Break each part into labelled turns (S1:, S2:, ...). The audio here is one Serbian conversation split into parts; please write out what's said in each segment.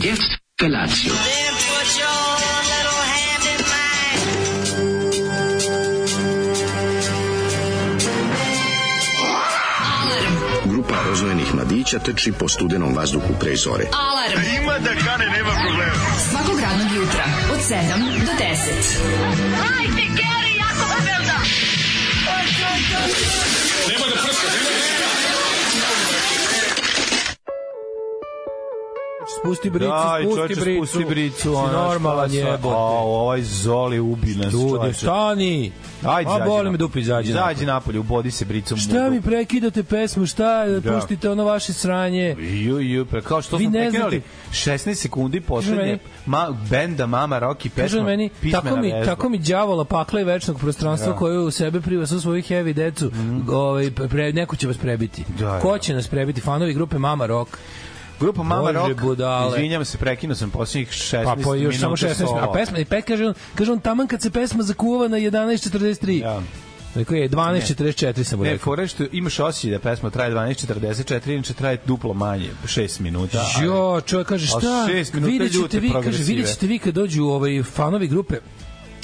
S1: jetzt Felatio.
S2: Grupa rozvojenih mladića trči po studenom vazduhu pre zore.
S3: Alarm svakog radnog jutra od 7 do 10.
S4: Spusti bricu,
S5: Daj,
S4: spusti
S5: čoveče,
S4: bricu.
S5: spusti bricu,
S4: Si
S5: ono,
S4: normalan
S5: šta sad?
S4: jebote.
S5: Au, ovaj Zoli ubi nas,
S4: Ljudi,
S5: čoveče.
S4: stani!
S5: Ajde,
S4: A
S5: izađi
S4: boli
S5: napolje.
S4: me dupi, izađi.
S5: Izađi
S4: napolje.
S5: napolje, ubodi se bricom. u
S4: Šta
S5: dupe.
S4: mi prekidate pesmu, šta,
S5: Da.
S4: puštite ono vaše sranje?
S5: Ju, ju, pre, kao što
S4: Vi
S5: smo
S4: ne
S5: prekinuli 16 sekundi poslednje
S4: meni-
S5: ma, benda Mama Rocky
S4: Kaže
S5: pesma,
S4: meni,
S5: pismena
S4: tako mi,
S5: vežba.
S4: tako mi đavola pakla i večnog prostranstva
S5: Da. Mhm.
S4: koje u sebe priva su svojih heavy decu, ovaj, pre, neko će vas prebiti.
S5: Da,
S4: Ko
S5: da.
S4: će nas prebiti? Fanovi grupe Mama Rock. Pa,
S5: Grupa Mama
S4: Bože,
S5: Rock,
S4: budale.
S5: izvinjam se, prekinuo sam poslednjih 16
S4: Pa po još
S5: minuta
S4: samo 16
S5: solo.
S4: A pesma, i pet kaže on, kaže on taman kad se pesma zakuva na 11.43.
S5: Ja.
S4: Rekao je 12.44 sam mu
S5: Da. Ne,
S4: rekao.
S5: fora je što imaš osjećaj da pesma traje 12.44, inače traje duplo manje, 6 minuta. ali-
S4: Jo, čovjek kaže
S5: A
S4: šta?
S5: Da. Pa šest minuta
S4: Vidjet ćete
S5: ljute
S4: vi, kaže,
S5: progresive.
S4: vidjet ćete vi kad dođu ovaj fanovi grupe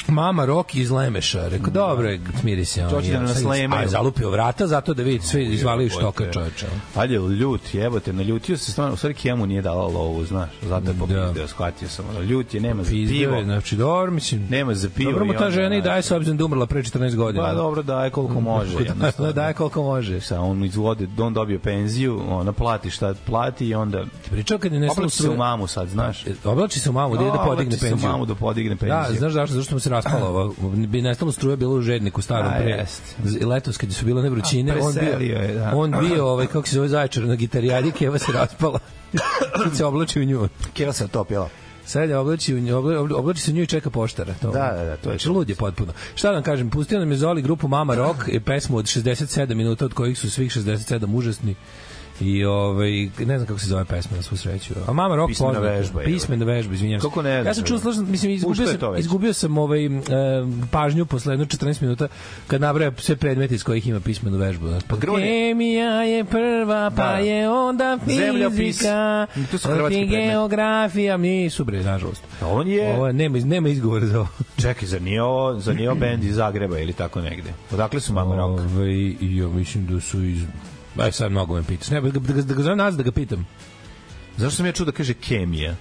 S4: Mama Roki iz Lemeša. Rekao, dobro, je, smiri se. on,
S5: To će da
S4: jel,
S5: nas
S4: sad-
S5: lemaju.
S4: A je zalupio vrata zato da vidite sve izvalio štoka čoveča.
S5: Ajde, ljut, jebote, naljutio se stvarno, u stvari Kija nije dala lovu, znaš, zato je popizdeo, da. shvatio sam, ono, ljut je, nema za pivo,
S4: Pizdeo je, znači, dobro, mislim...
S5: nema za pivo.
S4: Dobro mu
S5: i
S4: ta
S5: onda,
S4: žena i
S5: znaš,
S4: daje s obzirom da umrla pre 14 godina.
S5: Pa dobro, daje koliko može.
S4: Da,
S5: jednostavno.
S4: daje koliko može.
S5: Sa, on izvode, on dobio penziju, ona plati šta plati i onda...
S4: Pričao kad je nestalo
S5: Obraći se u mamu sad, znaš.
S4: Oblači se u mamu, da ide da podigne
S5: Obraći se u
S4: penziju.
S5: mamu da podigne
S4: Da,
S5: penziju.
S4: znaš zašto, zašto mu se raspalo ovo? Bi nestalo struje bilo u žedniku starom
S5: A,
S4: pre.
S5: jest.
S4: I letos kad su bile one vrućine,
S5: A,
S4: on bio,
S5: preselio je, da.
S4: on bio ovaj, kako se zove zaječar, na gitarijadi, keva se raspala. Sad se oblači u nju.
S5: Kjela se otopila.
S4: Sad je oblači, u nju, obla- oblači se u nju i čeka poštara. To.
S5: Da, da, da, to je
S4: Znači,
S5: to.
S4: lud je potpuno. Šta da vam kažem, pustio nam je Zoli grupu Mama Rock i pesmu od 67 minuta, od kojih su svih 67 užasni. I ovaj ne znam kako se zove pesma na svu sreću. A Mama Rock
S5: Pismena
S4: poznata.
S5: vežba, je li?
S4: Pismena vežba, izvinjavam se.
S5: Kako ne
S4: Ja sam
S5: znaš,
S4: čuo
S5: ono?
S4: slušam, mislim izgubio
S5: je
S4: sam
S5: to već?
S4: izgubio sam ovaj e, pažnju posle jedno 14 minuta kad nabraja sve predmete iz kojih ima pismenu vežbu. Znaš, Pa
S5: Grun je-
S4: hemija je prva, pa
S5: Da.
S4: je onda
S5: Zemljopis.
S4: fizika.
S5: To su hrvatski
S4: zatim
S5: predmeti.
S4: geografija, nisu bre, nažalost.
S5: On je...
S4: Ovo nema iz- nema izgovora za ovo.
S5: Čekaj, zar nije ovo, zar nije ovo bend iz Zagreba ili tako negde? Odakle su Mama Pa, Rock?
S4: Ove, i Ovaj, ja mislim da su iz... Aj sad mnogo me pitaš. Ne, da ga, da ga, da ga zovem nas da ga pitam.
S5: Zašto sam ja čuo da kaže Kemija?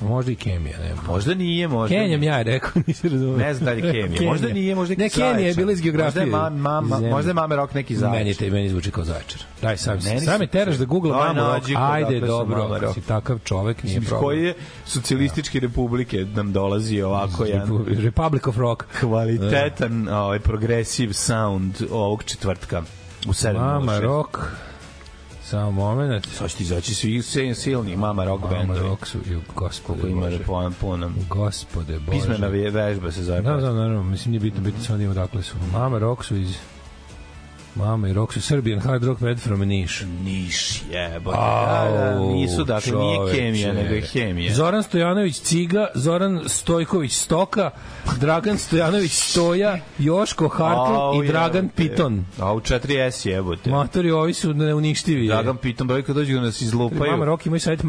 S4: Možda i kemija, ne znam.
S5: Možda nije, možda
S4: Kenjam ja je rekao, nisi razumio.
S5: Ne znam da li je Kemija. Možda nije, možda je
S4: Ne,
S5: neki
S4: Kenija je
S5: Zaječar.
S4: bila iz geografije.
S5: Možda je, ma, mama,
S4: Iz zemlje.
S5: možda je Mame Rock neki zaječar.
S4: Meni, te, meni zvuči kao zajčar. Daj, sam,
S5: Meni
S4: sam me
S5: se-
S4: teraš da googlam
S5: Aj,
S4: mamu rok.
S5: nađi ko,
S4: Ajde,
S5: dakle, su
S4: dobro,
S5: Mama
S4: ako
S5: Rock.
S4: si takav čovek, nije
S5: Iz
S4: problem. Da.
S5: koje socijalističke republike nam dolazi ovako jedan
S4: Repu- Republic of Rock.
S5: kvalitetan ovaj, progresiv sound ovog četvrtka u 7.
S4: Mama Rock. Samo moment.
S5: Sad će Pa ti izaći svi sen- silni Mama Rock
S4: Mama
S5: bendovi.
S4: Rock su, ju, gospode
S5: Koliko ima
S4: Bože.
S5: da ponam, ponam.
S4: Gospode Bože.
S5: Pismena ve- vežba se zove.
S4: Da, da, naravno, mislim nije bitno, bitno samo da ima odakle su. Mama Rock su iz... Mama i Rock su Serbian hard rock band from Niš.
S5: Niš, jebote.
S4: Au,
S5: Da, da, nisu, dakle, nije
S4: čoveče.
S5: Kemija, nego je Hemija.
S4: Zoran Stojanović Ciga, Zoran Stojković Stoka, Dragan Stojanović Stoja, Joško Hartl
S5: Au,
S4: i Dragan
S5: jebote.
S4: Piton.
S5: A u 4S jebote.
S4: Matori ovi su neuništivi.
S5: Dragan Piton, broj kad dođu da nas
S4: Pa Mama
S5: izlupaju.
S4: Rock imaju sajt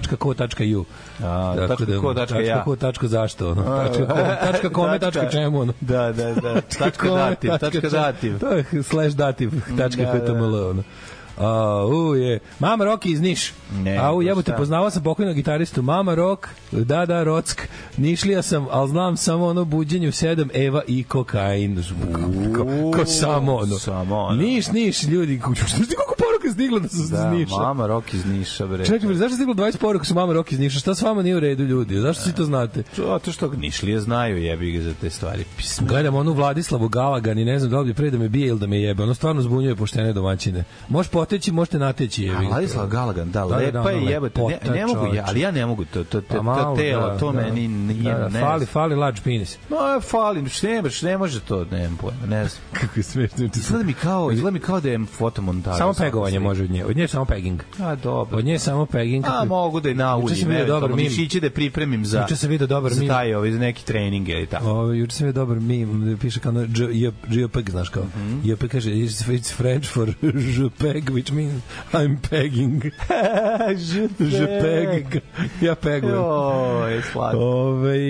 S4: mamarock.co.ju
S5: A,
S4: Tako da,
S5: tačka ko, tačka ja.
S4: ko, tačka zašto, ono, tačka kom, tačka kome, tačka čemu, ono.
S5: Da, da, da. Tačka
S4: Kome,
S5: dativ, tačka
S4: čemu.
S5: dativ.
S4: To je slash dativ, tačka
S5: Da, da.
S4: html, ono. A, u je. Mama Rock je iz Niš.
S5: Ne,
S4: A u
S5: pa
S4: jebote
S5: šta?
S4: poznavao sam pokojnog gitaristu Mama Rock, da da Rock. Nišlija sam, al znam samo ono buđenje u 7 Eva i kokain. Ko, ko samo ono.
S5: Samo ono.
S4: Niš, Niš, ljudi, ko- što ste koliko poruka je stiglo da su
S5: Da,
S4: iz Niša?
S5: mama Rok iz Niša, bre.
S4: Čekaj, bre, zašto je stiglo 20 poruka su mama Rok iz Niša? Šta s vama nije u redu, ljudi? Zašto svi to znate?
S5: Zato što Nišlije znaju jebi ga za te stvari. Pisme.
S4: Gledam onu Vladislavu Galagan i ne znam da li bi pre da me bije ili da me jebe. Ono stvarno zbunjuje poštene domaćine. Može poteći, možete nateći. Jebi.
S5: A, Ladislav Galagan, da,
S4: da, da,
S5: lepa je
S4: ono,
S5: jebote. Ne,
S4: lepota,
S5: ne mogu, ja,
S4: čoveče.
S5: ali ja ne mogu to, to, to,
S4: Pa
S5: to
S4: malo,
S5: telo,
S4: da,
S5: to
S4: da.
S5: meni nije,
S4: Da, da,
S5: ne
S4: fali,
S5: znam.
S4: fali large penis.
S5: No, e, fali, ne, baš ne može to, ne znam pojma, ne znam.
S4: Kako je smešno.
S5: Izgleda mi kao, izgleda mi kao da je fotomontaža.
S4: Samo
S5: svaka
S4: pegovanja može od nje. Od nje je samo pegging.
S5: A dobro.
S4: Od nje je samo pegging.
S5: A mogu da i
S4: Juče
S5: nauljim,
S4: sam video dobar
S5: eventualno
S4: mim.
S5: mišiće da pripremim za,
S4: Juče sam video dobar
S5: za
S4: mim.
S5: taj ovaj, za neki trening ili tako.
S4: Ove, Ovaj, juče sam je dobar mim, gde piše kao ono J- J- JPEG, znaš kao. JPEG kaže, it's, it's French for JPEG, which means I'm pegging. JPEG. Ja pegujem.
S5: Joj, slatko.
S4: Ove,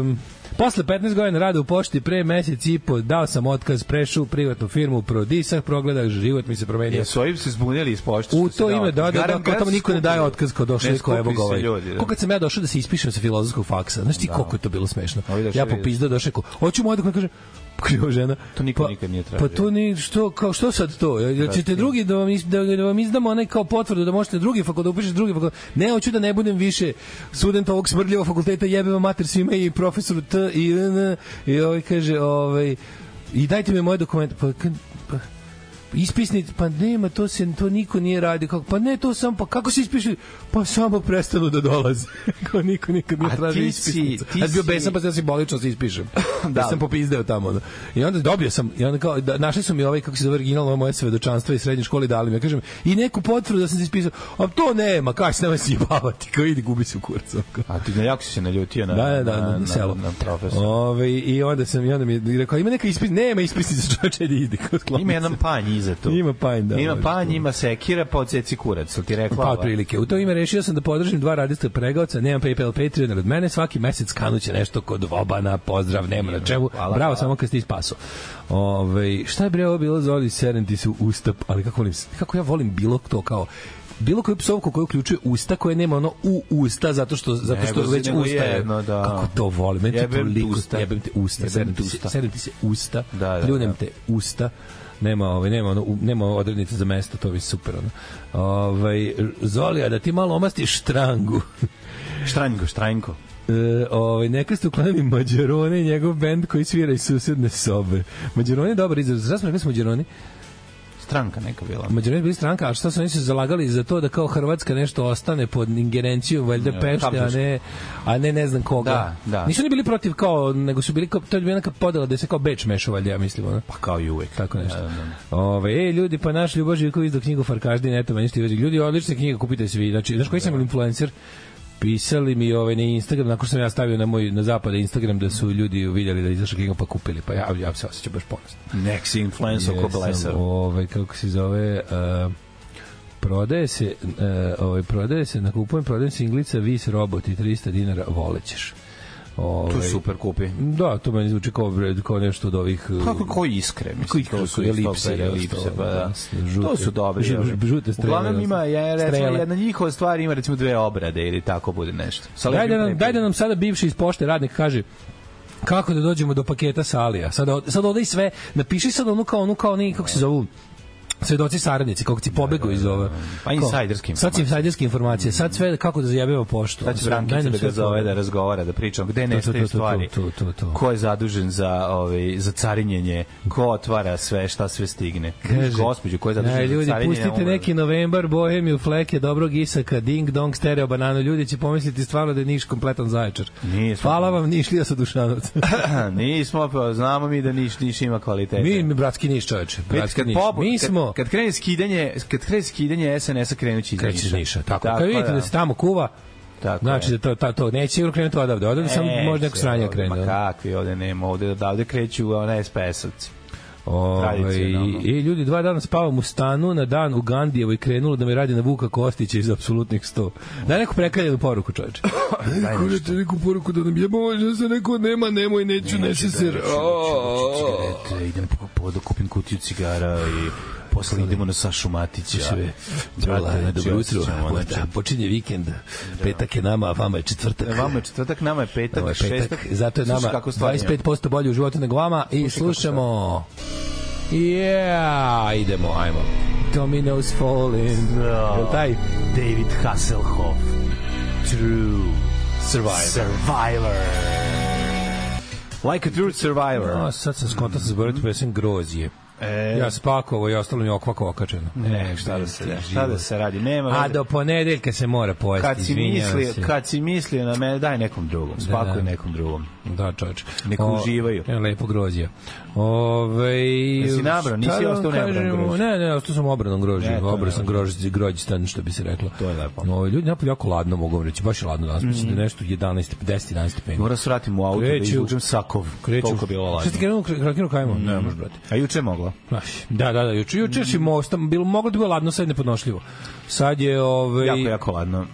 S4: um, Posle 15 godina rada u pošti, pre mesec i po, dao sam otkaz, prešao u privatnu firmu, prodisah, progledah, život mi se promenio.
S5: Jesu ovim se zbunjeli iz pošte.
S4: U
S5: što se
S4: to
S5: dao
S4: ime, da, da,
S5: otkaz.
S4: da,
S5: Garan
S4: kao tamo
S5: Grad
S4: niko ne daje
S5: skuplja.
S4: otkaz kao došli
S5: Ne
S4: neko evo
S5: skupi
S4: ga
S5: se
S4: ovaj.
S5: ljudi, da.
S4: Ko kad sam ja došao da se ispišem sa filozofskog faksa, znaš ti koliko je to bilo smešno.
S5: Ovi došli
S4: Ja
S5: vidi.
S4: popizdao došao rekao, hoću moj dokaz, kaže, krivo žena.
S5: To niko nikad nije tražio.
S4: Pa to ni što kao što sad to? Ja ćete drugi da vam is- da, da vam izdamo onaj kao potvrdu da možete drugi fakultet da upišete drugi fakultet. Ne hoću da ne budem više student ovog smrdljivog fakulteta, jebe vam mater svima i profesoru T i N i ovaj kaže ovaj i dajte mi moje dokumente. Pa, k- pa ispisnic, pa nema, to se to niko nije radio. Kako, pa ne, to sam, pa kako se ispiši? Pa samo prestanu da dolaze. Kao niko nikad
S5: A
S4: ne
S5: ti
S4: traži
S5: si-
S4: ispisnicu.
S5: ti
S4: Ja sam bio
S5: si-
S4: besan, pa sam simbolično se ispišem. da.
S5: Da.
S4: Ja sam popizdeo tamo. Da. I onda dobio sam, i onda kao, da, našli su mi ovaj, kako se zove original, ovo moje svedočanstvo iz srednje škole dali mi. Ja kažem, i neku potvrdu da sam se ispisao. A to nema, kaj se nemoj sjebavati. Kao idi, gubi se u kurcu.
S5: A ti na jako si se naljutio na,
S4: Da, da, da,
S5: na,
S4: na,
S5: na,
S4: selo.
S5: na profesora.
S4: Ove, I onda sam, i onda mi je rekao, ima neka ispis, nema ispisnica čoveče, idi. kod
S5: Ima
S4: klonice.
S5: jedan panj iza tu.
S4: Ima panj, da,
S5: Ima
S4: ovaj,
S5: panj, ima sekira, pa odseci kurac. Jel ti rekla?
S4: Pa
S5: ova?
S4: otprilike. U to ime rešio sam da podržim dva radijska pregaoca, nemam PayPal Patreon jer od mene, svaki mesec kanuće nešto kod Vobana, pozdrav, nema na čemu.
S5: Hvala,
S4: Bravo,
S5: hvala.
S4: samo kad ste ispaso. Ove, šta je bre ovo bilo za Oli Serenti su ustap, ali kako, volim, kako ja volim bilo to kao bilo koju psovku koja uključuje usta koje nema ono u usta zato što zato što
S5: Nego se-
S4: već
S5: nego
S4: usta je.
S5: jedno, da.
S4: kako to volim meni to
S5: Jebem ti
S4: toliko
S5: usta.
S4: jebem te usta
S5: Jebem
S4: sedem
S5: ti
S4: ti se
S5: usta.
S4: sedem ti se usta
S5: Da, da,
S4: pljunem
S5: da.
S4: te usta nema ovaj nema ono u- nema odrednice za mesto to bi super ono ovaj Zolija da ti malo omastiš štrangu
S5: Štranjko, štranjko.
S4: E, ovaj, neka ste uklanili Mađarone i njegov bend koji svira iz susedne sobe. Mađarone je dobar izraz. Zrasmo smo rekli smo Mađarone?
S5: Stranka neka bila.
S4: Mađarone je bili stranka, a šta su oni se zalagali za to da kao Hrvatska nešto ostane pod ingerencijom valjda
S5: Ja,
S4: Pešte, a
S5: Habsburg.
S4: ne, a ne ne znam koga.
S5: Da, da.
S4: Nisu oni bili protiv kao, nego su bili kao, to je bila neka podela da se kao Beč mešao valjda, ja mislim. Ono.
S5: Pa kao i uvek.
S4: Tako nešto.
S5: Da, da, da.
S4: Ove, e, ljudi, pa naš Ljubo Živković do knjigu Farkaždi, neto meni što Ljudi, odlična knjiga, kupite svi. Znači, znaš koji sam
S5: Da.
S4: influencer? pisali mi ovaj na Instagram nakon što sam ja stavio na moj na zapada Instagram da su ljudi vidjeli da je izašla knjiga pa kupili pa ja ja se osećam baš ponosno.
S5: Nek si influencer ko
S4: Jesam,
S5: blesar.
S4: Ovaj kako se zove uh, prodaje se uh, ovaj prodaje se na kupujem prodajem singlica Vis Robot i 300 dinara volećeš. Ovaj
S5: Tu super kupi.
S4: Da, to meni zvuči kao, bre- kao nešto od ovih uh,
S5: Pa Kako ko iskre,
S4: Koji
S5: mislim, to su
S4: su
S5: iz tog
S4: elipse,
S5: perioda, elipse,
S4: ostalo,
S5: pa da.
S4: da, žute.
S5: To su dobre.
S4: Žu-
S5: ove.
S4: žute strele,
S5: Uglavnom ima, ja, recimo,
S4: strele.
S5: jedna njihova stvar ima recimo dve obrade ili tako bude nešto. Sa
S4: Daj da,
S5: lepim
S4: nam,
S5: prepirima.
S4: daj da nam sada bivši iz pošte radnik kaže kako da dođemo do paketa Salija. Sada od, sad odaj sve, napiši sad onu kao onu kao oni kako se zovu svedoci saradnici, kako ti pobegu iz ove.
S5: Pa insajderske
S4: Sad si insajderske informacije, sad sve kako da zajebemo poštu.
S5: Sad će
S4: Daj nam
S5: Brankica da
S4: sve
S5: ga
S4: to.
S5: zove da razgovara, da pričamo gde
S4: to, to,
S5: nestaju
S4: to,
S5: stvari.
S4: to, to, to.
S5: Ko je zadužen za, ovaj, za carinjenje, ko otvara sve, šta sve stigne. Kaže, Gospođu, ko je zadužen
S4: Aj,
S5: za
S4: ljudi,
S5: carinjenje?
S4: pustite
S5: umre.
S4: neki novembar, bohemiju, fleke, dobrog isaka, ding dong, stereo bananu. Ljudi će pomisliti stvarno da je Niš kompletan zaječar.
S5: Nismo.
S4: Hvala vam, Nišlija sa Dušanovaca.
S5: Nismo, pa znamo mi da Niš, Niš ima kvalitete.
S4: mi, mi bratski Niš, čoveče.
S5: Već
S4: Bratski
S5: E, da. kad
S4: Niš.
S5: pobu-
S4: mi
S5: kad-
S4: smo...
S5: Kad, krene skidanje, kad krene skidanje SNS-a krenući iz
S4: kreće iz Niša, tako.
S5: Tako
S4: Kad vidite
S5: je.
S4: da, se tamo kuva,
S5: Tako
S4: znači
S5: je.
S4: da to, ta, to neće sigurno krenuti odavde. Odavde samo
S5: E,
S4: možda neko
S5: se,
S4: sranje
S5: ovde,
S4: krene.
S5: Ma
S4: da.
S5: kakvi, ovde nema, ovde odavde kreću ona SPS-ovci.
S4: Ovaj,
S5: tradicionalno.
S4: I ljudi, dva dana spavam u stanu, na dan u Gandijevoj i krenulo da mi radi na Vuka Kostića iz apsolutnih sto. Daj neku prekaljenu poruku, čoveče.
S5: Daj nešto.
S4: Dajte neku poruku da nam jebamo, da se neko nema, nemoj, neću, neće se...
S5: cigarete, idem po, po da kupim kutiju cigara i posle idemo na Sašu Matića.
S4: Sve.
S5: Brate,
S4: Brate,
S5: znači,
S4: dobro jutro.
S5: osjećamo,
S4: Bo-
S5: znači,
S4: da, Počinje vikend. Petak je nama, a vama je četvrtak.
S5: Vama je četvrtak, nama je petak,
S4: Ovo je
S5: šestak.
S4: petak, zato je
S5: Slušaj
S4: nama
S5: kako stvar je.
S4: 25% bolje u životu nego vama i slušamo. Yeah, idemo, ajmo. Domino's Falling.
S5: Da.
S4: Jel taj
S5: David Hasselhoff. True
S4: Survivor.
S5: Survivor. Like a true survivor.
S4: A, sad sam skontao sa zboriti pesem Grozije.
S5: E,
S4: Ja spakovo i ostalo mi je okvako okačeno.
S5: ne, šta da se, šta da se radi, nema
S4: A
S5: veze.
S4: do ponedeljka se mora pojesti,
S5: kad si
S4: izvinjavam
S5: mislio,
S4: se.
S5: kad si mislio na mene, daj nekom drugom, spakuj
S4: da.
S5: nekom drugom.
S4: Da, čoveč.
S5: Neka uživaju.
S4: Ja, lepo grožđe. Ove, da
S5: Jesi nabran, nisi ostao neobran grožđe?
S4: Ne, ne, ostao sam obranom grožđe.
S5: Ne, to
S4: Obrao
S5: ne,
S4: sam
S5: ne.
S4: grožđe, grožđe stan, što bi se reklo.
S5: To je lepo. Mm.
S4: Ove, ljudi napolje jako ladno, mogu vam reći, baš je ladno danas. Mislim da je nešto 11, 10, 11 stepeni.
S5: Moram svratim u auto da
S4: Kreću-
S5: izvučem sakov.
S4: Kreću.
S5: Toliko je bilo
S4: Šta ti
S5: lažno.
S4: krenuo, kre- krakinu kajmo? Ne možeš, brate.
S5: A juče je moglo.
S4: Znaš, da, da, da, juče, juče
S5: Mm.
S4: si mosta, bilo, moglo da je bilo ladno, sad je nepodnošljivo. Sad je, ovaj,
S5: Jako, jako ladno.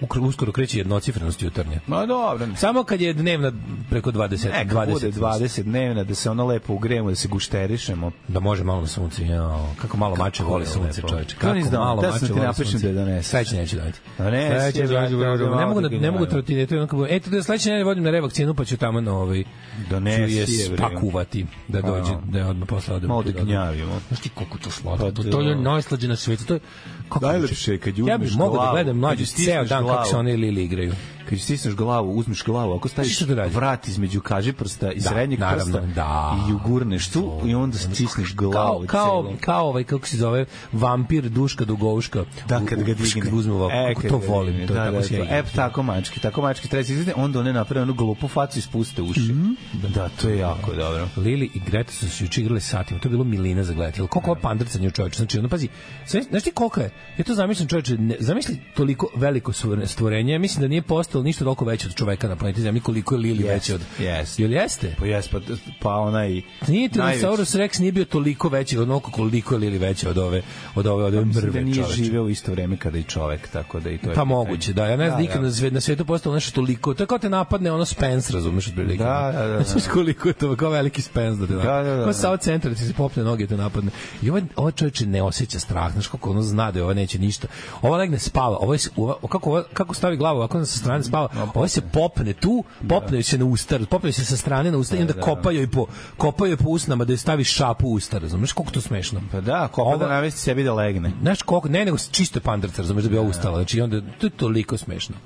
S4: ukr- uskoro kreće jednocifrenost jutarnje.
S5: Ma dobro, ne.
S4: Samo kad je dnevna preko 20,
S5: Neka 20,
S4: 20,
S5: bude 20 dnevna, da se ono lepo ugrejemo, da se gušterišemo.
S4: Da može malo na sunce, jao. Kako malo mače voli
S5: je
S4: sunce,
S5: lepo.
S4: čoveče.
S5: Kako nisi
S4: Kako
S5: donao?
S4: malo
S5: Teo sam
S4: mače
S5: ti
S4: voli
S5: napišem
S4: sunce.
S5: da je doneseš.
S4: Sledeće neću dati.
S5: Donesi,
S4: Sledeće
S5: brate,
S4: neću dati.
S5: brate,
S4: Ne mogu da
S5: brate,
S4: ne mogu
S5: brate.
S4: trotinetu, onako bude. Eto da sledeće nedelje vodim na revakcinu pa ću tamo na ovaj
S5: Donesi
S4: ću je
S5: Da je, bre.
S4: spakovati da dođe
S5: A.
S4: da je odmah posle odem.
S5: Malo da gnjavimo.
S4: Znaš ti koliko to slatko?
S5: Pa
S4: To, to je
S5: da.
S4: najslađe na svetu. To je kako
S5: Najlepše je kad
S4: Ja bih
S5: uzmeš
S4: mogao da
S5: glavu,
S4: gledam
S5: kad
S4: mlađu
S5: stisneš
S4: ceo dan kako
S5: glavu.
S4: se one lili igraju.
S5: Kad stisneš glavu, uzmeš glavu, ako staviš
S4: Šta da radi?
S5: vrat između kaži prsta i
S4: Da,
S5: srednjeg
S4: naravno,
S5: prsta
S4: da.
S5: i ugurneš tu i onda stisneš
S4: kao
S5: glavu.
S4: kao
S5: celu.
S4: kao ovaj kako se zove vampir Duška Dugovška.
S5: da kad ga
S4: Uš,
S5: digne.
S4: kad uzme ovako, kako
S5: kad
S4: to
S5: ga
S4: volim,
S5: digne,
S4: to
S5: da,
S4: je tako
S5: da,
S4: se ja
S5: da.
S4: igram.
S5: E, tako mački, tako mački, treba se izvesti, onda one naprave onu glupu facu i spuste uši.
S4: Mhm.
S5: Da, to je jako dobro.
S4: Lili i Greta su se juče igrale satima, to je bilo milina za gledati. Jel Koliko
S5: Da.
S4: ova pandraca nju čoveče, znači ono pazi, sve, znaš ti koliko je? Ja to zamišljam čoveče, ne, zamisli toliko veliko stvore- stvorenje, ja mislim da nije postalo ništa toliko veće od čoveka na planeti Zemlji, koliko je Lili
S5: Jest,
S4: veće od...
S5: jest.
S4: Jel jeste?
S5: Pa jes, pa, pa onaj...
S4: Nije
S5: najveći-
S4: Tyrannosaurus Rex nije bio toliko veći od onoliko koliko je Lili veće od ove, od ove, od ove mrve
S5: Mislim da nije
S4: čoveče.
S5: živeo u isto vreme kada i čovek, tako da i to je...
S4: Pa
S5: pitanje.
S4: moguće, da. Ja ne znam, nikad na, sve, na svetu postalo nešto toliko. To je kao te napadne ono Spence, razumeš, od prilike.
S5: Da, da, da, da.
S4: Znaš koliko je to, kao veliki Spence da te napadne.
S5: Da, da, da,
S4: Kao
S5: da.
S4: Sao centra, ti se popne noge i te napadne. I ovaj, ovaj čovječe ne osjeća strah, znaš kako ono zna da je ova neće ništa. Ova legne spava, ovaj, se- ova, kako, ova, kako stavi glavu, ovako sa strane spava,
S5: Da, pa-
S4: ovaj se popne tu, popne joj se na ustar, popne joj se sa strane na
S5: Da,
S4: ustar i onda kopaju i po, kopaju po usnama da joj stavi šapu u ustar, razumeš, koliko to smešno.
S5: Pa da, kopa da
S4: Ova-
S5: namesti sebi da legne.
S4: Znaš koliko, ne nego čisto je pandraca, razumeš da bi ovo ustala. Znači onda to je toliko smešno.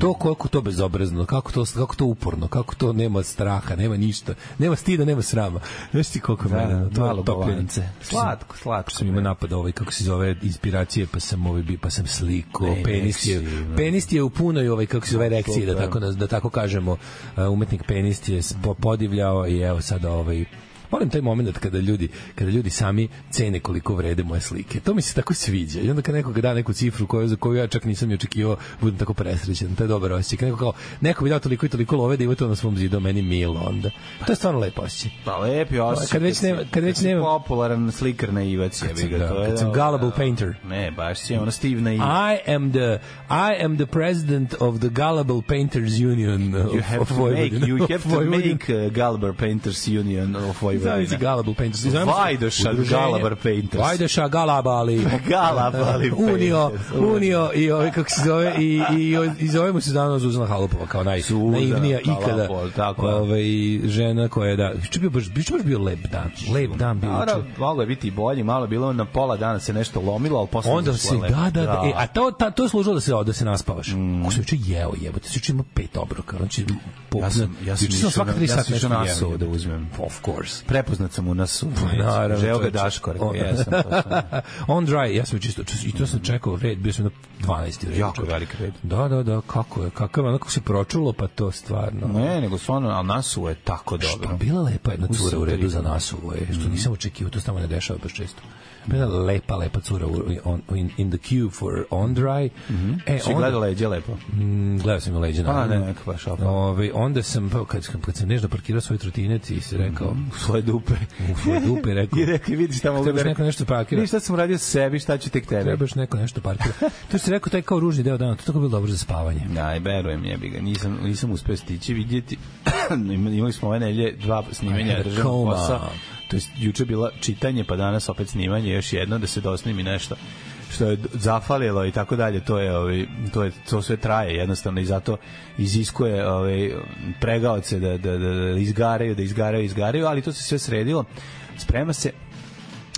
S4: To koliko to bezobrazno, kako to kako to uporno, kako to nema straha, nema ništa, nema stida, nema srama. Znaš ti koliko da, mene, to je
S5: malo
S4: topljenice.
S5: govance. Slatko, slatko.
S4: Sam ima napad ovaj kako se zove inspiracije, pa sam ovaj bi- pa sam sliko,
S5: Ne,
S4: penis je
S5: erekcija.
S4: penis je u punoj ovaj kako se zove erekciji da
S5: Super.
S4: tako naz- da tako kažemo. Uh, Umetnik penis je s- po- podivljao i evo sada ovaj Volim taj moment kada ljudi, kada ljudi sami cene koliko vrede moje slike. To mi se tako sviđa. I onda kad neko da neku cifru koju, za koju ja čak nisam ni očekivao, budem tako presrećen. To je dobar osjećaj. Kad neko kao, neko bi dao toliko i toliko love da ima to na svom zidu, meni milo onda. To je stvarno lep osjećaj.
S5: Pa lepi osjećaj.
S4: Kad već
S5: si-
S4: nema- kad već
S5: si
S4: nema-
S5: Popularan slikar na Ivac je.
S4: Kad sam,
S5: bi ga,
S4: da,
S5: to je
S4: kad sam
S5: da-
S4: gullible
S5: da.
S4: painter.
S5: Ne, baš si ono Steve na Ivac.
S4: I am the I am the president of the Gullible Painters Union of,
S5: You have
S4: of
S5: to make,
S4: Vojvodina.
S5: you have
S4: Of
S5: to
S4: Vojvodina.
S5: make uh, Gulliver Painters Union of
S4: Zavici
S5: Vojvodina.
S4: Gullible Painters.
S5: Vajdoša Gulliver Painters.
S4: Vajdoša Galabali.
S5: Galabali
S4: Da, Unio,
S5: Painters.
S4: Unio i ovaj kako se zove i, i, i zove mu se danas Zuzana Halupova kao naj,
S5: Zuzana
S4: naivnija ikada.
S5: Halupova, tako je.
S4: Ove, žena koja je da, što bio baš, baš, baš bio lep dan. Lep dan bio.
S5: Naravno,
S4: juče.
S5: Znači, moglo je biti i bolje, malo je bilo na pola dana se nešto lomilo, ali posle
S4: Onda
S5: izašlo
S4: se
S5: lepo.
S4: da, da, da, E, a to ta, to je služilo da se da se naspavaš. Mm. Kako se juče jeo, jebote, se juče ima pet obroka. Znači po
S5: Da. Ja sam- ja sam
S4: juče
S5: išao
S4: svaka
S5: na-
S4: tri
S5: ja sam
S4: sata
S5: išao na
S4: nešto
S5: Asovo
S4: jeo.
S5: da uzmem.
S4: Of course.
S5: Prepoznat sam u nas.
S4: naravno,
S5: Žeo ga
S4: čoveče.
S5: Daško, rekao,
S4: Onda.
S5: jesam, to sam.
S4: On dry, ja sam čisto i to sam čekao red, bio sam na 12. red.
S5: Jako je velik red.
S4: Da, da, da, kako je, kakav je, onako se pročulo, pa to stvarno.
S5: Ne, nego stvarno, ali Nasuo je tako dobro.
S4: Pa bila lepa jedna cura u
S5: Usitri.
S4: redu za nas ovo je,
S5: Mhm.
S4: što nisam očekivao, to se tamo ne dešava baš često. Bila lepa, lepa cura u, on, in, in the queue for on dry. E,
S5: Mhm. Si
S4: onda-
S5: gledala leđe lepo.
S4: Mm, gledao sam joj leđa.
S5: Pa
S4: naravno.
S5: ne, neka baš opa.
S4: Ove, onda sam, pa, kad, sam- kad sam nežno parkirao svoj trotinet i se rekao,
S5: Mhm. U svoje dupe.
S4: u svoje dupe, rekao,
S5: I rekao, vidiš šta mogu da
S4: trebaš
S5: rekao.
S4: neko nešto parkira.
S5: Vidiš šta sam radio sebi, šta ću tek tebe.
S4: Trebaš neko nešto parkira. To si rekao, taj kao ružni deo dana, to je tako bilo dobro za spavanje.
S5: Ja, Da, verujem, jebi ga. Nisam, nisam uspeo stići vidjeti. Imali smo ove nelje dva snimanja
S4: Ajde,
S5: državnog
S4: koma.
S5: posla. To je juče bila čitanje, pa danas opet snimanje, još jedno da se dosnimi nešto što je zafalilo i tako dalje to je ovaj to je to sve traje jednostavno i zato iziskuje ovaj pregaoce da da da da izgaraju da izgaraju izgaraju ali to se sve sredilo sprema se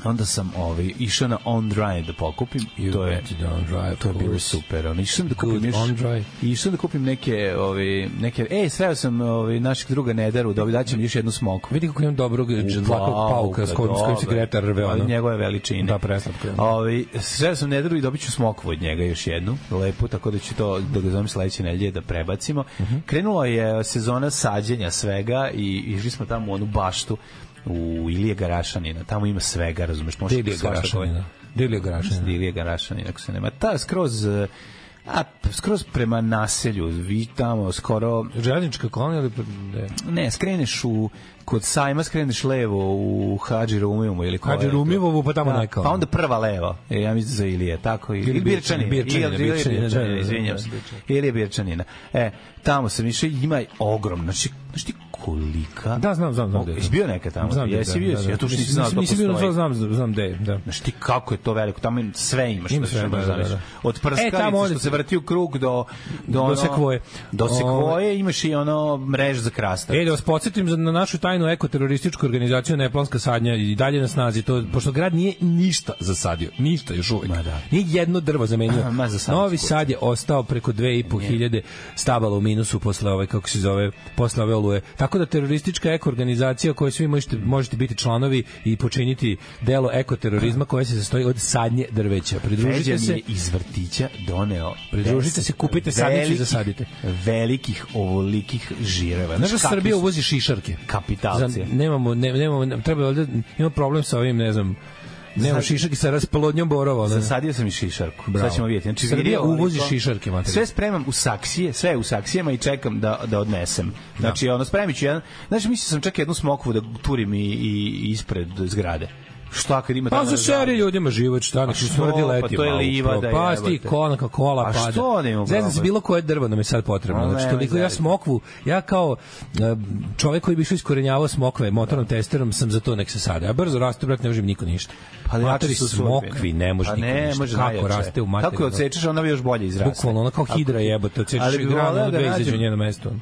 S5: onda sam ovaj, išao na On Dry da pokupim. I to je,
S4: went to the On Dry,
S5: to je
S4: of
S5: bilo
S4: course.
S5: super. Ono, išao sam da kupim
S4: Good
S5: još,
S4: On Dry.
S5: Išao da kupim neke, ovaj, neke e, sreo sam ovaj, našeg druga Nedaru, da ovaj daćem još jednu smoku.
S4: Vidi kako imam dobrog džetlakog
S5: pa
S4: pauka s kojim, s kojim se
S5: Dobar.
S4: gretar rve ono.
S5: Od njegove veličine.
S4: Da, preslatko je.
S5: Ovi, sreo sam Nedaru i dobit ću smokvu od njega još jednu, lepu, tako da ću to da ga zovem sledeće nedelje da prebacimo.
S4: Mhm.
S5: Krenula je e, sezona sađenja svega i išli smo tamo u onu baštu u Ilije Garašanina. Tamo ima svega, razumeš? možeš
S4: Dilije
S5: svašta
S4: Garašanina. Dilije Garašanina.
S5: Garašanin. Ilija Garašanin, Mm. ako se nema. Ta skroz eh, a skroz prema naselju vi tamo skoro
S4: Željnička kolonija ili... Ne.
S5: ne skreneš u kod sajma skreneš levo u Hadži Rumivomu ili koja je
S4: Hadži
S5: to?
S4: Rumivovu, pa tamo neka,
S5: pa
S4: ono.
S5: onda prva levo e, ja mislim za Ilije tako i-
S4: Ili
S5: ili Birčanina
S4: Birčanina,
S5: ili
S4: Birčanina,
S5: Birčanina
S4: da, da, da,
S5: izvinjavam
S4: da,
S5: se
S4: Birčanina.
S5: Ilije Birčanina e tamo sam išao ima ogrom znači znaš ti kolika
S4: Da, znam, znam, znam.
S5: O,
S4: gde je to.
S5: jesi bio neka tamo
S4: Znam gde je,
S5: jesi bio
S4: da, da.
S5: ja to što
S4: Mislim,
S5: nisam znao da
S4: Nisam bio,
S5: postoji.
S4: ali znam, znam gde je, da.
S5: Znaš ti kako je to veliko, tamo im sve imaš.
S4: Ima
S5: Ima
S4: sve,
S5: sve,
S4: da, da, da.
S5: Od
S4: E,
S5: prskavice
S4: tamo oni-
S5: što se vrti u krug do...
S4: Do
S5: Do, ono,
S4: sekvoje.
S5: Do
S4: Ovaj.
S5: sekvoje imaš i ono mrež za krastavce.
S4: E, da vas podsjetim za- na našu tajnu ekoterorističku organizaciju Neplanska sadnja i dalje na snazi to, pošto grad nije ništa zasadio, ništa još uvek.
S5: Ma da.
S4: Nije jedno drvo zamenio.
S5: Ma, za sad
S4: Novi
S5: skupo.
S4: Sad je ostao preko 2,5 hiljade stabala u minusu posle ove, kako se zove, posle ove oluje. Tako da teroristička ekoorganizacija koje svi možete, možete biti članovi i počiniti delo ekoterorizma koje se sastoji od sadnje drveća. Pridružite
S5: Peđa mi
S4: se
S5: je iz vrtića doneo...
S4: Pridružite se, kupite sadnicu i
S5: velikih-
S4: zasadite.
S5: Velikih, ovolikih žireva.
S4: Znaš da
S5: kakvi
S4: Srbija
S5: su
S4: uvozi šišarke?
S5: Kapitalci.
S4: Za- nemamo, ne, nemamo, ne, treba ovde, ima problem sa ovim, ne znam, nemamo
S5: Sad-
S4: šišak i sa rasplodnjom borova. Ne?
S5: Zasadio sam i šišarku.
S4: Bravo.
S5: Sad ćemo vidjeti. Znači,
S4: Srbija
S5: vidio ovoliko-
S4: uvozi šišarke, materijalno.
S5: Sve spremam u saksije, sve je u saksijama i čekam da, da odnesem. Znači, ono, spremit ću jedan... Znaš, mislio sam čak jednu smokvu da turim i, i ispred zgrade. Šta kad ima
S4: Pa
S5: tamo
S4: za
S5: na
S4: šeri
S5: zgradi?
S4: ljudima život, šta nek
S5: da. što,
S4: smrdi
S5: pa
S4: leti.
S5: to je
S4: malo,
S5: livada,
S4: Pa
S5: jebote.
S4: sti kola kola
S5: A
S4: pada.
S5: što ne imamo
S4: Zezam se
S5: problem?
S4: bilo koje drvo nam je sad potrebno.
S5: Ma,
S4: Znači
S5: nemoj
S4: toliko ja
S5: zezati.
S4: smokvu, ja kao e, čovek koji bi išao iskorenjavao smokve motornom testerom sam za to nek se sada. Ja brzo raste brat ne može mi niko ništa.
S5: Pa
S4: Matori
S5: jači su sudbine.
S4: smokvi ne može
S5: Pa
S4: niko
S5: ne,
S4: ništa.
S5: može
S4: Kako
S5: najjače.
S4: raste u materinu.
S5: Kako je odsečeš, ona bi još bolje izrasla.
S4: Bukvalno ona kao hidra jebote, odsečeš
S5: Ali
S4: i
S5: bi
S4: granu,
S5: voleo
S4: ono
S5: da
S4: dve izađe
S5: nađem-
S4: u njeno mesto.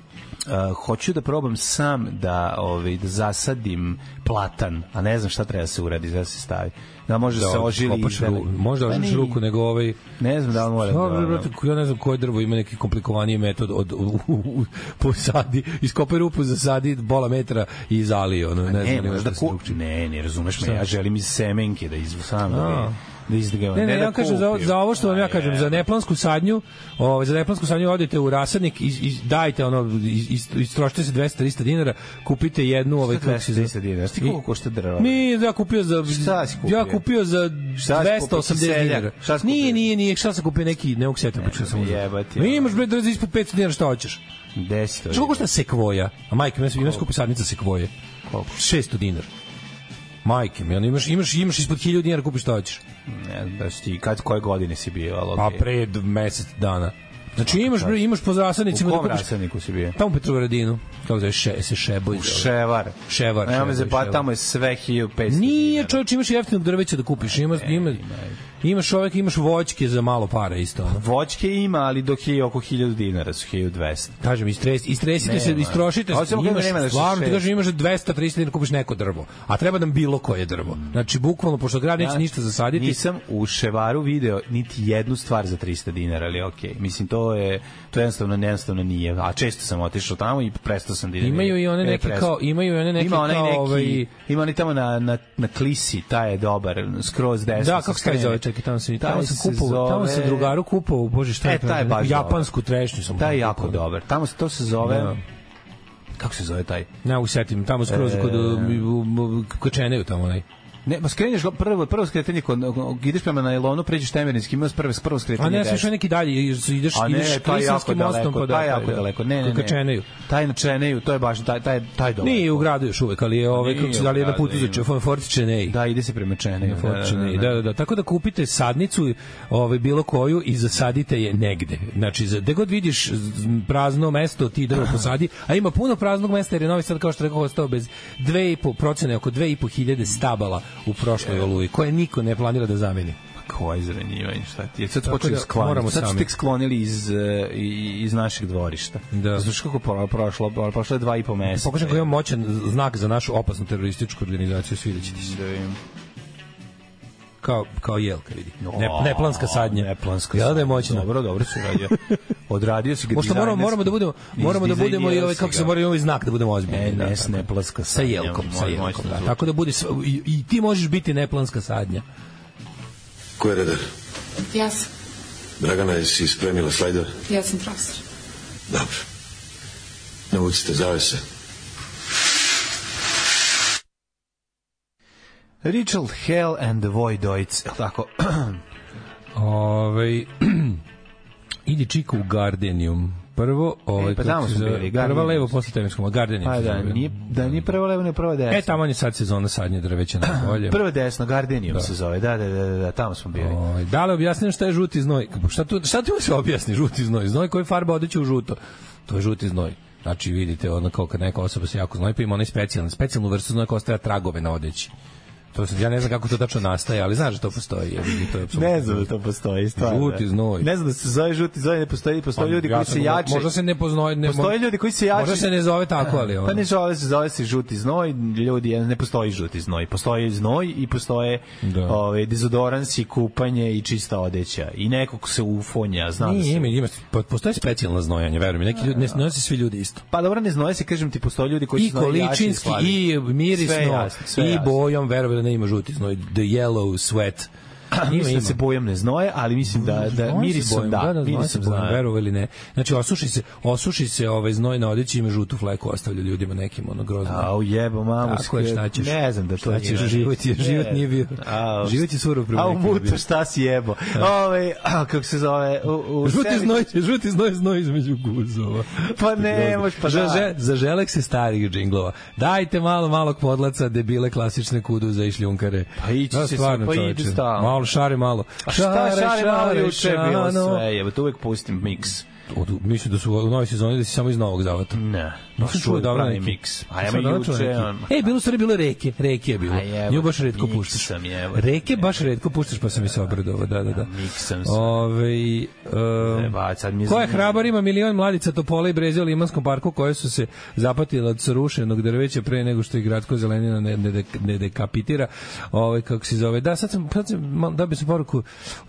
S5: Uh, hoću da probam sam da ovaj da zasadim platan, a ne znam šta treba da se uradi da se stavi. Da može da, se ožili.
S4: kopaš
S5: da-
S4: ru- možda
S5: Pa
S4: ožiliš
S5: ni-
S4: ruku, nego ovaj-
S5: Ne znam da li moram.
S4: Dobro,
S5: da,
S4: brate, ja ne znam koje drvo ima neki komplikovaniji metod od u, u, u, posadi, iskopaj rupu, zasadi pola metra i zali, ono, ne znam.
S5: ne,
S4: ima
S5: E, možda
S4: šta se
S5: ku...
S4: drugčije.
S5: Ne, ne, razumeš me, ja želim iz semenke da izvu sam. Da, da izdigam.
S4: Ne, ne,
S5: da
S4: ja kažem za, ovo-
S5: kupim.
S4: za ovo što vam ja
S5: A,
S4: kažem, za neplansku sadnju, ovaj, za neplansku sadnju odete u rasadnik, iz, iz, dajte ono, iz, iz, istrošite se 200-300 dinara, kupite jednu, ovaj, kako se zove-
S5: 230 dinara. Sti koliko košta drva?
S4: Mi ja kupio za
S5: Pa, Šta si kupio?
S4: Ja kupio za
S5: Šta si kupio?
S4: 280
S5: Seljak?
S4: dinara.
S5: Šta si
S4: Nije,
S5: kupio?
S4: nije, nije, šta sam kupio neki, ne mogu se setiti, počeo sam uzeo.
S5: jebati,
S4: Mi
S5: ono.
S4: imaš bre drzi ispod 500 dinara šta hoćeš.
S5: 10.
S4: Što košta sekvoja? A majke, mi imaš kupi sadnica sekvoje.
S5: Koliko?
S4: 600 dinara. Majke, mi ono imaš imaš imaš ispod 1000 dinara kupiš šta hoćeš.
S5: Ne znam da si ti, kad, koje godine si bio, ali
S4: Pa
S5: okej.
S4: pre d- mesec dana. Znači imaš bre, imaš po zasadnicima
S5: U
S4: da
S5: kom
S4: kupiš.
S5: rasadniku si bio?
S4: Tamo u Petrovaradinu, kako zove, še, se šeboj. zove.
S5: Ševar.
S4: Ševar,
S5: Nema
S4: ševar,
S5: me zepa,
S4: ševar.
S5: tamo je sve 1500
S4: Nije,
S5: dinara.
S4: čovječ, imaš jeftinog drveća da
S5: E,
S4: kupiš. Ima, ima, imaš ovek, imaš voćke za malo para isto. Ono.
S5: Voćke ima, ali dok je oko 1000 dinara, su 1200.
S4: Kažem, istres, istresite
S5: Nema.
S4: se, istrošite
S5: Ovo
S4: se.
S5: samo kad
S4: Imaš,
S5: nema da se
S4: stvarno, ti
S5: šeće.
S4: kažem, imaš 200-300 dinara da kupiš neko drvo. A treba nam bilo koje drvo. Znači, bukvalno, pošto grad neće ništa zasaditi,
S5: Da. Nisam u Ševaru video niti jednu stvar za 300 dinara, ali okej. Mislim, to je, to jednostavno, jednostavno nije. A često sam otišao tamo i prestao sam da idem.
S4: imaju i one
S5: E,
S4: neke
S5: prestao.
S4: kao, imaju i one neke
S5: ima onaj
S4: kao,
S5: neki,
S4: ovaj,
S5: ima oni tamo na, na, na klisi, taj je dobar, skroz desno.
S4: Da,
S5: se
S4: kako se taj
S5: skrene.
S4: zove, čekaj, tamo sam, tamo
S5: Taj
S4: sam
S5: se
S4: kupao, tamo sam
S5: zove-
S4: drugaru kupao, bože šta
S5: E,
S4: je, to,
S5: taj je
S4: neku
S5: baš dobar.
S4: japansku trešnju sam.
S5: Taj je
S4: kupao,
S5: jako
S4: da.
S5: dobar. Tamo se, to se zove,
S4: Da.
S5: kako se zove taj?
S4: Ne mogu setim, tamo skroz
S5: E,
S4: kod um, Kačeneju tamo onaj.
S5: Ne, pa skreneš go- prvo prvo skretanje kod ideš prema najlonu, pređeš Temerinski most, prvo prvo skretanje.
S4: A ne, sam
S5: desno.
S4: išao neki dalje, ideš,
S5: A
S4: ideš
S5: ne, taj je jako
S4: Klisanskim mostom,
S5: daleko,
S4: pa da,
S5: taj je jako daleko. Ne, ne,
S4: Ka Čeneju.
S5: ne. Taj na Čeneju, to je baš taj taj taj dobro.
S4: Nije u gradu još uvek, ali je ovaj,
S5: Nije
S4: kako se
S5: u
S4: da li je na
S5: gradu,
S4: putu za
S5: ima.
S4: Čefon Fort Čenej.
S5: Da, ide se prema Čeneju.
S4: Da, da, da, da. Tako da kupite sadnicu, ovaj bilo koju i zasadite je negde. Znači, za- gde god vidiš z- prazno mesto, ti drvo posadi, a ima puno praznog mesta jer je Novi Sad kao što rekao ostao bez 2,5 procene oko 2,5 hiljade stabala u prošloj oluji, koje niko ne planira da zameni.
S5: Koje zranjivanje, šta ti je? Sad
S4: Tako
S5: počeli
S4: da
S5: da, skloniti.
S4: moramo
S5: Sad su
S4: sami.
S5: tek sklonili iz, e, i- iz našeg dvorišta.
S4: Da. Pa
S5: Znaš kako pro- prošlo, prošlo je dva i po meseca.
S4: Pokažem koji je moćan znak za našu opasnu terorističku organizaciju, svidjet ćete se.
S5: Da vidim.
S4: kao, kao jelka, vidi. Ne, neplanska sadnja.
S5: Neplanska
S4: Jel da je
S5: sadnja.
S4: moćna?
S5: Dobro, dobro si radio. Odradio si ga
S4: Možda moramo, moramo da budemo, moramo da budemo i ovaj, kako se moramo ovaj znak da budemo ozbiljni.
S5: E,
S4: da,
S5: ne, s
S4: tako.
S5: neplanska
S4: sa
S5: sadnja,
S4: jelkom, sa
S5: moj-
S4: jelkom,
S5: moćno
S4: da.
S5: zvuči.
S4: Tako da bude, sv- i, i ti možeš biti neplanska sadnja.
S1: Ko je redar?
S6: Ja sam,
S1: Dragana, jesi spremila slajdove?
S6: ja sam profesor.
S1: Dobro. Navucite zavese.
S5: Richard Hell and the Voidoids, je li tako?
S4: Ovaj idi Čiko u Gardenium. Prvo, ovaj
S5: pa
S4: kako
S5: tamo
S4: se
S5: smo
S4: zove,
S5: bili,
S4: prva
S5: Gardenium.
S4: levo posle temirskog Gardenium.
S5: Pa
S4: se
S5: da,
S4: zove.
S5: nije, da nije prva levo, ne prva desna.
S4: E tamo je sad sezona sadnje drveća na bolje.
S5: Prva desna, Gardenium se zove, da, da, da, da, da, tamo smo bili.
S4: Ovaj da li objasnim šta je žuti znoj? Kako- Šta tu šta tu se objasni žuti znoj? Znoj koji farba odeću u žuto. To je žuti znoj. Znači vidite ono kao kad neka osoba se jako znoji pa ima onaj specijalni, specijalnu vrstu znoja koja ostavlja tragove na odeći. To se ja ne znam kako to tačno nastaje, ali znaš da to postoji, jer to je apsolutno.
S5: Ne znam da to postoji, stvarno.
S4: Žuti znoj.
S5: Ne znam da se zove žuti znoj, ne postoji, postoje ljudi
S4: Ja
S5: koji
S4: sam-
S5: se jače.
S4: Možda se ne poznaje, ne
S5: Postoje ljudi koji se jače.
S4: Možda se ne zove tako, ali ono.
S5: Pa ne zove se, zove se žuti znoj, ljudi, ne postoji žuti znoj, postoji znoj i postoje
S4: Da.
S5: ovaj, dezodorans i kupanje i čista odeća. I neko ko se ufonja, znam da
S4: Nije,
S5: se...
S4: ima, ima, po- postoji specijalno znojanje, verujem, neki ljudi, ne znaju se svi ljudi isto.
S5: Pa dobro, ne znoje se, kažem ti, postoje ljudi koji
S4: I
S5: se znoje jače
S4: količinski, i mirisno,
S5: Sve jasno, sve
S4: i
S5: jasno.
S4: bojom, verujem da ne ima žuti znoj, the yellow sweat. Ima,
S5: Mislim
S4: ima.
S5: da se bojem ne znoje, ali mislim da, da
S4: Znoje se
S5: mirisom
S4: bojom,
S5: da,
S4: znoje
S5: mirisom
S4: se bojom,
S5: znoje.
S4: verovali ili ne. Znači, osuši se, osuši se ovaj znoj na odeći i ima žutu fleku, ostavlja ljudima nekim ono grozno.
S5: Au jebo mamu.
S4: Tako je, šta ćeš?
S5: Ne znam da to
S4: Šta ćeš, život je- život nije bio- život je surov prema
S5: A u
S4: nekim ljudima.
S5: mutu šta si jebo.
S4: Da.
S5: Ove, a, kako se zove? U, u
S4: Žuti
S5: sebi-
S4: znoj, žuti znoj, znoj između guzova.
S5: Pa ne, moš pa da.
S4: Zaže, zaželek se starih džinglova. Dajte malo malog podlaca, debile klasične kuduze i šljunkare.
S5: Pa ići će se,
S4: Da, stvarno,
S5: pa idu
S4: čoveče.
S5: stalno.
S4: Malo šare malo.
S5: A šta šare malo juče je bilo
S4: šano.
S5: sve, jebo, to uvek pustim miks.
S4: Od- Mislim da su u novoj sezoni da si samo iz Novog Zavata.
S5: Ne,
S4: Nisam
S5: baš
S4: čuo
S5: Pa uvek
S4: davno
S5: pravi
S4: neki.
S5: miks. A
S4: Nisam
S5: ja
S4: davno
S5: juče,
S4: čuo neki.
S5: on-
S4: E, bilo su bile reke, reke je bilo.
S5: A jebo,
S4: Nju baš redko
S5: miks
S4: puštaš.
S5: sam, jebo.
S4: Reke baš redko puštaš, pa sam mi se obradovao, da, da, da.
S5: miks sam se.
S4: Ovaj, um,
S5: Jeba, sad mi je
S4: Ko je
S5: zanimljivo.
S4: hrabar ima milion mladica topola i breze u Limanskom parku koje su se zapatile od srušenog drveća pre nego što ih gradsko zelenina ne, ne, dek- ne dekapitira. Ovaj kako se zove. Da, sad sam, sad sam mal- dobio sam poruku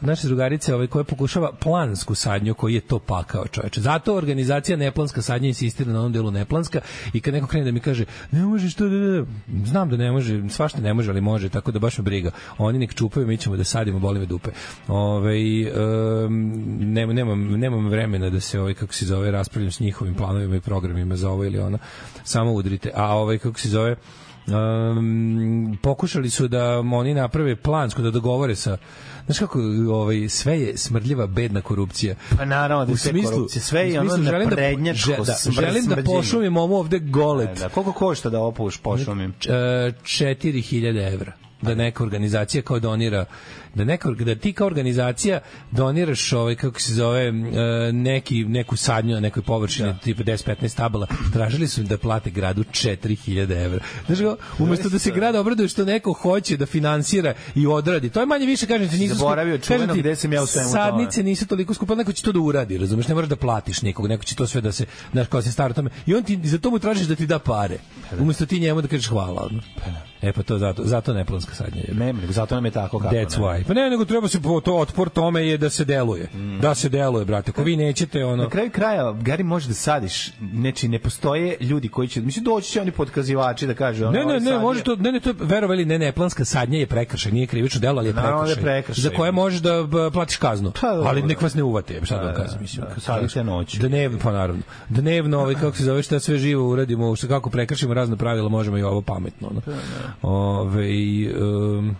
S4: od naše drugarice ovaj, koja pokušava plansku sadnju koji je to pakao čoveče. Zato organizacija neplanska sadnja insistira na onom delu neplanska i kad neko krene da mi kaže ne možeš to da, da, da, znam da ne može, svašta ne može, ali može, tako da baš me briga. Oni nek čupaju, mi ćemo da sadimo, boli me dupe. Ove, um, nema, nemam, nemam vremena da se ovaj, kako se zove, raspravljam s njihovim planovima i programima za ovo ili ono. Samo udrite. A ovaj, kako se zove, um, pokušali su da oni naprave plansko, da dogovore sa Znaš kako ovaj, sve je smrdljiva bedna korupcija.
S5: Pa naravno da je sve korupcija, sve je
S4: u
S5: ono
S4: smislu želim da,
S5: naprednjačko
S4: že- da,
S5: smr-
S4: želim da
S5: smrđenje.
S4: pošumim ovo ovde golet.
S5: Da, koliko košta da opuš pošumim?
S4: Č- e, 4000 evra da neka organizacija kao donira da neka org- da ti kao organizacija doniraš ovaj kako se zove m, e, neki neku sadnju na nekoj površini da. tipa 10 15 stabala tražili su da plate gradu 4000 evra znači umesto da se grad obraduje što neko hoće da finansira i odradi to je manje više kažem ti nisu
S5: Zaboravio
S4: skup-
S5: čuveno
S4: kažem ti,
S5: gde sam ja u svemu tome.
S4: sadnice nisu toliko skupe neko će to da uradi razumeš ne moraš da platiš nikog neko će to sve da se znaš kao se stara tome i on ti za to mu tražiš da ti da pare umesto ti njemu da kažeš hvala odmah e pa to zato zato neplanska sadnja je
S5: Ne, nego zato nam je tako kako.
S4: That's
S5: ne.
S4: why. Pa ne, nego treba se po- to otpor tome je da se deluje. Da se deluje, brate. Ako vi nećete ono
S5: Na kraju kraja, Gari, može da sadiš, znači ne postoje ljudi koji će, mislim, doći će oni podkazivači da kažu... ono,
S4: Ne,
S5: ovaj
S4: ne, ne,
S5: sad
S4: može
S5: je-
S4: to, ne, ne, to je verovali, ne, ne, planska sadnja je prekršaj, nije krivično delo, ali je
S5: Naravno
S4: prekršaj.
S5: da je prekršaj.
S4: Za koje možeš da b, platiš kaznu.
S5: Pa, dobro.
S4: ali nek vas ne uvate, šta da vam
S5: Da,
S4: kažem, mislim.
S5: da, sadite noću.
S4: Dnevno, pa naravno. Dnevno, ovaj, kako se zove, šta sve živo uradimo, šta kako prekršimo razna pravila, možemo i ovo pametno.
S5: Da,
S4: No. Ove, um,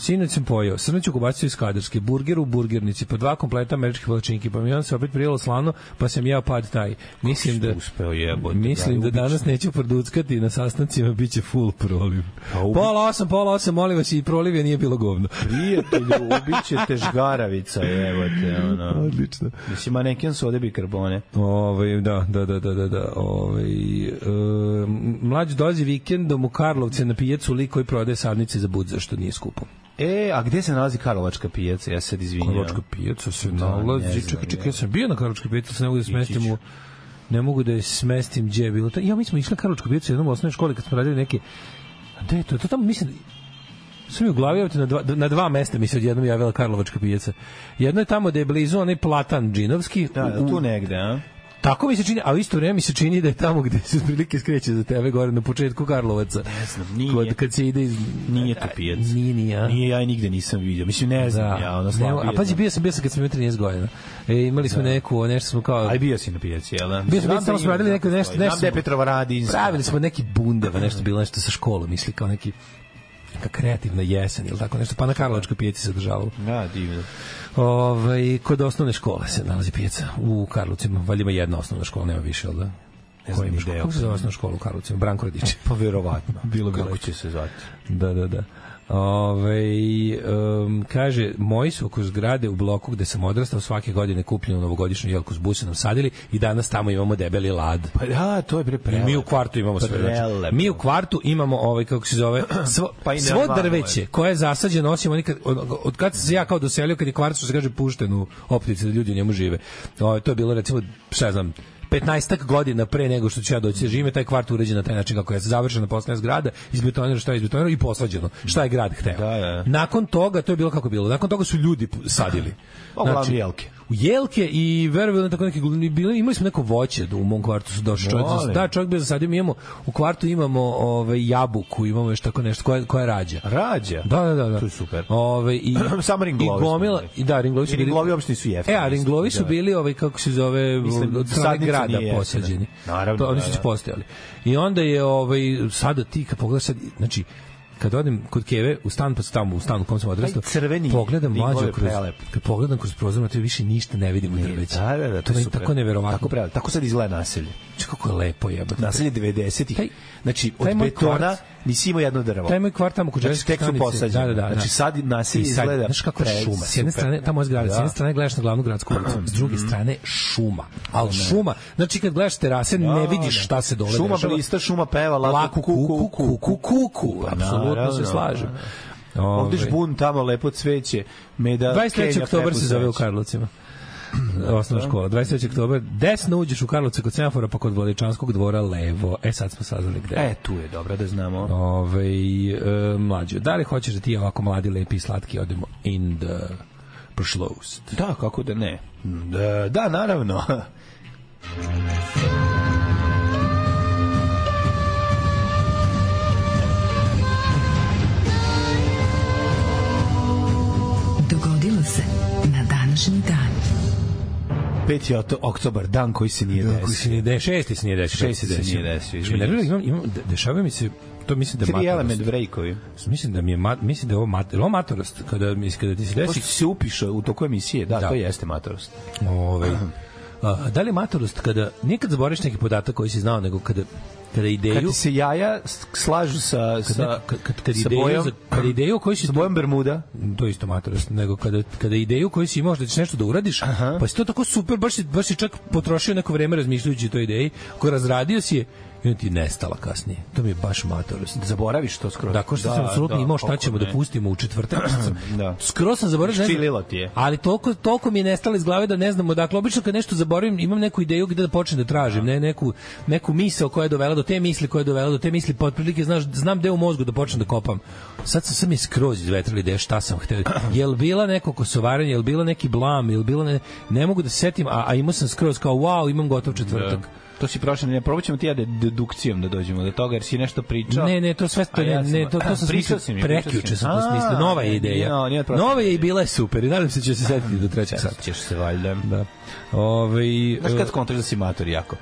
S4: Sinoć sam pojeo, srneću kubacicu iz Kadarske, burger u burgernici, pa dva kompleta američkih palačinki, pa mi on se opet prijelo slano, pa sam jeo pad taj. Mislim da...
S5: uspeo jebote,
S4: Mislim da
S5: brate,
S4: danas neću produckati na sastancima, bit će full proliv.
S5: ubi-
S4: Pola osam, pola osam, molim vas, i proliv je nije bilo govno.
S5: Prijatelju, ubiće te žgaravica, evo te, ono. Odlično. Mislim, maneken su ode bikarbone.
S4: Ove, da, da, da, da, da, da. Ove, e, mlađi dolazi vikendom u Karlovce na pijacu lik koji prodaje sadnice za budza, što nije skupo.
S5: E, a gde se nalazi Karlovačka pijaca? Ja se sad izvinjam.
S4: Karlovačka pijaca se
S5: Da, ne
S4: nalazi,
S5: znam,
S4: čekaj, čekaj,
S5: ja.
S4: ja sam bio na Karlovačkoj pijaci, se ne mogu da smestim
S5: ću.
S4: u ne mogu da je smestim gdje je bilo. Ta- Ja, mi smo išli na Karlovačku pijacu u jednom u osnovnoj školi kad smo radili neke... A Gde je to? To tamo, mislim, Sam mi u glavi, evo te, na dva, na dva mesta mi se odjednom javila Karlovačka pijaca. Jedno je tamo da je blizu onaj platan džinovski.
S5: Da, da,
S4: u-
S5: tu negde, a?
S4: Tako mi se čini, a u isto vreme mi se čini da je tamo gde se prilike skreće za tebe gore na početku Karlovaca. Ne
S5: znam, nije.
S4: Kod, kad se ide iz...
S5: Nije to pijac.
S4: Nije, nije, a?
S5: Nije, ja je nigde nisam vidio. Mislim, ne znam ja, ono
S4: Ne,
S5: slabije.
S4: Da. a pazi,
S5: znam. Da.
S4: bio sam, bio sam kad sam imao 13 godina. E, imali smo neku, nešto smo kao...
S5: Aj bio si na pijaci, jel? da?
S4: Bio sam, bio
S5: Znam
S4: sam, tamo
S5: da
S4: smo
S5: ima,
S4: radili neko
S5: znam
S4: nešto,
S5: da
S4: nešto.
S5: Znam da je Petrova radi.
S4: Pravili smo neki bundeva, nešto bilo nešto sa školom, misli kao neki neka kreativna jesen ili tako nešto, pa na Karlovačkoj pijaci se održavalo.
S5: Da, divno.
S4: Ovaj, kod osnovne škole se nalazi pijaca u Karlovcima, valjda ima jedna osnovna škola, nema više, jel da? Ne
S5: znam
S4: znam
S5: ni
S4: ima
S5: gde je
S4: škola. Kako se zove osnovna škola u Karlovcima? Branko Radić.
S5: Pa verovatno. Bilo
S4: bi
S5: Kako
S4: lepo.
S5: će se zvati?
S4: Da, da, da. Ove, um, kaže, moji su oko zgrade u bloku gde sam odrastao svake godine kupljenu novogodišnju jelku s busenom sadili i danas tamo imamo debeli lad.
S5: Pa da, to je bre
S4: I
S5: prelepo.
S4: mi u kvartu imamo sve. Znači,
S5: Prelepo.
S4: mi u kvartu imamo ovaj kako se zove svo,
S5: Pa
S4: pa
S5: i
S4: svo
S5: nevarovatno je.
S4: drveće koje je zasađeno osim onih kad, od, od kad sam se ja kao doselio kad je kvart što se kaže pušten u optici da ljudi u njemu žive. Ovaj to je bilo recimo šta ja znam 15 godina pre nego što ću ja doći da živim, taj kvart uređen na taj način kako je završena poslednja zgrada, izbetonirano šta je izbetonirano i posađeno, šta je grad hteo.
S5: Da, da.
S4: Nakon toga, to je bilo kako je bilo, nakon toga su ljudi pu- sadili. Znači,
S5: Pa uglavnom jelke.
S4: U jelke i verovatno tako neki gl- bili imali smo neko voće da u mom kvartu su došli čovjek
S5: Molim.
S4: da čovjek bi zasadio mi imamo u kvartu imamo ovaj jabuku imamo još tako nešto koja koja rađa
S5: Rađa.
S4: Da, da, da, da.
S5: To je super.
S4: Ovaj i
S5: Samo ringlovi
S4: I gomila
S5: smo imali.
S4: i da ringlovi su
S5: I ringlovi uopšte nisu jeftini,
S4: E, a ringlovi su
S5: mislim, da.
S4: bili ovaj kako se zove
S5: Mislim,
S4: Mislim, od strane
S5: sadnica
S4: grada
S5: nije jeftina.
S4: posađeni.
S5: Naravno,
S4: to, oni
S5: da,
S4: su
S5: da.
S4: postojali. I onda je ovaj sada ti kad pogledaš sad, znači kad odem kod Keve u stan pod tamo u stan u kom sam odrastao
S5: Taj crveni
S4: pogledam
S5: ringlovi
S4: mlađe kroz
S5: prelep.
S4: kad pogledam kroz prozor na te više ništa ne vidim u drveću
S5: Da, da, da,
S4: to
S5: je
S4: je
S5: super.
S4: tako neverovatno
S5: Tako prelepo. Tako sad izgleda naselje.
S4: Znaš kako je lepo jebote.
S5: Naselje 90-ih.
S4: Taj-
S5: Znači, od
S4: taj moj
S5: betona
S4: kvart-
S5: nisi imao jedno drvo.
S4: Taj moj kvart tamo kod
S5: Znači,
S4: Željezničke
S5: tek su
S4: stanice.
S5: posađeni.
S4: Da, da, da.
S5: Znači, sad naselje
S4: I sad,
S5: izgleda
S4: Znaš kako
S5: pre-
S4: je šuma. S jedne
S5: super.
S4: strane, tamo je zgrada,
S5: Da.
S4: s jedne strane gledaš na glavnu gradsku ulicu, s druge strane šuma. Ali šuma, znači kad gledaš terase, ne vidiš šta se dole
S5: Da, Šuma
S4: dešava.
S5: blista, šuma peva,
S4: Laku kuku, kuku, kuku, kuku. Apsolutno
S5: naravno. da,
S4: se slažem.
S5: Ovde
S4: Ovaj,
S5: žbun, tamo lepo cveće, meda,
S4: 23.
S5: Kenja,
S4: oktober
S5: preko
S4: se zove u
S5: cveća.
S4: Karlovcima. Osnovna škola. 23. oktober. Desno uđeš u Karlovce kod semafora, pa kod Vladičanskog dvora levo. E, sad smo saznali gde.
S5: E, tu je, dobro da znamo.
S4: Ove, e, mlađo, da li hoćeš da ti ja ovako mladi, lepi i slatki odemo in the prošlost?
S5: Da, kako da ne. Da, da naravno.
S3: Dogodilo se na današnji dan.
S5: 5. okt- oktobar, dan koji se nije
S4: Koji se
S5: desio.
S4: nije desio, šesti se nije desio.
S5: Šesti se nije desio,
S4: Što me nervira, imam, imam, de- dešava mi se, to mislim da je
S5: Tri
S4: matorost.
S5: element brejkovi.
S4: Mislim da mi je, mat, mislim da je ovo, mat, je li ovo matorost, kada, mi- kada ti se desi
S5: Pošto se upiše u toku emisije, da,
S4: Da.
S5: to jeste matorost.
S4: Ove, Ovaj, a, da li je matorost kada nikad zaboriš neki podatak koji si znao, nego kada, kada
S5: Kad
S4: ideju...
S5: ti se jaja s- slažu sa, sa,
S4: Kad, kad, kad, kad,
S5: sa,
S4: ideju,
S5: bojom,
S4: za- kad ideju koju si
S5: sa bojom Bermuda.
S4: to je isto matorost, nego kada, kada ideju koju si imao da ćeš nešto da uradiš, Aha. pa si to tako super, baš si, baš si čak potrošio neko vreme razmišljajući o toj ideji, koja razradio si je i onda ti je nestala kasnije. To mi je baš matorost.
S5: Da Zaboraviš to skroz.
S4: Tako što da, sam apsolutno da, imao šta
S5: kako
S4: ćemo
S5: ne.
S4: da pustimo u četvrtak. sam,
S5: Da.
S4: Skroz sam zaboravio. ne znam-
S5: Ščililo ti je.
S4: Ali toliko, toliko mi je nestalo iz glave da ne znam odakle. Obično kad nešto zaboravim, imam neku ideju gde da počnem da tražim. Ne, neku, neku misao koja je dovela do te misli, koja je dovela do te misli. Pa otprilike znaš, znam gde u mozgu da počnem da kopam. Sad sam sam je skroz izvetrali ideje šta sam hteo. Jel bila neko kosovaranje, jel bila neki blam, jel bila ne, ne mogu da se setim, a, a imao sam skroz kao wow, imam gotov četvrtak. Da.
S5: To si prošle, ne, probat ćemo ti ja de- dedukcijom da dođemo do toga, jer si nešto pričao.
S4: Ne, ne, to sve to
S5: A ja
S4: ne,
S5: sam-
S4: ne, to, to sam smislio
S5: Pričao si mi, pričao si mi.
S4: prekjuče sam to
S5: A,
S4: smislio. Nova je
S5: nije,
S4: ideja.
S5: nije, nije od prošle
S4: Nova je i bila je super i nadam se da će se setiti do trećeg sata.
S5: Ćeš se valjda.
S4: Da. Ove,
S5: Znaš kad skontraš da si mator jako?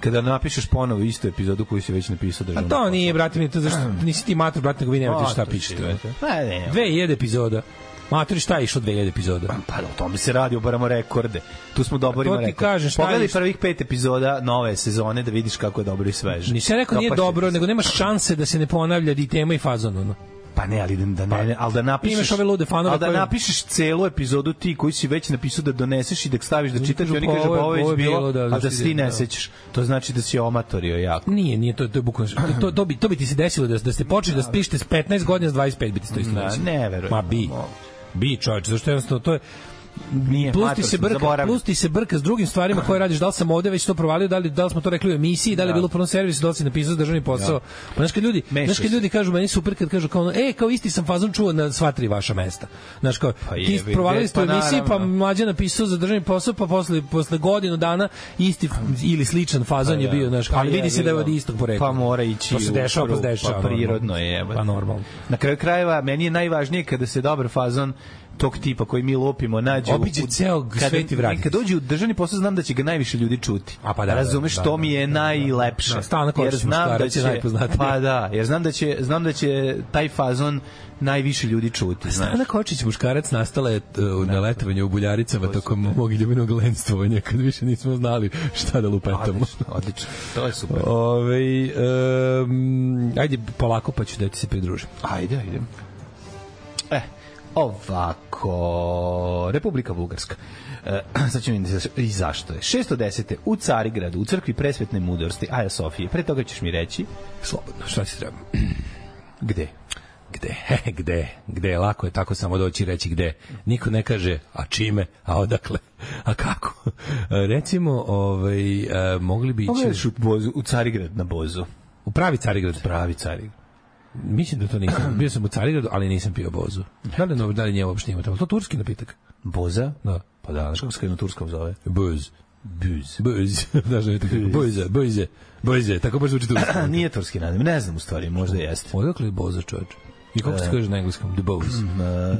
S5: Kada napišeš ponovo istu epizodu koju si već napisao da
S4: A to nije, brate, mi to zašto nisi ti mator, brate, nego vi nemate šta pišete.
S5: Pa ne, ne.
S4: 2000 epizoda. Matori, šta je išlo 2000 epizoda?
S5: Pa o tome se radi, obaramo rekorde. Tu smo doborimo
S4: To ti
S5: rekorde.
S4: kažem, šta
S5: Pogledaj
S4: je-
S5: prvih pet epizoda nove sezone da vidiš kako je dobro i sveže.
S4: Nisam rekao nije
S5: Dopašće
S4: dobro,
S5: ti Pa se.
S4: nego nemaš šanse da se ne ponavlja i tema i fazon. Ono.
S5: Pa ne, ali da, da ne, ne, ali da napišeš...
S4: Imaš ove lude fanove
S5: Ali da
S4: koji-
S5: napišeš celu epizodu ti koji si već napisao da doneseš i da staviš da
S4: Oni
S5: čitaš i
S4: kažu,
S5: oni
S4: pa
S5: kažu
S4: ovo je-
S5: pa ovo je
S4: ovo
S5: već
S4: je
S5: bilo,
S4: bilo, da,
S5: a da
S4: zašto
S5: si
S4: ide,
S5: ti ne
S4: da.
S5: sećaš. To znači da si omatorio jako.
S4: Nije, nije, to, to je bukvalno, to, to, to, bi, to bi ti se desilo da, da ste počeli da spišete s 15 godina, s 25 bi ti to isto
S5: Da,
S4: desilo.
S5: ne verujem.
S4: Ma bi. Bi, čovječ, zašto jednostavno, to je,
S5: Nije,
S4: plus ti
S5: mator
S4: se
S5: sam,
S4: brka,
S5: zaboravio.
S4: plus ti se brka s drugim stvarima koje radiš, da li sam ovde već to provalio, da li, da li smo to rekli u emisiji, da li je bilo u prvom servisu, da li si napisao za državni posao. Pa znaš kad ljudi,
S5: Meša
S4: znaš kad
S5: se.
S4: ljudi kažu, meni je super kad kažu kao, ono, e, kao isti sam fazon čuo na sva tri vaša mesta. Znaš kao,
S5: Pa
S4: ti
S5: jebi,
S4: provalili
S5: gde-
S4: ste u
S5: pa
S4: emisiji, pa
S5: naravno.
S4: mlađe napisao za državni posao, pa posle, posle godinu dana isti f- ili sličan fazon je bio, znaš, ali vidi se da je od istog porekla.
S5: Pa mora ići
S4: Pa se
S5: u
S4: dešava, pa se
S5: grupu,
S4: dešava.
S5: Pa
S4: normalno.
S5: prirodno je, jebote.
S4: Pa normalno.
S5: Na kraju krajeva, meni je najvažnije kada se dobar fazon tog tipa koji mi lopimo nađe... u-
S4: Obiđe
S5: u-
S4: ceo
S5: kada-
S4: Sveti Vrag.
S5: Kad dođe u državni posao, znam da će ga najviše ljudi čuti.
S4: A pa da, da,
S5: Razumeš,
S4: da,
S5: to
S4: da,
S5: mi je
S4: da, da, da.
S5: najlepše.
S4: Da, Stana Kovačić muškarac je najpoznatiji.
S5: Pa da, jer znam da će, znam da će taj fazon najviše ljudi
S4: Pa
S5: čuti. Znaš.
S4: Ana Kočić muškarac nastala je e, na letovanju u Buljaricama tokom mog ljubinog lenstvovanja kad više nismo znali šta da lupetamo.
S5: Odlično, odlično. To je super.
S4: Ove, um, ajde polako pa ću da ti se pridružim.
S5: Ajde, ajde. E, ovako, Republika Bugarska. E, sad ćemo vidjeti i zašto je. 610. u Carigradu, u crkvi presvetne mudrosti, Aja Sofije. Pre toga ćeš mi reći
S4: Slobodno, šta ti treba?
S5: gde.
S4: Gde? He, gde? Gde? Lako je tako samo doći i reći gde. Niko ne kaže a čime, a odakle, a kako. E, Recimo, ovaj, e, mogli bi ići
S5: Pogledaš u, bozu, u Carigrad na bozu.
S4: u pravi Carigrad.
S5: Pravi Carigrad.
S4: Mislim da to nisam. Bio sam u Carigradu, ali nisam pio bozu. Da li, no- da li nje uopšte ima tamo? To turski napitak.
S5: Boza?
S4: Da.
S5: Pa da, znaš kako se kad na turskom zove?
S4: Buz. Buz. Buz. Znaš, ne, tako, bujze, bujze, bujze. Tako baš zvuči turski.
S5: A, nije turski naziv, ne znam u stvari, možda jeste.
S4: Odakle je boza, čoveč? I kako se kaže na engleskom? The Bows.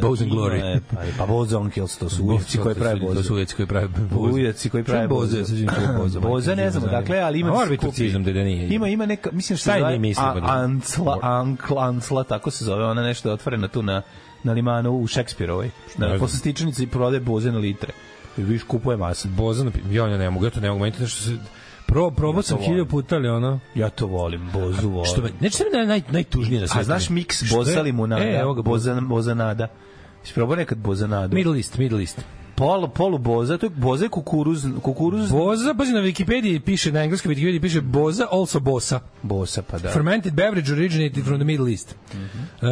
S4: Bows and Glory.
S5: Mm, E, Pa, pa Boza Onkels, to su
S4: Ujeci
S5: uvijek koji prave
S4: To
S5: Boze.
S4: su ujeci koji prave boze.
S5: Ujeci koji prave
S4: boze.
S5: boze.
S4: Ja sađem čuo boza.
S5: Boza ne znamo, dakle, ali ima
S4: A
S5: da se
S4: mora biti
S5: kupi.
S4: turcizam, da- da nije.
S5: Ima ima neka mislim što
S4: Šta
S5: se
S4: je
S5: zove
S4: mi mislimo,
S5: a-
S4: da?
S5: Ancla, Ancla, Ancla, tako se zove, ona nešto je otvorena tu na na limanu u Šekspirovoj.
S4: Ne
S5: Na
S4: znam.
S5: posle stičnice i prodaje boze na litre. I viš kupuje masa.
S4: Boza, napi- ja ne mogu, ja to ne mogu. Meni to nešto se... Pro, probao sam hiljadu puta, ali ono...
S5: Ja to volim, bozu volim.
S4: Što me, neće se mi da naj, naj, najtužnije na svetu.
S5: a znaš miks
S4: Što je-
S5: boza limunada,
S4: E, evo ga, boza.
S5: boza, boza nada. Jesi probao nekad boza nada?
S4: Middle East, Middle East.
S5: Polu, polu boza, to je boza je kukuruz, kukuruz
S4: Boza, pazi, na Wikipediji piše, na engleskoj Wikipediji piše boza, also bosa.
S5: bosa, pa da. Mhm.
S4: Fermented beverage originated from the Middle East. Uh,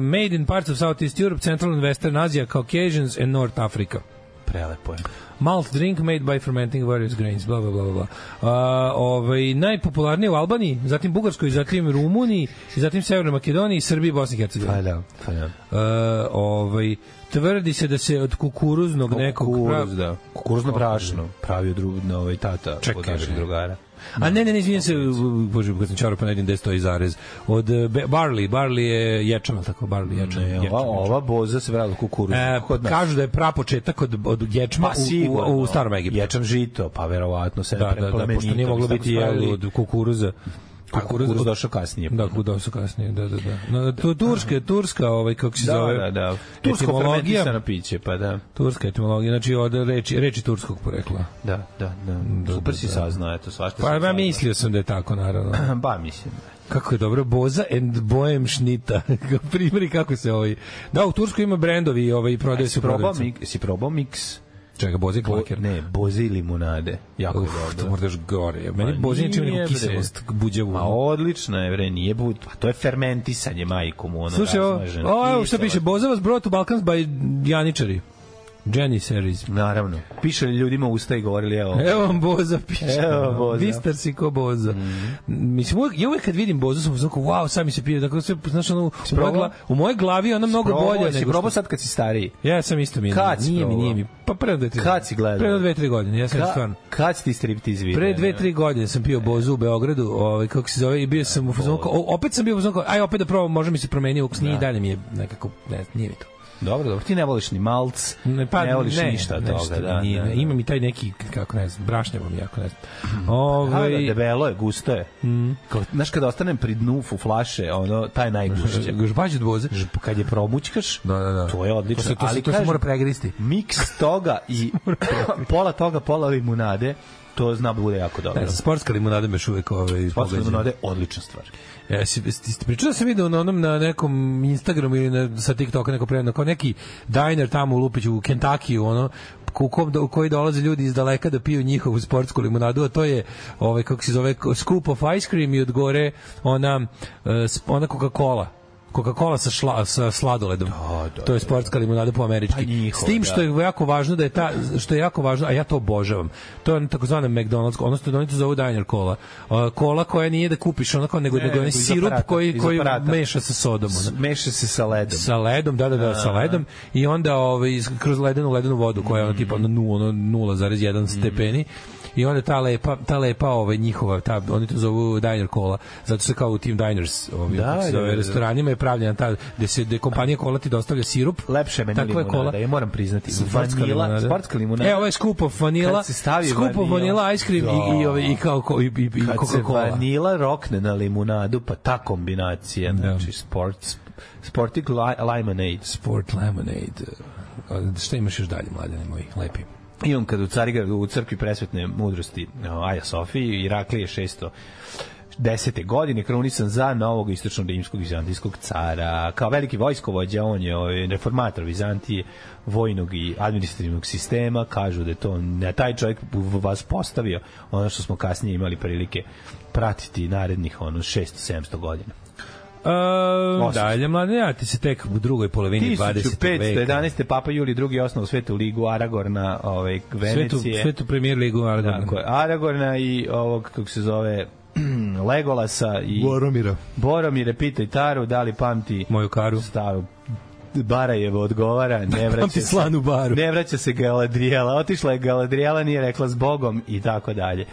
S4: made in parts of Southeast Europe, Central and Western Asia, Caucasians and North Africa.
S5: Prelepo je.
S4: Malt drink made by fermenting various grains, bla, bla, bla, bla, bla. Uh, ovaj, najpopularniji u Albaniji, zatim Bugarskoj, zatim Rumuniji, zatim Severnoj Makedoniji, Srbiji i Bosni i
S5: Pa
S4: Hercegovini.
S5: da, pa da.
S4: Uh, ovaj, tvrdi se da se od kukuruznog nekog...
S5: kukuruz,
S4: pra-
S5: da. Kukuruzno brašno pravio drug, na ovaj tata od
S4: Čekaj,
S5: našeg
S4: ne.
S5: drugara.
S4: A ne, ne, ne, izvinjam se, bože, kad sam čarao pa ne vidim gde stoji zarez. Od e, Be- Barley, Barley je ječam, ali tako, Barley ječam.
S5: Ne, ova, ova boza se vratila kukuruz. Pa
S4: E, kažu da je prapočetak od, od ječma u, u, u starom Egiptu.
S5: Ječam žito, pa verovatno se
S4: da, da, da, pošto nije moglo biti jelo od kukuruza.
S5: Pa, Kukuruz, kukuruz došao kasnije.
S4: Da, kuda su kasnije, da, da, da. No, to turska, turska, ovaj, kako se
S5: da,
S4: zove,
S5: da, da. Tursko
S4: etimologija,
S5: fermentisano piće, pa da.
S4: turska etimologija, znači od reči, reči turskog porekla.
S5: Da, da, da. Super si saznao, eto, svašta
S4: Pa
S5: sam
S4: ja
S5: saznao.
S4: mislio sam da je tako, naravno.
S5: Ba, mislim.
S4: Kako je dobro, Boza and Bojem Šnita. Kao Primeri kako se ovaj... Da, u Turskoj ima brendovi i ovaj, i prodaje se
S5: Si
S4: u
S5: E, probao,
S4: prodavnici.
S5: mik, si probao miks?
S4: Čega, Boza i
S5: Bo,
S4: Klaker.
S5: ne, boze i limunade. Jako je
S4: Uf, to
S5: dobro.
S4: moraš da gore. Meni Boza nije čini
S5: nije,
S4: neku
S5: bre.
S4: kiselost, buđevu.
S5: Ma odlično je, bre, nije bud. Pa to je fermentisanje, majkom, ono
S4: Slušaj, ovo,
S5: razmaženo.
S4: ovo evo
S5: I
S4: što piše,
S5: to-
S4: Bozavac brought to Balkans by Janičari. Janissaries.
S5: Naravno. Piše ljudima u usta i govorili, evo,
S4: Evo vam Boza piše.
S5: Evo Boza. Mhm.
S4: Bistar si ko Boza. Mislim, uvek, ja uvek kad vidim Bozu, sam znako, wow, sam mi se pije. Dakle, sve, znaš, ono, u, mojoj
S5: probao?
S4: gla, u mojoj glavi je ona mnogo
S5: probao,
S4: bolja.
S5: si
S4: nego
S5: probao
S4: što-
S5: sad kad si stariji.
S4: Ja sam isto mi.
S5: Kad si
S4: nije mi,
S5: probao?
S4: nije mi. Pa pre dve, tri.
S5: Kad si gledao?
S4: Pre dve, tri godine. Ja sam
S5: Ka,
S4: stvarno.
S5: kad si ti striptiz vidio?
S4: Pre dve, tri godine sam
S5: E.
S4: pio bozu u Beogradu, ovaj, kako se zove, i bio sam u fazonu, kao, o- opet sam bio u fazonu, kao, aj opet da probam, može mi se promenio ukus,
S5: Da.
S4: nije i dalje mi je nekako, ne, nije mi to.
S5: Dobro, dobro. Ti ne voliš ni malc, ne, pa, ne voliš ništa od
S4: nešto
S5: toga. Da,
S4: nije,
S5: da, da.
S4: Ima mi taj neki, kako ne znam, brašnjavo mi jako, ne znam. Ovaj,
S5: Ovaj... Da, debelo je, gusto je. Mm. Kao, znaš, kada ostanem pri dnu u flaše, ono, taj najgušće.
S4: Žbađ od boze.
S5: Žb- Kad je promućkaš,
S4: Da, da, da.
S5: to je odlično.
S4: To se, to se,
S5: ali
S4: to se
S5: kažem,
S4: mora pregristi.
S5: miks toga i pola toga, pola limunade, to zna da bude jako dobro.
S4: Ne, sportska limunada me još uvek ovaj,
S5: Potpuno
S4: pogađa.
S5: limunade, odlična stvar.
S4: Jesi, jesi- jesi pričao da sam video na onom na nekom Instagramu ili na, sa TikToka neko prejavno, kao neki diner tamo u Lupiću, u Kentakiju, ono, u, kom, do- u koji dolaze ljudi iz daleka da piju njihovu sportsku limunadu, a to je ovaj kako se zove ko- scoop of ice cream i od gore e, ona eh, sp- ona Coca-Cola Coca-Cola sa, šla, sa sladoledom. Da, da, to je sportska limonada po američki.
S5: Pa njihova,
S4: S tim
S5: da.
S4: što je jako važno da je ta što je jako važno, a ja to obožavam. To je ona takozvana McDonald's, odnosno da oni to zovu diner kola. Uh, kola koja nije da kupiš onako nego
S5: Ne,
S4: nego onaj
S5: nego iz
S4: sirup
S5: aparata,
S4: koji
S5: iz
S4: koji
S5: aparata.
S4: meša sa sodom. ona.
S5: S- Meša se sa ledom.
S4: sa ledom, da, da, da, sa ledom i onda ovaj, iz- kroz ledenu, ledenu vodu koja je ono tipa ono, nu- ono
S5: Mm.
S4: 0,1 stepeni i onda ta lepa, ta lepa ovaj, njihova, ta, oni to zovu diner kola, zato se kao u tim diners ovaj,
S5: Da,
S4: kako se
S5: da,
S4: zove,
S5: da, da.
S4: restoranima je pravljena ta, gde se gde kompanija kola ti dostavlja sirup,
S5: Lepše je meni
S4: Takva je
S5: limonada,
S4: kola.
S5: ja moram priznati.
S4: Sportska
S5: vanila,
S4: limonada.
S5: sportska limonada.
S4: E, ovo je skup of vanila,
S5: Kad se stavi
S4: skup of
S5: vanila. Da.
S4: vanila, ice cream i, i, ovaj, i, kao, ko- i, i, i
S5: kad se
S4: Coca-Cola.
S5: vanila rokne na limunadu, pa ta kombinacija,
S4: Da.
S5: znači sport, sportic li, limonade.
S4: Sport lemonade. A, Šta imaš još dalje, mladene moji, lepi?
S5: Imam kad u Carigradu, u crkvi presvetne mudrosti o, Aja Sofiji, Iraklije 600 desete godine krunisan za novog istočno-rimskog vizantijskog cara. Kao veliki vojskovođa, on je ovaj, reformator Vizantije, vojnog i administrativnog sistema. Kažu da je to, na taj čovjek vas postavio ono što smo kasnije imali prilike pratiti narednih ono 600-700 godina.
S4: Um,
S5: Osam.
S4: dalje, mladine, ja ti se tek u drugoj polovini 20. veka.
S5: 1511. Papa Julije II. osnovu Svetu ligu Aragorna, ovaj,
S4: Svetu,
S5: Venecije.
S4: svetu premier ligu Aragorn.
S5: Tako je, Aragorna i ovog, kako se zove, Legolasa i
S4: Boromira.
S5: Boromire pitaj Taru da li pamti
S4: Moju karu.
S5: staru Barajevo odgovara, ne vraća
S4: Pamti
S5: se.
S4: slanu baru.
S5: Ne vraća se Galadrijela, otišla je Galadrijela, nije rekla s Bogom i tako dalje.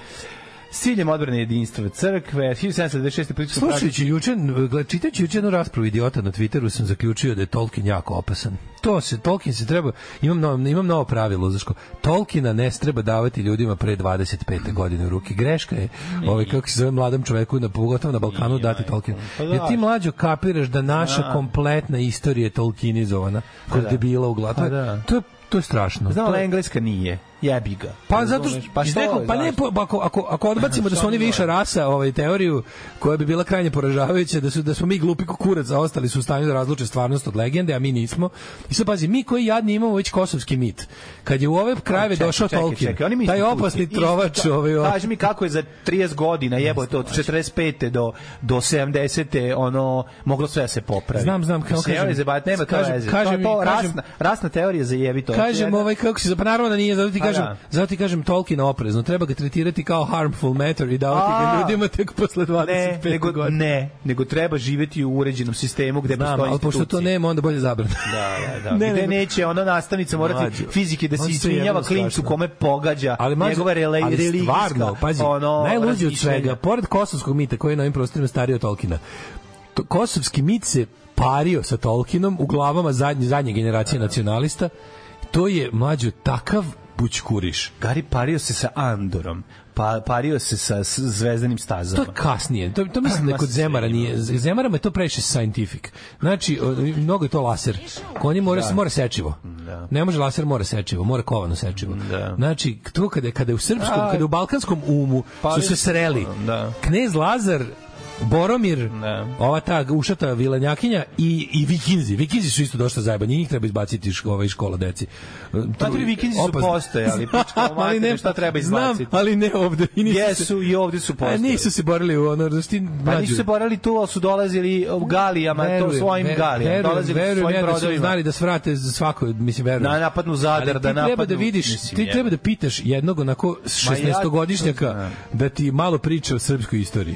S5: S ciljem odbrane jedinstva crkve, 1796. političkom
S4: Slušajući juče, gle- čitajući juče jednu raspravu idiota na Twitteru sam zaključio da je Tolkien jako opasan. To se, Tolkien se treba, imam novo, imam novo pravilo, znaš ko, Tolkiena ne treba davati ljudima pre 25. godine u ruke. Greška je, ovaj, kako se zove mladom čoveku, na, pogotovo na Balkanu, dati Tolkien.
S5: Pa da.
S4: Jer ti mlađo kapiraš da naša kompletna istorija je Tolkienizovana, kod debila u glavu.
S5: Pa da.
S4: To je, to je strašno.
S5: Znala
S4: To je-
S5: engleska nije, jebi ga.
S4: Pa zato što
S5: Razumeš?
S4: pa, iz
S5: što
S4: nekog,
S5: je,
S4: pa ne
S5: zašto?
S4: po, ako ako ako odbacimo da su oni viša rasa, ovaj teoriju koja bi bila krajnje poražavajuća da su da smo mi glupi kukurac, a ostali su u stanju da razluče stvarnost od legende, a mi nismo. I sad pazi, mi koji jadni imamo već kosovski mit. Kad je u ove krajeve
S5: Čekaj,
S4: došao
S5: čekaj,
S4: Tolkien,
S5: čekaj, oni mi
S4: taj
S5: institucije,
S4: opasni
S5: isto
S4: trovač,
S5: ta-
S4: ovaj, ovaj
S5: Kaži mi kako je za 30 godina, jebote, od 45. do, do 70. ono, moglo sve da se popravi.
S4: Znam, znam, kao
S5: Mislim,
S4: kažem-
S5: evo, zebat, nema to
S4: kažem-
S5: veze.
S4: kažem
S5: to,
S4: mi-
S5: to,
S4: kažem-
S5: rasna, rasna teorija za jebi to.
S4: kažem
S5: Jedna-
S4: ovaj kako se pa naravno da nije zato ti
S5: Pa
S4: kažem
S5: da.
S4: zato ti kažem Tolkien oprezno treba ga tretirati kao harmful matter i davati
S5: A.
S4: ga ljudima tek posle 25
S5: Ne, nego,
S4: godina
S5: ne, nego treba živeti u uređenom sistemu gde
S4: Znam,
S5: postoje
S4: ali pošto
S5: institucije.
S4: to nema, onda bolje zabrano.
S5: Da, da, da.
S4: Ne,
S5: Gde
S4: nego-
S5: neće ona nastavnica morati
S4: Mlađo,
S5: fizike da
S4: on
S5: se
S4: se
S5: isminjava
S4: jebeno
S5: klincu
S4: strašno.
S5: kome pogađa
S4: ali mađo,
S5: njegova rele,
S4: ali
S5: religijska,
S4: stvarno, pazi, ono, najluđe od
S5: razmišljenja.
S4: svega, pored kosovskog mita koji je na ovim prostorima stariji od Tolkina, to, kosovski mit se pario sa Tolkienom u glavama zadnje, zadnje generacije nacionalista, to je mlađo takav bućkuriš.
S5: Gari pario se sa Andorom, pa pario se sa s- zvezdanim stazama.
S4: To je kasnije. To, to mislim da
S5: Ma,
S4: kod
S5: sve
S4: Zemara
S5: ima.
S4: nije. Z- Zemarama je to previše scientific. Znači, o, mnogo je to laser. Konji mora, da. mora sečivo. Da. Ne može laser, mora sečivo. Mora kovano sečivo.
S5: Da.
S4: Znači, to kada, kada je u srpskom,
S5: A,
S4: kada je u balkanskom umu
S5: pa
S4: su
S5: vidi,
S4: se sreli.
S5: da.
S4: Knez Lazar Boromir,
S5: Da.
S4: ova ta ušata vilanjakinja i, i vikinzi. Vikinzi su isto došta zajebani, njih treba izbaciti iz ško- ovaj, iz škola deci.
S5: Pa tri vikinzi su
S4: Opasno.
S5: postojali, pička
S4: Znam,
S5: ali
S4: ali ne-
S5: šta treba
S4: Znam,
S5: izbaciti.
S4: ali ne ovde. I nisu se-
S5: Jesu i ovde su
S4: A
S5: postojali.
S4: Pa nisu se borili u ono, znaš ti,
S5: Pa
S4: mlađo.
S5: nisu se borali tu, ali su dolazili u galijama, to svojim
S4: ver-
S5: galijama,
S4: verujem-
S5: dolazili su
S4: verujem
S5: svojim
S4: ja da su
S5: brodovima.
S4: znali da svrate za svako, mislim, verujem.
S5: Da napadnu Zadar,
S4: Ali ti
S5: da
S4: treba da
S5: napadnu-
S4: vidiš,
S5: mislim,
S4: ti
S5: jebe.
S4: treba da pitaš jednog onako 16-godišnjaka
S5: Ma ja to
S4: da ti malo priča o srpskoj istoriji.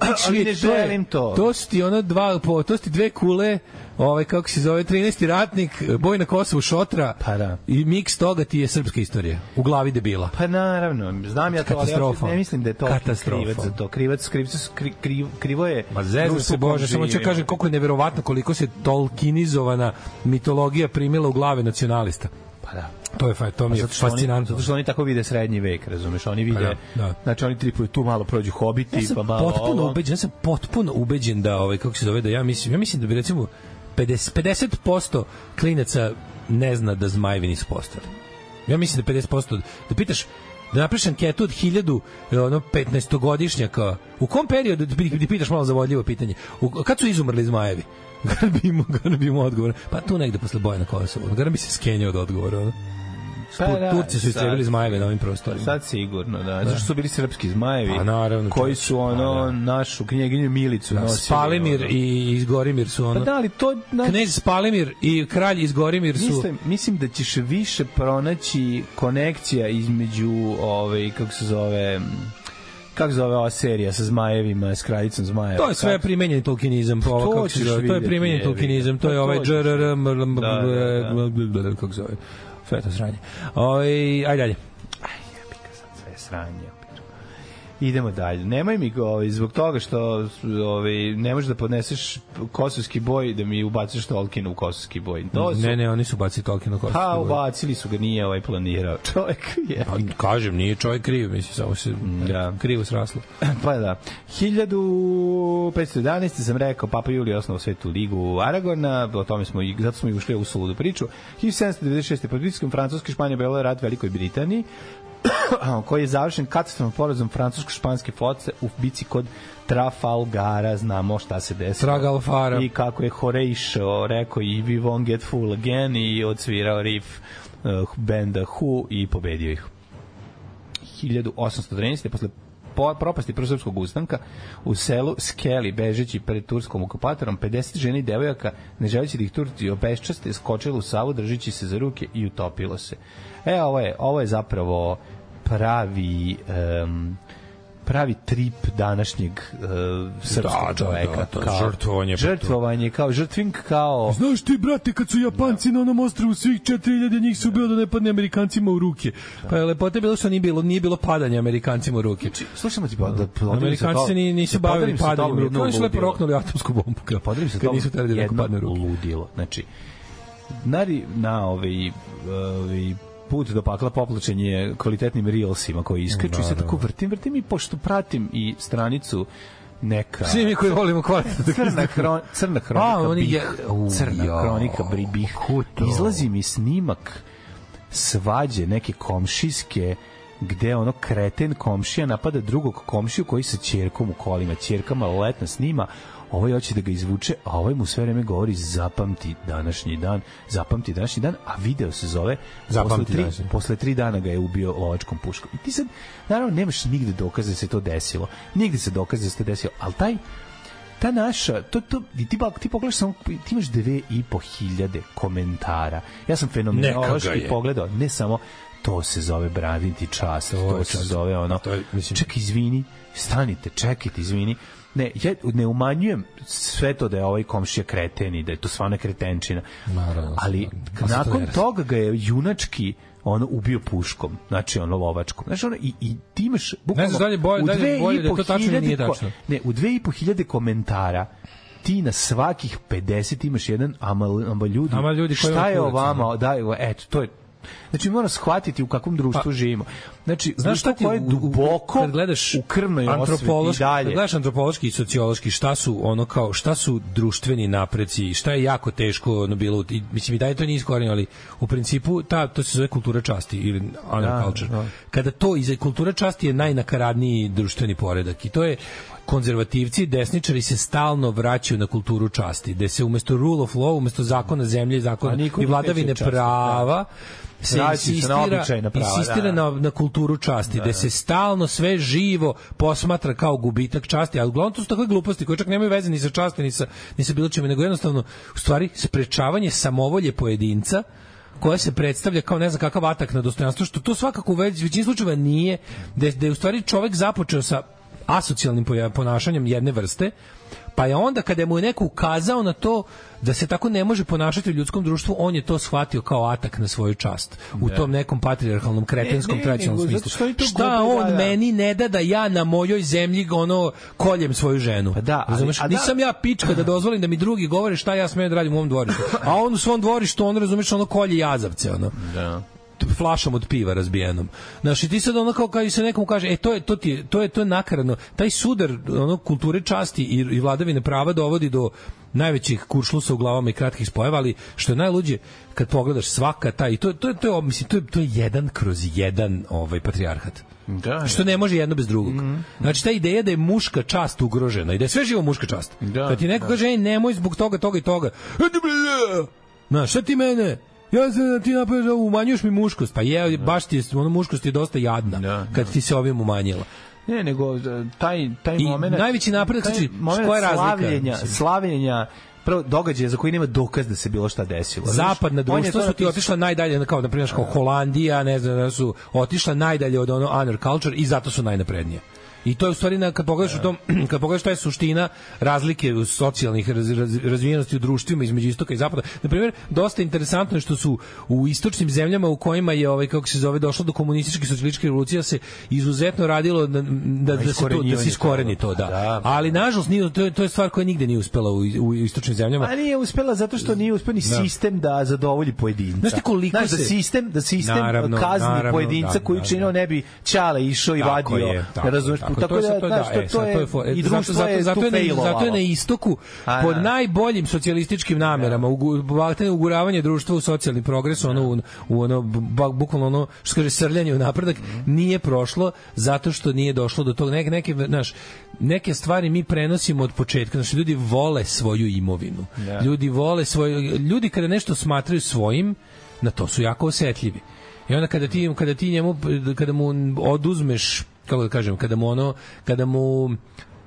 S5: Ali ne
S4: Čije, je-
S5: želim to.
S4: To su ti ono dva, po, to su ti dve kule, ovaj kako se zove 13. ratnik, boj na Kosovu šotra.
S5: Pa da.
S4: I miks toga ti je srpska istorija. U glavi debila.
S5: Pa naravno, znam ja to, ali ja
S4: Katastrofa.
S5: ne mislim da je to
S4: Katastrofa.
S5: krivac za to. Krivac, krivcu, su- kri, kriv, krivo je...
S4: Ma zezam
S5: društvo
S4: se
S5: u kom
S4: Bože, samo ću
S5: živimo.
S4: kažem koliko je neverovatno koliko se tolkinizovana mitologija primila u glave nacionalista.
S5: Pa da.
S4: To je fa- to mi je
S5: zato što Oni,
S4: fascinantno.
S5: zato što oni tako vide srednji vek, razumeš? Oni vide,
S4: Pa da, da.
S5: znači oni tripuju tu malo prođu hobiti,
S4: ja sam
S5: pa malo
S4: potpuno
S5: ovo.
S4: ubeđen, ja sam potpuno ubeđen da ovaj kako se zove da ja mislim, ja mislim da bi recimo 50 50% klinaca ne zna da zmajevi nisu postojali. Ja mislim da 50% da pitaš da napraviš anketu od 1000 e, ono 15-godišnjaka u kom periodu da pi- da pitaš malo zavodljivo pitanje u, kad su izumrli zmajevi Garbi mu, garbi mu odgovor. Pa tu negde posle boja na Kosovu. Garbi se skenjao od odgovora. Ono.
S5: Pa da,
S4: Turci su
S5: sad-
S4: istrebili zmajeve na ovim prostorima.
S5: Sad sigurno, da. Zato što su bili srpski zmajevi.
S4: Pa naravno,
S5: Koji
S4: čovječe,
S5: su
S4: pa
S5: ono
S4: da.
S5: našu knjeginju Milicu
S4: Da,
S5: nosili.
S4: Spalimir
S5: ono.
S4: i Izgorimir su
S5: Pa
S4: ono...
S5: da, ali to... Na,
S4: Knez Spalimir i kralj Izgorimir su...
S5: Mislim, mislim da ćeš više pronaći konekcija između ovaj kako se zove m, kako se zove ova serija sa zmajevima, s kraljicom zmajeva.
S4: To je sve
S5: Kako-
S4: primenjen tolkienizam, pa ovo
S5: To
S4: kako se
S5: ćeš
S4: zove, to je
S5: vidjeti,
S4: primenjen
S5: jebi ga.
S4: tolkienizam, to
S5: Pa
S4: je
S5: to
S4: ovaj
S5: ćeš
S4: džrr, e,
S5: Da, da,
S4: kako se zove, sve to sranje. Oj, aj dalje.
S5: sve sranje. Idemo dalje. Nemoj mi ga, ovaj, zbog toga što ovaj, ne možeš da podneseš kosovski boj da mi ubaciš Tolkien u kosovski boj. To su,
S4: Ne, ne, oni su bacili Tolkien u kostu.
S5: Pa, ubacili su ga, nije ovaj planirao. Čovjek je.
S4: Pa, kažem, nije čovjek kriv, mislim, samo se
S5: Da.
S4: krivo sraslo.
S5: Pa da. 1511. sam rekao, Papa Julije osnovao svetu ligu Aragona, o tome smo, i- zato smo i ušli u suludu priču. 1796. pod pritiskom Francuske Španije bila rat Velikoj Britaniji, koji je završen katastrofom porazom francusko-španske foce u bici kod Trafalgara, znamo šta se desilo.
S4: Tragalfara.
S5: I kako je Horejšo rekao i we won't get full again i odsvirao riff uh, benda Who i pobedio ih. 1813. posle po, propasti prosrpskog ustanka u selu Skeli, bežeći pred turskom okupatorom, 50 žena i devojaka, ne želeći da ih Turci obeščaste, skočilo u savu, držeći se za ruke i utopilo se. E, ovo je, ovo je zapravo pravi... Um, pravi trip današnjeg uh, srpskog
S4: Da, da,
S5: čoveka.
S4: da, to je žrtvovanje.
S5: Žrtvovanje, kao žrtvink, kao...
S4: Znaš ti, brate, kad su Japanci na onom ostrovu svih 4000 njih su ubio da ne padne Amerikancima u ruke. Pa je lepota bila što nije bilo, nije bilo padanje Amerikancima u ruke.
S5: Slušamo ti, pa, da,
S4: Amerikanci se ni,
S5: pa,
S4: nisu bavili padanjem ruke. Oni su lepo roknuli atomsku bombu. Kad,
S5: podrim se
S4: kad
S5: tom
S4: nisu tada da neko
S5: jedno
S4: padne u ruke.
S5: ludilo. Znači, nari na ovaj, ovaj put do pakla poplačen je kvalitetnim reelsima koji iskaču i sad tako vrtim, vrtim i pošto pratim i stranicu neka...
S4: Svi mi koji volimo kvalitetno.
S5: Crna, hron, crna
S4: A,
S5: hronika
S4: Pa, oni
S5: Bih.
S4: je- U,
S5: crna
S4: jao,
S5: hronika Bri- Bih. Izlazi mi snimak svađe neke komšijske gde ono kreten komšija napada drugog komšiju koji sa ćerkom u kolima, ćerka maloletna snima, ovaj hoće da ga izvuče, a ovaj mu sve vreme govori zapamti današnji dan, zapamti današnji dan, a video se zove
S4: Zapamti
S5: posle tri,
S4: današnji.
S5: posle tri dana ga je ubio lovačkom puškom. I ti sad, naravno, nemaš nigde dokaze da se to desilo, nigde se dokaze da se to desilo, ali taj ta naša, to, to, i ti, pa- ti pogledaš samo, ti imaš dve i po hiljade komentara. Ja sam
S4: Neka ga
S5: fenomenološki
S4: je.
S5: pogledao, ne samo to se zove branim ti čast, to,
S4: je
S5: se
S4: čast.
S5: zove ono,
S4: To je, mislim-
S5: ček izvini, stanite, čekajte, izvini. Ne, ja ne umanjujem sve to da je ovaj komšija kreten i da je to stvarno kretenčina.
S4: Naravno,
S5: Ali
S4: ali se
S5: nakon
S4: tolera se.
S5: toga ga je junački ono ubio puškom, znači ono lovačkom. Znači ono i, i ti imaš bukvalno
S4: Ne znaš, dalje bolje-
S5: u
S4: dalje
S5: dve i
S4: bolje da je
S5: po
S4: to tačno ili
S5: hiljade
S4: nije
S5: ko-
S4: tačno.
S5: Ne, u 2500 komentara ti na svakih 50 imaš jedan ama, ama ljudi.
S4: Ama ljudi koji
S5: šta
S4: vam
S5: je o
S4: kurac,
S5: vama, da, evo, eto, to je Znači, moramo shvatiti u kakvom društvu živimo. Znači,
S4: Pa, Znaš šta ti
S5: je
S4: u- u-
S5: duboko
S4: kad gledaš
S5: u krvnoj osveti i
S4: antropološki,
S5: dalje.
S4: Kad gledaš antropološki i sociološki, šta su ono kao, šta su društveni napreci, šta je jako teško ono bilo, i, mislim i dalje to nije iskorenjeno, ali u principu ta, to se zove kultura časti ili honor
S5: Da,
S4: culture.
S5: da.
S4: Kada to, iza kultura časti je najnakaradniji društveni poredak i to je konzervativci i desničari se stalno vraćaju na kulturu časti, gde se umesto rule of law, umesto zakona zemlje i
S5: A
S4: zakona
S5: niko
S4: i
S5: ne
S4: vladavine
S5: kreće časti, da.
S4: prava, se
S5: Vraća se na
S4: insistira,
S5: običajna prava, da,
S4: insistira
S5: da.
S4: na na kulturu časti, da, se stalno sve živo posmatra kao gubitak časti, ali uglavnom to su takve gluposti koje čak nemaju veze ni sa časti, ni sa, ni sa bilo čime, nego jednostavno, u stvari, sprečavanje samovolje pojedinca koja se predstavlja kao ne znam kakav atak na dostojanstvo, što to svakako u već- većini slučajeva nije, da je, da je u stvari čovek započeo sa asocijalnim poja- ponašanjem jedne vrste, pa je onda kada mu je neko ukazao na to da se tako ne može ponašati u ljudskom društvu, on je to shvatio kao atak na svoju čast u tom nekom patrijarhalnom kretenstvu kretenskom
S5: Ne, ne,
S4: tradicionalnom
S5: nego zato
S4: smislu.
S5: što oni to
S4: Šta
S5: gube,
S4: on
S5: da, da.
S4: meni ne da da ja na mojoj zemlji ono koljem svoju ženu?
S5: Pa da, ali-
S4: razumeš?
S5: a da-
S4: Nisam ja pička da dozvolim da mi drugi govore šta ja smem da radim u mom dvorištu. A on u svom dvorištu on razumeš ono kolje jazavce ono
S5: Da.
S4: flašom od piva razbijenom. Znaš, i ti sad ono kao kad se nekom kaže, e, to je, to ti je, to je, to je nakaradno. Taj sudar ono, kulture časti i, i vladavine prava dovodi do najvećih kuršlusa u glavama i kratkih spojeva, ali što je najluđe, kad pogledaš svaka ta, i to, to, je- to, je, mislim, to, je, to je jedan kroz jedan ovaj patrijarhat.
S5: Da, Mhm.
S4: Što ne može jedno bez drugog. Znači, ta ideja da je muška čast ugrožena i da je sve živo muška čast.
S5: Da,
S4: kad ti neko
S5: da.
S4: kaže, ej, nemoj zbog toga, toga i toga. E, ti bre, e, Znaš, šta ti mene? ja se da ti napraviš da umanjuješ mi muškost. Pa je, baš ti je, ono muškost je dosta jadna
S5: Da,
S4: kad ti se ovim umanjila.
S5: Ne, nego e, taj, taj
S4: I
S5: moment...
S4: najveći napredak,
S5: taj
S4: znači,
S5: momenat
S4: koja je razlika?
S5: Slavljenja,
S4: Mislim.
S5: slavljenja prvo događaja za koji nema dokaz da se bilo šta desilo. Znaš,
S4: zapadna
S5: on je to
S4: društva su ti
S5: napisao-
S4: otišla najdalje na kao na primjer kao Holandija, ne znam, da su otišla najdalje od ono honor culture i zato su najnaprednije. I to je u stvari na, kad pogledaš u tom kad pogledaš šta je suština razlike u socijalnih raz, raz, razvijenosti u društvima između istoka i zapada. Na primjer, dosta interesantno je što su u istočnim zemljama u kojima je ovaj kako se zove došlo do komunističke i socijalističke revolucije da se izuzetno radilo da da, da se to da se iskoreni to, da.
S5: Da.
S4: Ali nažalost nije to je, to je stvar koja nigde nije uspela u, u istočnim zemljama.
S5: A nije uspela zato što nije uspeo ni sistem da zadovolji pojedinca.
S4: Znaš ti koliko
S5: Znaš, da
S4: se-
S5: sistem, da sistem
S4: Naravno,
S5: kazni
S4: naravno,
S5: pojedinca
S4: da,
S5: koji
S4: da,
S5: činio
S4: da.
S5: ne bi Ćale išao i
S4: Tako
S5: vadio.
S4: je,
S5: ne razumeš?
S4: tako, je,
S5: Tako,
S4: je,
S5: da,
S4: sad
S5: znaš,
S4: da,
S5: to,
S4: e,
S5: to
S4: sad
S5: je,
S4: for-
S5: i
S4: zato-
S5: društvo
S4: zato,
S5: je
S4: zato,
S5: tu
S4: je na, zato je
S5: failovalo.
S4: na istoku
S5: A,
S4: pod
S5: da.
S4: najboljim socijalističkim namerama ugu, baltene uguravanje društva u socijalni progres ono u, u ono bu- bukvalno ono što se kaže srljanje u napredak nije prošlo zato što nije došlo do tog neke neke znaš neke stvari mi prenosimo od početka znači ljudi vole svoju imovinu
S5: Da.
S4: ljudi vole svoju ljudi kada nešto smatraju svojim na to su jako osetljivi I onda kada ti kada ti njemu kada mu oduzmeš kako da kažem, kada mu ono kada mu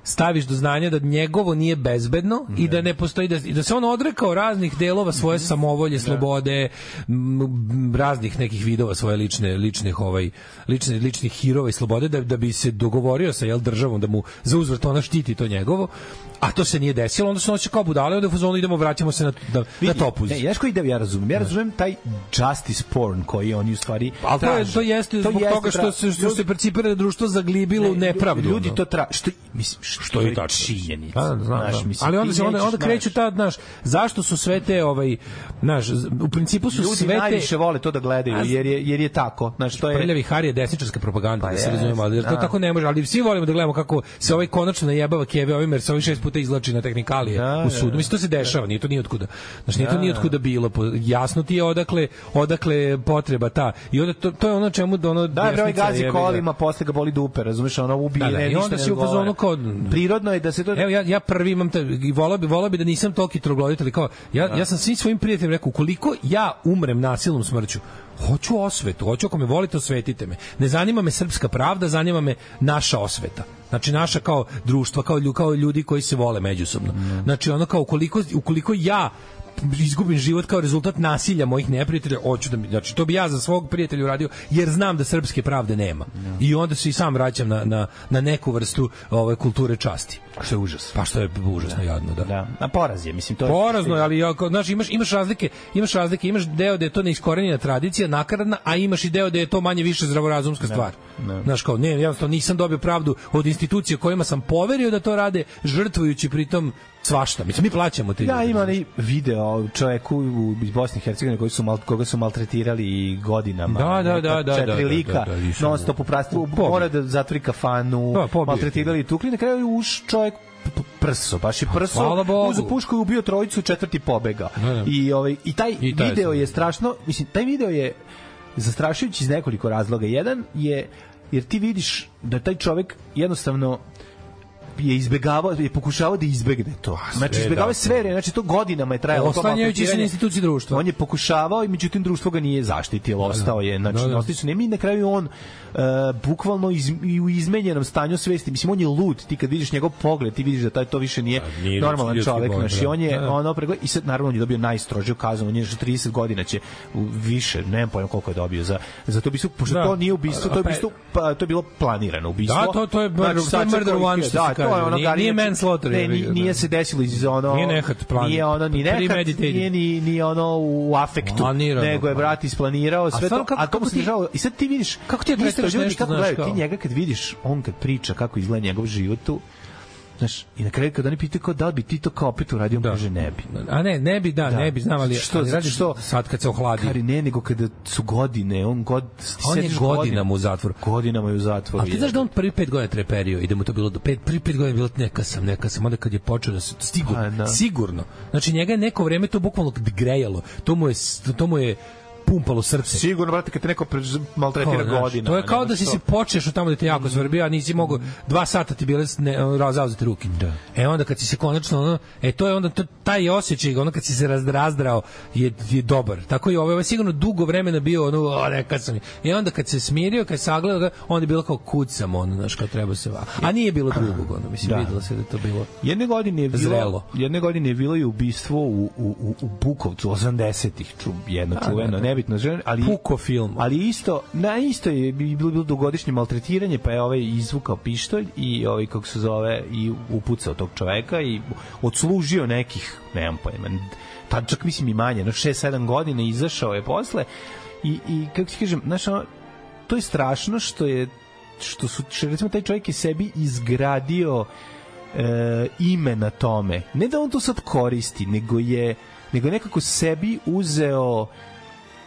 S4: staviš do znanja da njegovo nije bezbedno i da ne postoji da, i da se on odrekao raznih delova
S5: Mhm.
S4: svoje
S5: Da.
S4: samovolje, slobode, m, m, raznih nekih vidova svoje lične ličnih ovaj lične ličnih hirova i slobode da da bi se dogovorio sa jel državom da mu za uzvrat ona štiti to njegovo, a to se nije desilo, onda se noće kao budale, onda u fazonu idemo vraćamo se na da, na
S5: Vidi,
S4: topuz.
S5: Ne, znaš koji ideju ja razumem? Ja razumem taj justice porn koji oni u stvari
S4: Pa, Ali to je
S5: traže.
S4: to jeste zbog
S5: jeste
S4: toga što
S5: tra-
S4: se što se percipira da je društvo zaglibilo u
S5: ljudi-
S4: nepravdu.
S5: Ljudi
S4: ono.
S5: to tra što mislim što,
S4: što
S5: je
S4: je tačno.
S5: činjenica.
S4: Pa, da, znam,
S5: znaš,
S4: da.
S5: mislim,
S4: ali
S5: ti
S4: onda se onda,
S5: nećeš,
S4: onda kreću
S5: znaš,
S4: ta, znaš, zašto su sve te ovaj, znaš, z- u principu su
S5: ljudi
S4: sve te
S5: najviše vole to da gledaju
S4: A z-
S5: jer je jer je tako. Znači to je
S4: prljavi Harry je desničarska propaganda, da se
S5: Pa jest,
S4: razumemo, ali jer to
S5: da.
S4: tako ne može, ali svi volimo da gledamo kako se ovaj konačno najebava Keve ovim, jer se ovaj šest puta izlači na tehnikalije
S5: Da,
S4: u
S5: da,
S4: sudu. Mislim, to se dešava, nije to nije otkuda. Znači, nije to nije otkuda bilo. Po- Jasno ti je odakle, odakle je potreba ta. I onda to, to je ono čemu da ono...
S5: Da, bre, ovaj
S4: desnica
S5: gazi
S4: jebi ga.
S5: kolima, posle ga boli dupe, razumeš, ono ubije,
S4: Da, da,
S5: ne,
S4: i
S5: ništa
S4: onda
S5: ne
S4: si u fazonu
S5: odgovara.
S4: kao-
S5: Prirodno je da se to...
S4: Evo ja ja prvi imam taj i voleo bi voleo bi da nisam toliki troglodit, ali kao ja
S5: Da.
S4: ja sam svim svojim prijateljima rekao koliko ja umrem nasilnom smrću. Hoću osvetu, hoću ako me volite osvetite me. Ne zanima me srpska pravda, zanima me naša osveta. Znači naša kao društva, kao ljudi, kao ljudi koji se vole međusobno.
S5: Da.
S4: Znači ono kao ukoliko ukoliko ja izgubim život kao rezultat nasilja mojih neprijatelja, hoću da mi, znači to bi ja za svog prijatelja uradio, jer znam da srpske pravde nema. I onda se i sam vraćam na, na, na neku vrstu ove kulture časti.
S5: Što je užas.
S4: Pa što je užasno jadno, da.
S5: Da, na poraz je, mislim, to je...
S4: Porazno, je, ali ja, kao, znaš, imaš, imaš razlike, imaš razlike, imaš deo da je to neiskorenjena tradicija, nakaradna, a imaš i deo da je to manje više zdravorazumska stvar.
S5: ne.
S4: Znaš, kao, ne, jednostavno nisam dobio pravdu od institucije kojima sam poverio da to rade, žrtvujući pritom svašta. Mislim, mi plaćamo te
S5: Ja
S4: ljude,
S5: ima onaj video o čoveku u- iz Bosne i Hercegovine koji su mal, koga su maltretirali i godinama.
S4: Da, da,
S5: Neka
S4: da, da,
S5: Četiri
S4: da, da,
S5: lika,
S4: da, da, i su-
S5: non stop u prastu,
S4: Pobio.
S5: mora da zatvori kafanu,
S4: Da, pobio.
S5: maltretirali i tukli, na kraju je uš čovek p- p- prso, baš i prso,
S4: Pa, Hvala Bogu.
S5: uzu pušku i ubio trojicu, četvrti pobega.
S4: Da, da.
S5: I, ovaj, i taj
S4: I taj
S5: video
S4: sam.
S5: je strašno, mislim, taj video je zastrašujući iz nekoliko razloga. Jedan je, jer ti vidiš da taj čovek jednostavno je izbegavao, je pokušavao da izbegne to. Znači,
S4: sve,
S5: izbegavao
S4: da.
S5: je sve, vreme, znači to godinama je trajalo. to
S4: Oslanjajući se na
S5: maltretiranje.
S4: institucije društva.
S5: On je pokušavao i međutim društvo ga nije zaštitilo, ostao je, znači
S4: Da,
S5: da,
S4: da.
S5: da. ostao su nemi na kraju on e, bukvalno iz, i u izmenjenom stanju svesti, mislim on je lud, ti kad vidiš njegov pogled, ti vidiš da taj to više nije,
S4: Da, nije
S5: normalan
S4: ljudski
S5: čovjek,
S4: pogled,
S5: znači
S4: da.
S5: on je
S4: Da, da.
S5: ono prego i sad naravno on je dobio najstrožiju kaznu, on je još 30 godina će u- više, nemam pojma koliko je dobio za za to ubistvo, pošto
S4: Da.
S5: to nije ubistvo, to je
S4: Pa-
S5: ubistvo, pa, to je bilo planirano ubistvo.
S4: Da, to- to je murder-
S5: Znači,
S4: to je
S5: sačekao
S4: murder
S5: ih
S4: one, što se
S5: da, to je
S4: kaže.
S5: ono
S4: Nije- nije
S5: ganjač-
S4: manslaughter,
S5: Ne,
S4: jebi ga,
S5: ni-
S4: da.
S5: nije se desilo iz ono
S4: Nije nehat plan-
S5: Nije ono ni nehat,
S4: premeditated.
S5: nije ni ni ono u afektu,
S4: Planirano,
S5: nego je
S4: pa.
S5: brat isplanirao sve
S4: stvarno
S5: to,
S4: kako-
S5: a to mu
S4: kako
S5: se
S4: ti-
S5: dešava. I sad ti vidiš
S4: Kako ti
S5: isto
S4: adrestiraš
S5: ljudi
S4: nešto,
S5: kako
S4: znaš,
S5: gledaju, ti
S4: kao?
S5: njega kad vidiš, on kad priča kako izgleda njegov život tu, znaš, i na kraju kad oni pitaju kao da li bi ti to kao opet uradio, on
S4: Da.
S5: kaže ne bi.
S4: A ne, ne bi, da,
S5: Da.
S4: ne bi, znam, ali,
S5: Što,
S4: ali
S5: zato
S4: radi
S5: što-
S4: sad kad se ohladi.
S5: Kari ne, nego kada su godine, on god ti
S4: On je
S5: sediš
S4: godinama u zatvoru.
S5: Godinama je u zatvoru.
S4: A ti znaš da on prvi pet godina treperio i da mu to bilo do pet, prvi pet godina je bilo neka sam, neka sam, onda kad je počeo da se sigurno,
S5: Pa, da.
S4: sigurno. Znači njega je neko vreme to bukvalno grejalo. To mu je, to mu je pumpalo srce.
S5: Sigurno, brate, kad te neko pre- maltretira
S4: Kao, znaš,
S5: godinama.
S4: To je kao
S5: nema
S4: da si
S5: što.
S4: se počeš od tamo da te jako svrbi, a nisi mogo dva sata ti bile s- ne, ono, zauzete ruke. Da. E onda kad si se konačno, ono, e to je onda to, taj osjećaj, ono kad si se raz- razdrao je, je dobar. Tako i ovo, ovo je sigurno dugo vremena bio ono, o, ne, kad sam. I onda kad se smirio, kad se sagledao, ga, onda je bilo kao kucam, ono, znaš, kao treba se va. A nije bilo drugog, ono, mislim,
S5: Da.
S4: da. videlo se da je to bilo.
S5: Jedne godine je bilo,
S4: Zrelo.
S5: jedne godine je bilo i ubistvo u, u, u, u Bukovcu 80-ih, ču,
S4: Da,
S5: jedno čuveno, nebitno, žen- ali
S4: Puko film.
S5: ali isto, na isto je bilo, bilo dugogodišnje maltretiranje, pa je ovaj izvukao pištolj i ovaj kako se zove i upucao tog čoveka i odslužio nekih, nemam pojma, tad čak mislim i manje, no 6-7 godina izašao je posle i, i kako ti kažem, znaš, ono, to je strašno što je što su što je, recimo taj čovjek je sebi izgradio e, ime na tome. Ne da on to sad koristi, nego je nego je nekako sebi uzeo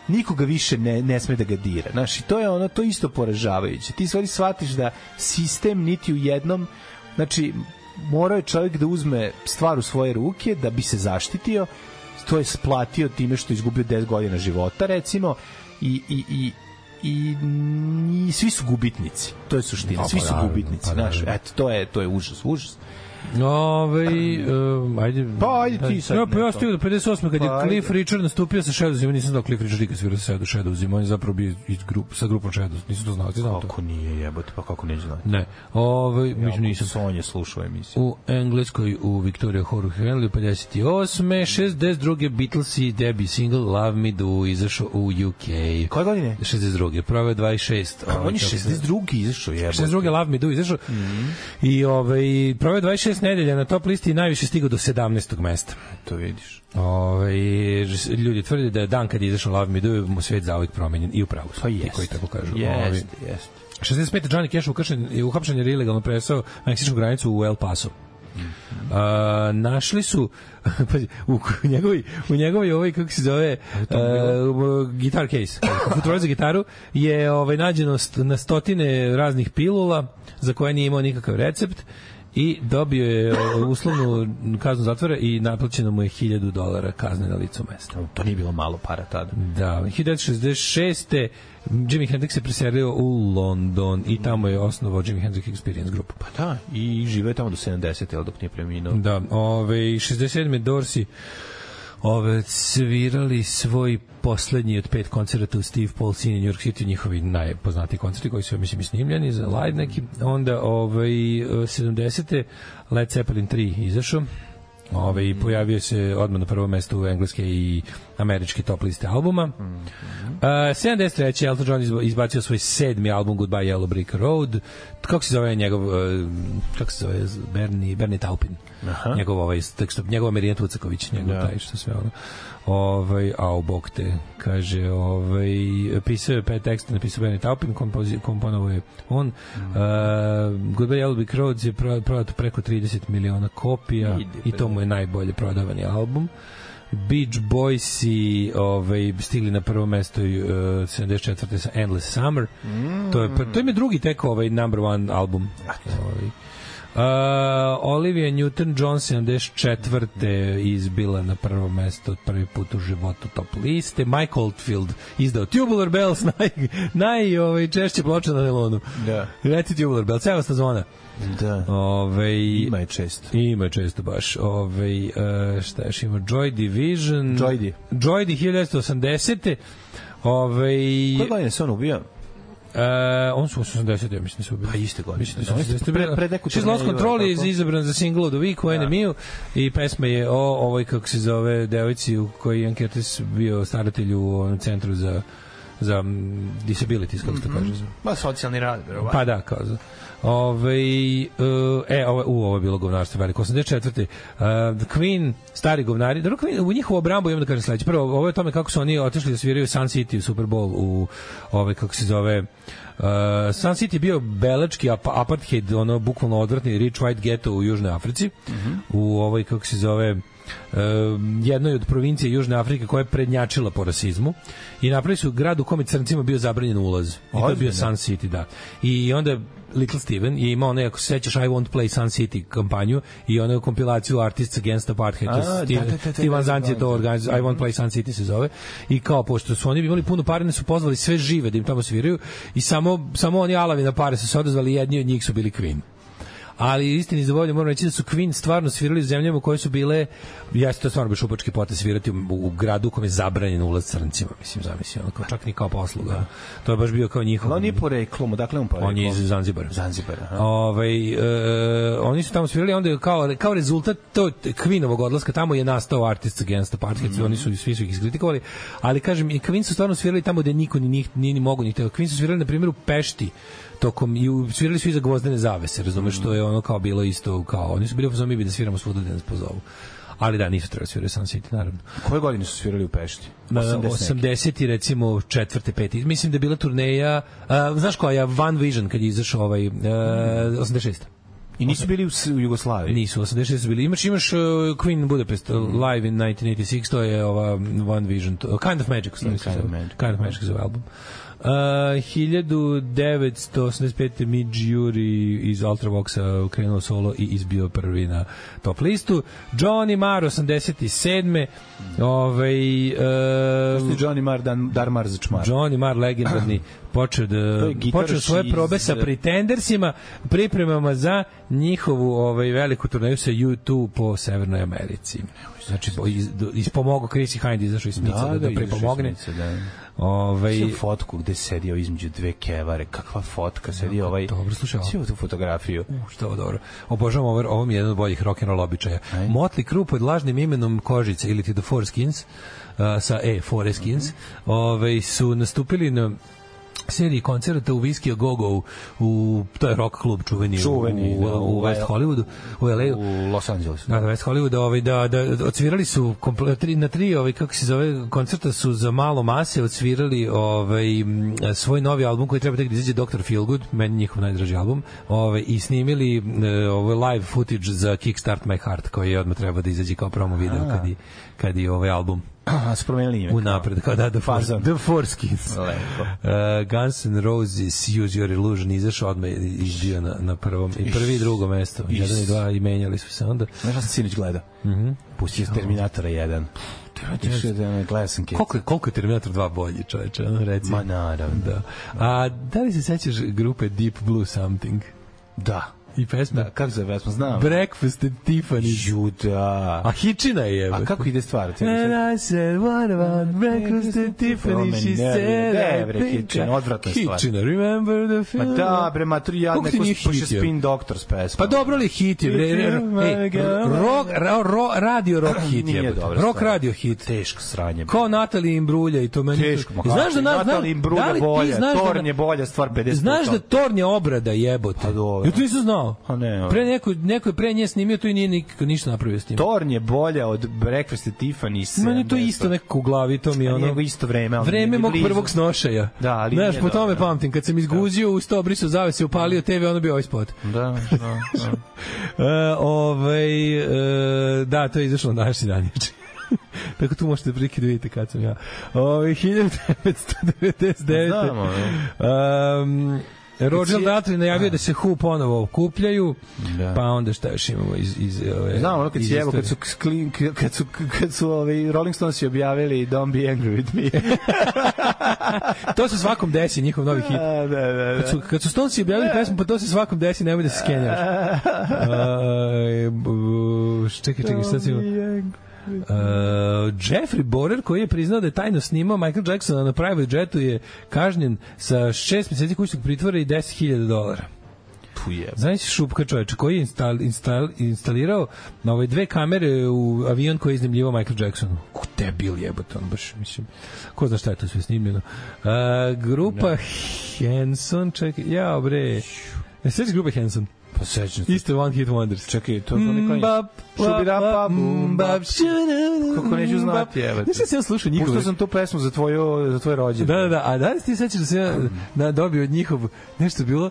S5: nikoga više ne, ne sme da ga dira. Znaš, i to je ono, to je isto poražavajuće. Ti stvari shvatiš da sistem niti u jednom, znači, morao je čovjek da uzme stvar u svoje ruke da bi se zaštitio, to je splatio time što je izgubio 10 godina života, recimo, i, i, i i, i svi su gubitnici. To je suština. Svi su
S4: naravno,
S5: gubitnici,
S4: pa
S5: znaš.
S4: naravno.
S5: Eto, to je to je užas, užas.
S4: Ove, um, ajde.
S5: Pa, ajde ti sad
S4: Ja, pa ja
S5: nešto.
S4: stigao do 58. kad
S5: Pa,
S4: je
S5: ajde.
S4: Cliff Richard nastupio sa Shadows, ja nisam znao Cliff Richard nikad svirao sa Shadows, on je zapravo bio iz grup, sa grupom Shadows, nisam to znao, ti znao to?
S5: Kako nije jebote, pa kako neće znati.
S4: Ne, ove, mislim nisam.
S5: Sonja slušao emisiju.
S4: U Engleskoj u Victoria Hall u Henley 58. 62. Beatles i debi single Love Me Do izašao u UK.
S5: Koje godine?
S4: 62. Proveo 26. ovaj,
S5: On je
S4: kako se-
S5: 62. izašao, jebote.
S4: 62. Love Me Do izašao. Mm
S5: Mhm.
S4: -hmm. I ovaj, proveo 26 nedelja na top listi i najviše stigao do 17. mesta.
S5: To vidiš.
S4: Ove, Ovaj, ljudi tvrde da je dan kad je izašao Love Me Do mu svet zauvek promenjen i upravo su.
S5: Pa jeste.
S4: Ti koji tako kažu. Ovaj, Ovi,
S5: Jeste, jeste.
S4: 65. Johnny Cash ukršen, je uhapšen jer je ilegalno presao meksičku granicu u El Paso. A, našli su pazi, u k- njegovoj u njegovoj ovaj kako se zove uh, gitar case futroid za gitaru je ovaj nađeno st, na stotine raznih pilula za koje nije imao nikakav recept i dobio je ovaj, uslovnu kaznu zatvora i naplaćeno mu je 1000 dolara kazne na licu mesta.
S5: To nije bilo malo para tada.
S4: Da, 1966. Jimi Hendrix se preselio u London i tamo je osnovao Jimi Hendrix Experience grupu. Pa
S5: Da, i žive tamo do 70. jel dok nije preminuo.
S4: Da, ove, 67. Dorsi ove, svirali svoj poslednji od pet koncerta u Steve Paul Cine New York City, njihovi najpoznatiji koncerti koji su, mislim, i snimljeni za live neki. Onda, ove, 70. Led Zeppelin 3 izašao. Ove, i pojavio se odmah na prvom mestu engleske i američke top liste albuma. Mm Uh, 73. Elton John izba- izbacio svoj sedmi album Goodbye Yellow Brick Road. Kako se zove njegov, uh, kako se zove, Bernie, Bernie Taupin. Aha. Njegov, ovaj, tekst, njegova Mirjana Tucaković, njegov da. taj što sve ono. Ovaj, au, bog te, kaže, ovaj, pisao je pet teksta, napisao Bernie Taupin, kompozi, komponovao je on. Mm. Uh, Goodbye Yellow Brick Road je pro- prodato preko 30 miliona kopija
S5: Idi,
S4: i to mu je najbolje prodavani album. Beach Boys i ovaj, stigli na prvo mesto i, uh, 74. sa Endless Summer. Mm. To, je, pr- to im je drugi tek ovaj number one album. Ovaj. Uh, Olivia Newton-John 74. izbila na prvo mesto prvi put u životu top liste. Mike Oldfield izdao Tubular Bells naj, naj ovaj, češće ploče na nelonu.
S5: Da.
S4: Reci Tubular Bells, evo Ovaj, sta zvona.
S5: Da.
S4: Ove,
S5: Ima je često.
S4: Ima je često baš. Ove, uh, šta još ima? Joy Division.
S5: Joydi.
S4: Joydi 1980. Ove,
S5: Koje godine se on ubio?
S4: Ovaj, e, on su 80, ja mislim da su ubili.
S5: Pa iste godine.
S4: Mislim
S5: Da,
S4: da su
S5: oni su
S4: 80.
S5: pre- pre neku
S4: She's Lost
S5: turneju,
S4: Control
S5: je
S4: je
S5: tako? Da.
S4: izabran za single of the week u NME-u i pesma je o ovoj, kako se zove, devojci u kojoj je Ian Curtis bio staratelj u ovom centru za za mm, disabilities, kako se
S5: Mhm.
S4: to kaže.
S5: Ma socijalni rad, verovatno.
S4: Pa da, kao za. Ove, uh, e, ovo, u, ovo je bilo govnarstvo veliko. 84. Uh, Queen, stari govnari. Dobro, Queen, u njihovu obrambu imam da kažem sledeće. Prvo, ovo je o tome kako su oni otišli da sviraju Sun City u Super Bowl u, ove, kako se zove, Uh, Sun City je bio belački ap apartheid, ono bukvalno odvratni rich white ghetto u Južnoj Africi, u ovoj, kako se zove, um, jednoj od provincije Južne Afrike koja je prednjačila po rasizmu i napravili su grad u kome je crncima bio zabranjen ulaz. I to je bio
S5: Ozbiljno?
S4: Sun City, da. I onda je Little Steven je imao onaj, ako se sećaš, I Won't Play Sun City kampanju i onaj kompilaciju Artists Against Apartheid.
S5: A,
S4: to
S5: da, da,
S4: Steve,
S5: da, da,
S4: Steve Van
S5: da,
S4: Zandt je
S5: da,
S4: to
S5: da.
S4: organizovao, I Won't Play Sun City se zove. I kao, pošto su oni imali puno pare, ne su pozvali sve žive da im tamo sviraju i samo, samo oni alavi na pare su se odazvali, jedni od njih su bili Queen ali istini za volju moram reći da su Queen stvarno svirali u zemljama koje su bile jeste to stvarno bio šupački potes svirati u, u gradu u kom je zabranjen ulaz crncima mislim zamisli ono kao čak ni kao posluga da. to je baš bio kao njihov
S5: Ali da, on je poreklom, odakle dakle, on poreklom?
S4: on je iz Zanzibara
S5: Ovaj, Zanzibara, aha.
S4: Ovaj e, oni su tamo svirali, onda je kao, kao rezultat to Kvinovog odlaska tamo je nastao Artists Against Apartheid,
S5: Mhm.
S4: mm. oni su svi su ih iskritikovali, ali kažem, i Kvin su stvarno svirali tamo gde niko ni njih nije ni mogu ni teo. Kvin su svirali, na primjer, u Pešti, tokom i u, svirali su iza gvozdene zavese, razumeš,
S5: Mhm.
S4: mm. to je ono kao bilo isto, kao, oni su bili u fazonu, mi bi da sviramo svuda da nas pozovu. Ali da, nisu trebali svirati Sun City, naravno.
S5: Koje godine su svirali u Pešti?
S4: Na
S5: 80 neke.
S4: 80 Da, recimo četvrte, pete. Mislim da je bila turneja, uh, znaš koja, Van Vision kad je izašao ovaj, uh, 86.
S5: I nisu bili u, s- u Jugoslaviji?
S4: Nisu, 86 su bili. Imaš, imaš uh, Queen Budapest uh,
S5: Mhm.
S4: live in 1986, to je ova One Vision, to, Kind of Magic, stvari,
S5: Mm, Kind of Magic. da.
S4: Kind of Magic zove album. Uh, 1985. Mid Jury iz Ultravoxa krenuo solo i izbio prvi na top listu. Johnny Marr 87.
S5: Mhm.
S4: Ovaj, uh,
S5: Pusti Johnny Marr, Dan, Dar Marr za čmar.
S4: Johnny Marr legendarni počeo da
S5: To je gitaraš
S4: počeo svoje
S5: iz-
S4: probe sa pretendersima, pripremama za njihovu ovaj veliku turneju sa U2 po Severnoj Americi. Znači po- iz, do- ispomogao Chrissy Hind izašao iz Smica da, da, da
S5: izašao iz
S4: pripomogne.
S5: Nice, Da.
S4: Ovaj
S5: I fotku gde je sedio između dve kevare. Kakva fotka, sedio ovaj...
S4: dobro, slušaj, ovo.
S5: Svi tu fotografiju.
S4: U, Šta je ovo dobro. Obožavam ovo, ovo mi je jedan od boljih rock and roll običaja.
S5: Aj.
S4: Motley Crue pod lažnim imenom Kožice ili ti The Four Skins uh, sa E, Four
S5: Mhm.
S4: Skins, ovaj su nastupili na seriji koncerta u Whiskey a Go Go u to je rock klub čuveni,
S5: Čuveni,
S4: u,
S5: da,
S4: u, u
S5: u
S4: West
S5: L-
S4: Hollywoodu, u LA. -u.
S5: U Los Angelesu.
S4: Da, da, West Hollywooda, ovaj, da, da, odsvirali su komple, tri, na tri, ovaj, kako se zove, koncerta su za malo mase odsvirali ovaj, m, svoj novi album koji treba tek da izađe Dr. Feelgood, meni njihov najdraži album, ovaj, i snimili e, ovaj, live footage za Kickstart My Heart, koji je odmah treba da izađe kao promo video kad je, kad je ovaj album
S5: Aha, su promenili ime.
S4: u napred, kao da, The, Four,
S5: Fazan.
S4: the Four Skins.
S5: Lepo.
S4: Uh, Guns N' Roses Use Your Illusion izašao odmah i izbio na, na prvom i prvi i drugo mesto. Jedan i dva i menjali su se onda.
S5: Znaš šta sam sinoć gledao? Mm
S4: Mhm.
S5: -hmm. Pustio sam Terminatora 1. Išao da me gledao sam kec.
S4: Koliko je, koliko je Terminator 2 bolji, čoveče, ono reci.
S5: Ma naravno.
S4: Da. A da li se sećaš grupe Deep Blue Something?
S5: Da.
S4: I pesme?
S5: Da, kako se zove, ja smo znam.
S4: Breakfast at Tiffany's.
S5: Juda.
S4: A E, Hitchina je, jebe.
S5: A kako ide stvar? Ti
S4: And I said, what about breakfast at Tiffany? She
S5: Promenjali,
S4: said,
S5: ne,
S4: I
S5: bre,
S4: think...
S5: Hitchina, odvratna stvar.
S4: Hitchina, remember the
S5: Ma
S4: film?
S5: da, bre, matur ja
S4: Kako ti
S5: neko
S4: nije
S5: sluša
S4: hitio?
S5: Spin Doctors pesma.
S4: Pa dobro li hit je, bre, bre, bre, ej, rock, ro, ro, radio rock hit
S5: Nije
S4: je,
S5: dobra
S4: rock
S5: stvar.
S4: radio hit.
S5: Teško sranje. bre.
S4: Ko Natalija Imbrulja i to meni...
S5: Teško, ma
S4: I znaš da,
S5: kako,
S4: na,
S5: Natalija Imbrulja
S4: da li ti
S5: bolja,
S4: znaš da-
S5: Torn je bolja stvar 50
S4: Znaš da
S5: puta.
S4: Torn je obrada jebote.
S5: Pa dobro.
S4: Ja to nisam znao.
S5: Pa ne, ono.
S4: Pre neko, neko je pre nje snimio to i nije nikako ništa napravio s tim.
S5: Torn je bolja od Breakfast at Tiffany's.
S4: Meni to
S5: 70.
S4: isto nekako u glavi, to mi je
S5: A
S4: ono...
S5: nego isto vreme, ali
S4: Vreme
S5: nije
S4: mog
S5: blizu.
S4: prvog snošaja.
S5: Da, ali
S4: Znaš,
S5: nije
S4: po tome
S5: dobro.
S4: pamtim. Kad sam izguzio, uz to brisao zavese, upalio TV, ono bio ovaj spot.
S5: Da, da, da.
S4: E, ovaj, e, da, to je izašlo na današnji dan. juče. Tako tu možete prilike da vidite kad sam ja. Ovaj, Ove, 1999.
S5: Znamo, e.
S4: um, Roger Daltrey najavio da se Who ponovo okupljaju, da.
S5: Da.
S4: pa onda šta još imamo iz... iz ove,
S5: Znam, ono kad
S4: iz
S5: si evo, kad su,
S4: istorije.
S5: sklin, kad su, kad su ovi Rolling Stones objavili Don't be angry with me.
S4: To se svakom desi, njihov novi hit.
S5: da, da, da.
S4: Kad su, kad su Stonesi objavili pesmu, pa to se svakom desi, nemoj da se skenjaš. E, b- čekaj, čekaj, šta si imao? Uh, Jeffrey Borer koji je priznao da je tajno snimao Michael Jacksona na private jetu je kažnjen sa 6 meseci kućnog pritvora i 10.000 dolara.
S5: Tu je.
S4: Znaš Šupka čoveče koji je instal, instal, instalirao na ove dve kamere u avion koji je iznimljivao Michael Jacksonu. Ko debil jebote, on baš, mislim, ko zna šta je to sve snimljeno. A, grupa
S5: Da.
S4: Henson, čekaj, jao bre, E, ne sveći grupa Henson.
S5: Pa sećam se.
S4: Isto je One Hit Wonders. Mm,
S5: Čekaj, to je to neko...
S4: Mbap,
S5: Šubirapa,
S4: mbap, mbap,
S5: mbap. Kako neću znati,
S4: evo.
S5: evo.
S4: mm, Znaš šta sam ja slušao njihove?
S5: Puštao sam tu pesmu za tvoju, za tvoje rođenje.
S4: Da, da, da. A da li se ti sećaš da sam ja na, dobio od njihov nešto bilo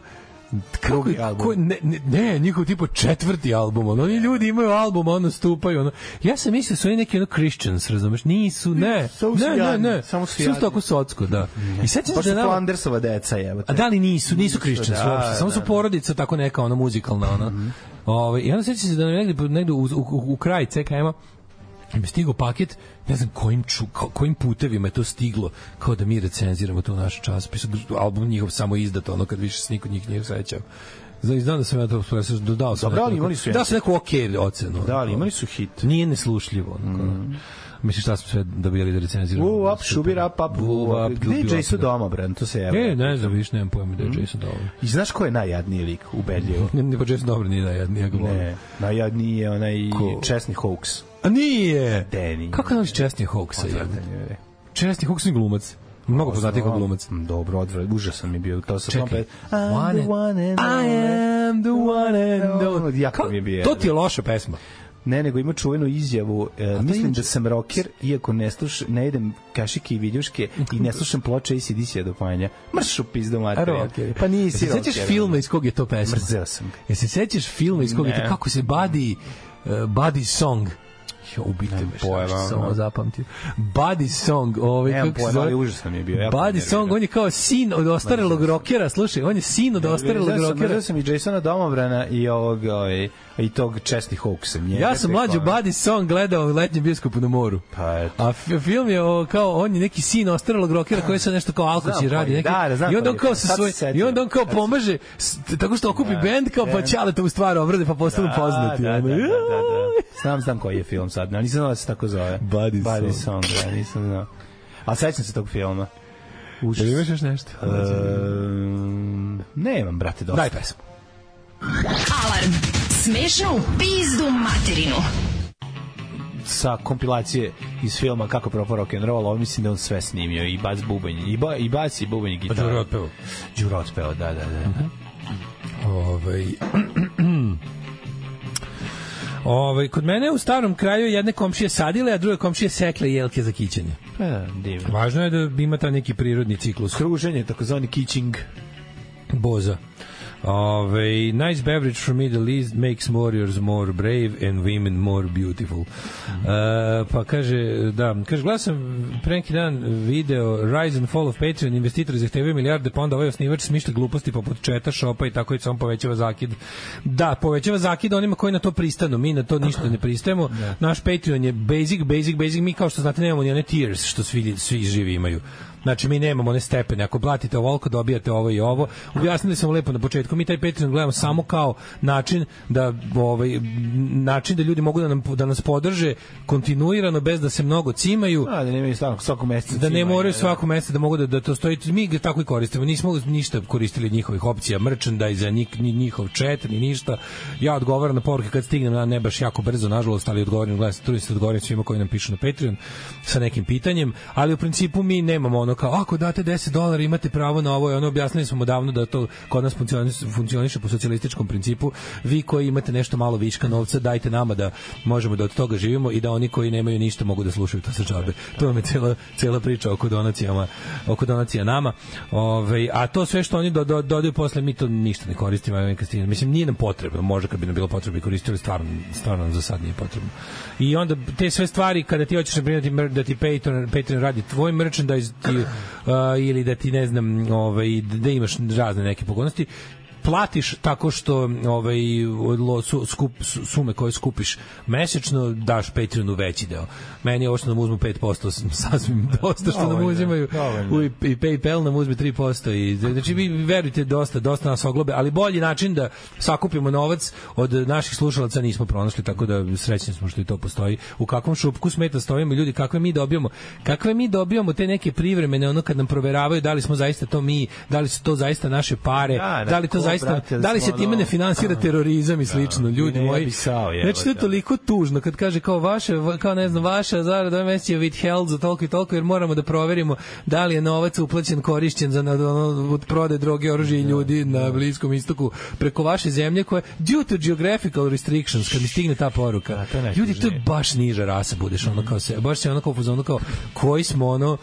S5: drugi
S4: Kako-
S5: album.
S4: ko- ne, ne, ne, njihov tipo četvrti album. Ono, oni ljudi imaju album, a ono stupaju. Ono. Ja sam mislio da su oni neki ono Christians, razumeš? Nisu, ne.
S5: Samo su
S4: ne, ne,
S5: jadni,
S4: ne.
S5: samo su
S4: Sve
S5: jadni.
S4: su tako socko, da. I sad ćeš
S5: Pa
S4: da
S5: su
S4: nama-
S5: Flandersova deca, jebote.
S4: A da li nisu, nisu Christians
S5: da,
S4: uopšte, samo
S5: da, Mhm.
S4: su porodica tako neka ona muzikalna ona. Ovaj i onda sećam se da nam je negde negde u, u, u, u kraj CKM-a mi je stigao paket, ne znam kojim, ču, ko- kojim putevima je to stiglo, kao da mi recenziramo to u naš časopis, album njihov samo izdat, ono kad više se niko njih nije sećao. Znači, znam da sam ja to presao, dodao sam.
S5: Dobro, ali
S4: neku-
S5: imali su
S4: Dao sam neku okej ocenu.
S5: Da, ali imali su hit. Mhm.
S4: Nije neslušljivo. Mm Mislim, šta smo sve dobijali da recenziramo?
S5: Woo up, shubi rap up, woo up. Gde je
S4: dubi up,
S5: Jason
S4: da.
S5: Doma, bre? To se
S4: E,
S5: jebate.
S4: ne znam, više nemam pojma da je
S5: Mhm.
S4: Jason Dolan.
S5: I znaš ko je najjadniji lik, ubedljivo?
S4: Ne, ne, pa Jason Dobre
S5: da
S4: nije najjadniji, ja ga volim.
S5: Ne, najjadniji je onaj
S4: Ko?
S5: Česni Hawks.
S4: A nije!
S5: Deni.
S4: Kako je on Česni Hawks? Česni Hawks je glumac. Mnogo poznati kao glumac.
S5: Mm, Dobro, odvrat, užasan mi je bio. To sa
S4: Čekaj.
S5: Čekaj. I'm the one and
S4: I am the one and
S5: Ono,
S4: only.
S5: jako mi je bio.
S4: To ti je loša pesma.
S5: Ne, nego ima čuvenu izjavu, e, mislim
S4: inače-
S5: da sam rocker, iako ne, sluš, ne jedem kašike i viljuške i ne slušam ploče ACDC-a do panja. Mrš u pizdu materija.
S4: Rocker.
S5: Pa nisi
S4: Jel se
S5: rocker.
S4: sećaš filma iz kog je to pesma?
S5: Mrzeo sam ga.
S4: Jel se sećaš filma iz kog je
S5: Ne.
S4: to? Kako se Buddy, uh, Buddy Song Jo, ubite me, šta
S5: pojma,
S4: ću samo
S5: ono.
S4: zapamtio. Buddy Song, ovaj,
S5: Nemam
S4: kako se
S5: pojma,
S4: zove?
S5: ali užasan je bio, jako
S4: Buddy
S5: nerviran.
S4: Song, on je kao sin od ostarelog rokera, slušaj, on je sin od ostarelog
S5: Mrzeo sam-
S4: rokera.
S5: Mrzeo sam i Jasona Domobrana i, ovog, ovaj, i tog Česni Hawksa. njega
S4: Ja sam
S5: tek
S4: mlađu
S5: ono.
S4: Buddy Song gledao u letnjem bioskopu na moru.
S5: Pa eto.
S4: A f- film je o, kao, on je neki sin ostarelog rokera koji sad nešto kao
S5: Znam
S4: alkoći
S5: koji,
S4: radi. Neki,
S5: da, da, znam
S4: I onda on
S5: koji,
S4: kao sa
S5: sad
S4: svoj,
S5: se setio.
S4: i onda on kao
S5: Sad se-
S4: pomaže s- tako što okupi bend kao pa
S5: bend.
S4: ćaleta u stvar obrade pa postanu
S5: Da,
S4: poznati.
S5: Da, da,
S4: ono.
S5: da, da, da. Znam, znam koji je film sad, ali nisam znao da se tako zove.
S4: Buddy
S5: Buddy
S4: Song.
S5: Song, da, nisam znao. A sećam se tog filma. Užas.
S4: Jel imaš još nešto?
S5: Ehm, nemam, brate, dosta.
S4: Daj pesmu.
S3: Alarm. Smešno u pizdu materinu.
S5: Sa kompilacije iz filma Kako propao rock and roll, ovo mislim da je on sve snimio i bas bubanj, i, ba, i bas i bubanj i gitara.
S4: Pa Đuro otpeo. Mhm.
S5: Đuro otpeo, da, da, da.
S4: Ovaj Ovaj kod mene u starom kraju jedne komšije sadile, a druge komšije sekle jelke za kićenje.
S5: Pa, divno.
S4: Važno je da ima ta neki prirodni ciklus.
S5: Kruženje, takozvani kitching.
S4: Boza. Ove, nice beverage from Middle East makes warriors more brave and women more beautiful. E, pa kaže, da, kaže, gledao sam pre neki dan video Rise and Fall of Patreon, investitori zahtevaju milijarde, pa onda ovaj osnivač smišlja gluposti poput četa, šopa i tako i samo povećava zakid. Da, povećava zakid onima koji na to pristanu, mi na to ništa ne pristajemo. Naš Patreon je basic, basic, basic, mi kao što znate nemamo ni one tiers što svi, svi živi imaju. Znači, mi nemamo one stepene. Ako platite ovoliko, dobijate ovo i ovo. Objasnili sam lepo na početku. Mi taj Patreon gledamo samo kao način da ovaj m, način da ljudi mogu da nam da nas podrže kontinuirano bez da se mnogo cimaju
S5: A, da nemaju stavak svakog meseca.
S4: da ne
S5: cimanja,
S4: moraju
S5: da.
S4: svako mesto da mogu da, da to stoji. Mi ga tako i koristimo. Nismo ništa koristili od njihovih opcija, merchandise, ni, ni njihov chat, ni ništa. Ja odgovaram na poruke kad stignem, na ne baš jako brzo, nažalost, ali odgovorim, gledam se, trudim se da odgovorim svima koji nam pišu na Patreon sa nekim pitanjem, ali u principu mi nemamo ono kao, ako date 10 dolara imate pravo na ovo, i ono objasnili smo odavno da to kod nas funkcioniše, funkcioniše po socijalističkom principu, vi koji imate nešto malo viška novca, dajte nama da možemo da od toga živimo i da oni koji nemaju ništa mogu da slušaju to sa džabe. To vam je cela, cela priča oko donacijama, oko donacija nama. Ove, a to sve što oni do, do, dodaju posle, mi to ništa ne koristimo. ja kad stignem. Mislim, nije nam potrebno. Može kad bi nam bilo potrebno bi koristili, stvarno, stvarno nam za sad nije potrebno. I onda te sve stvari, kada ti hoćeš na primjer da ti mer- da ti Patreon, Patreon radi tvoj merchandise ti, uh, ili da ti, ne znam, ovaj, da imaš razne neke pogodnosti, platiš tako što ovaj od lo- su, skup, su- sume koje skupiš mesečno daš Patreonu veći deo. Meni je ovo što nam uzmu 5% s- sasvim dosta što nam
S5: Da. Dovoljno,
S4: uzimaju.
S5: dovoljno.
S4: U, i PayPal nam uzme 3% i znači vi verujte dosta dosta nas oglobe, ali bolji način da sakupimo novac od naših slušalaca nismo pronašli, tako da srećni smo što i to postoji. U kakvom šupku smeta stojimo ljudi, kakve mi dobijamo, kakve mi dobijamo te neke privremene ono kad nam proveravaju da li smo zaista to mi, da li su to zaista naše pare,
S5: Da,
S4: da li to
S5: ko,
S4: zaista
S5: brate,
S4: da li se
S5: smo,
S4: time
S5: ono- Da,
S4: ne finansira terorizam i slično ljudi
S5: ne, ja
S4: moji
S5: bi sao, jebote. da.
S4: znači to je toliko tužno kad kaže kao vaše kao ne znam vaša zarada ovaj mesec je withheld za toliko i toliko jer moramo da proverimo da li je novac uplaćen korišćen za nad- ono, od prode droge oružja i
S5: Da,
S4: ljudi na bliskom istoku preko vaše zemlje koja due to geographical restrictions kad mi stigne ta poruka
S5: Da, to je najtužnije.
S4: ljudi to je baš niža rasa budeš ono kao se baš se ono kao u fazonu kao koji smo ono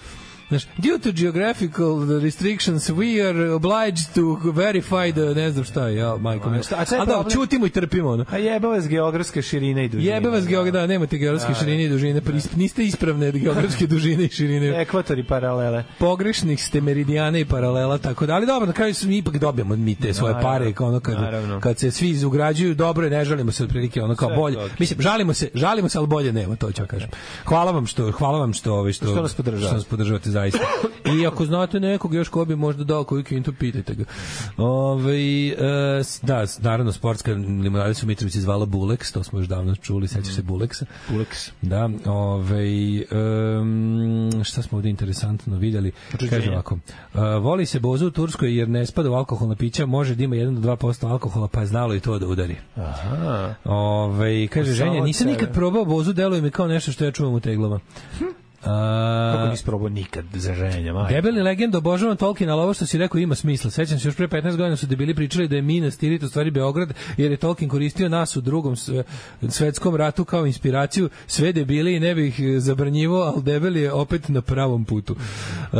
S4: Znaš, due to geographical restrictions, we are obliged to verify the, ne znam šta, ja, majko.
S5: A
S4: mila.
S5: šta- a šta je
S4: A da,
S5: problem?
S4: čutimo i trpimo, ono.
S5: A jebe vas geografske širine i dužine.
S4: Jebe vas geografija, da, nemate geografske širine i dužine, pa is- niste ispravne geografske dužine i širine.
S5: Ekvatori paralele.
S4: Pogrešnih ste meridijana i paralela, tako da, ali dobro, na kraju mi ipak dobijamo mi te svoje
S5: Naravno,
S4: pare, kao ono kad,
S5: naravno.
S4: kad se svi izugrađuju, dobro je, ne žalimo se otprilike, ono kao
S5: Sve
S4: bolje.
S5: je to okej.
S4: Mislim, žalimo se, žalimo se, ali bolje nema, to ću ja kažem. Hvala vam što, hvala vam što, ovaj, što,
S5: Što nas podržavate.
S4: što nas podržavate zaista. I ako znate nekog još ko bi možda dao koju kvintu, pitajte ga. Ove, e, s- da, s- naravno, sportska limonada su u Mitrovici zvala Bulex, to smo još davno čuli, sećaš
S5: Mhm.
S4: se Buleksa. Bulex. Da, ove, um, šta smo ovde interesantno vidjeli? Kaže ovako, e, voli se bozu u Turskoj jer ne spada u alkoholna pića, može da ima 1 do 2% alkohola, pa je znalo i to da udari.
S5: Aha.
S4: Ove, kaže,
S5: Samo
S4: ženja,
S5: od
S4: nisam
S5: sebe.
S4: nikad probao bozu, deluje mi kao nešto što ja čuvam u teglama. A,
S5: Kako nisi probao nikad za ženja, majke?
S4: Debeli legend obožavam Tolkien, ali ovo što si rekao ima smisla. Sećam se još pre 15 godina su debili pričali da je Minas Tirith u stvari Beograd, jer je Tolkien koristio nas u drugom sve- svetskom ratu kao inspiraciju. Sve debili i ne bih eh, zabranjivo, ali debeli je opet na pravom putu. E,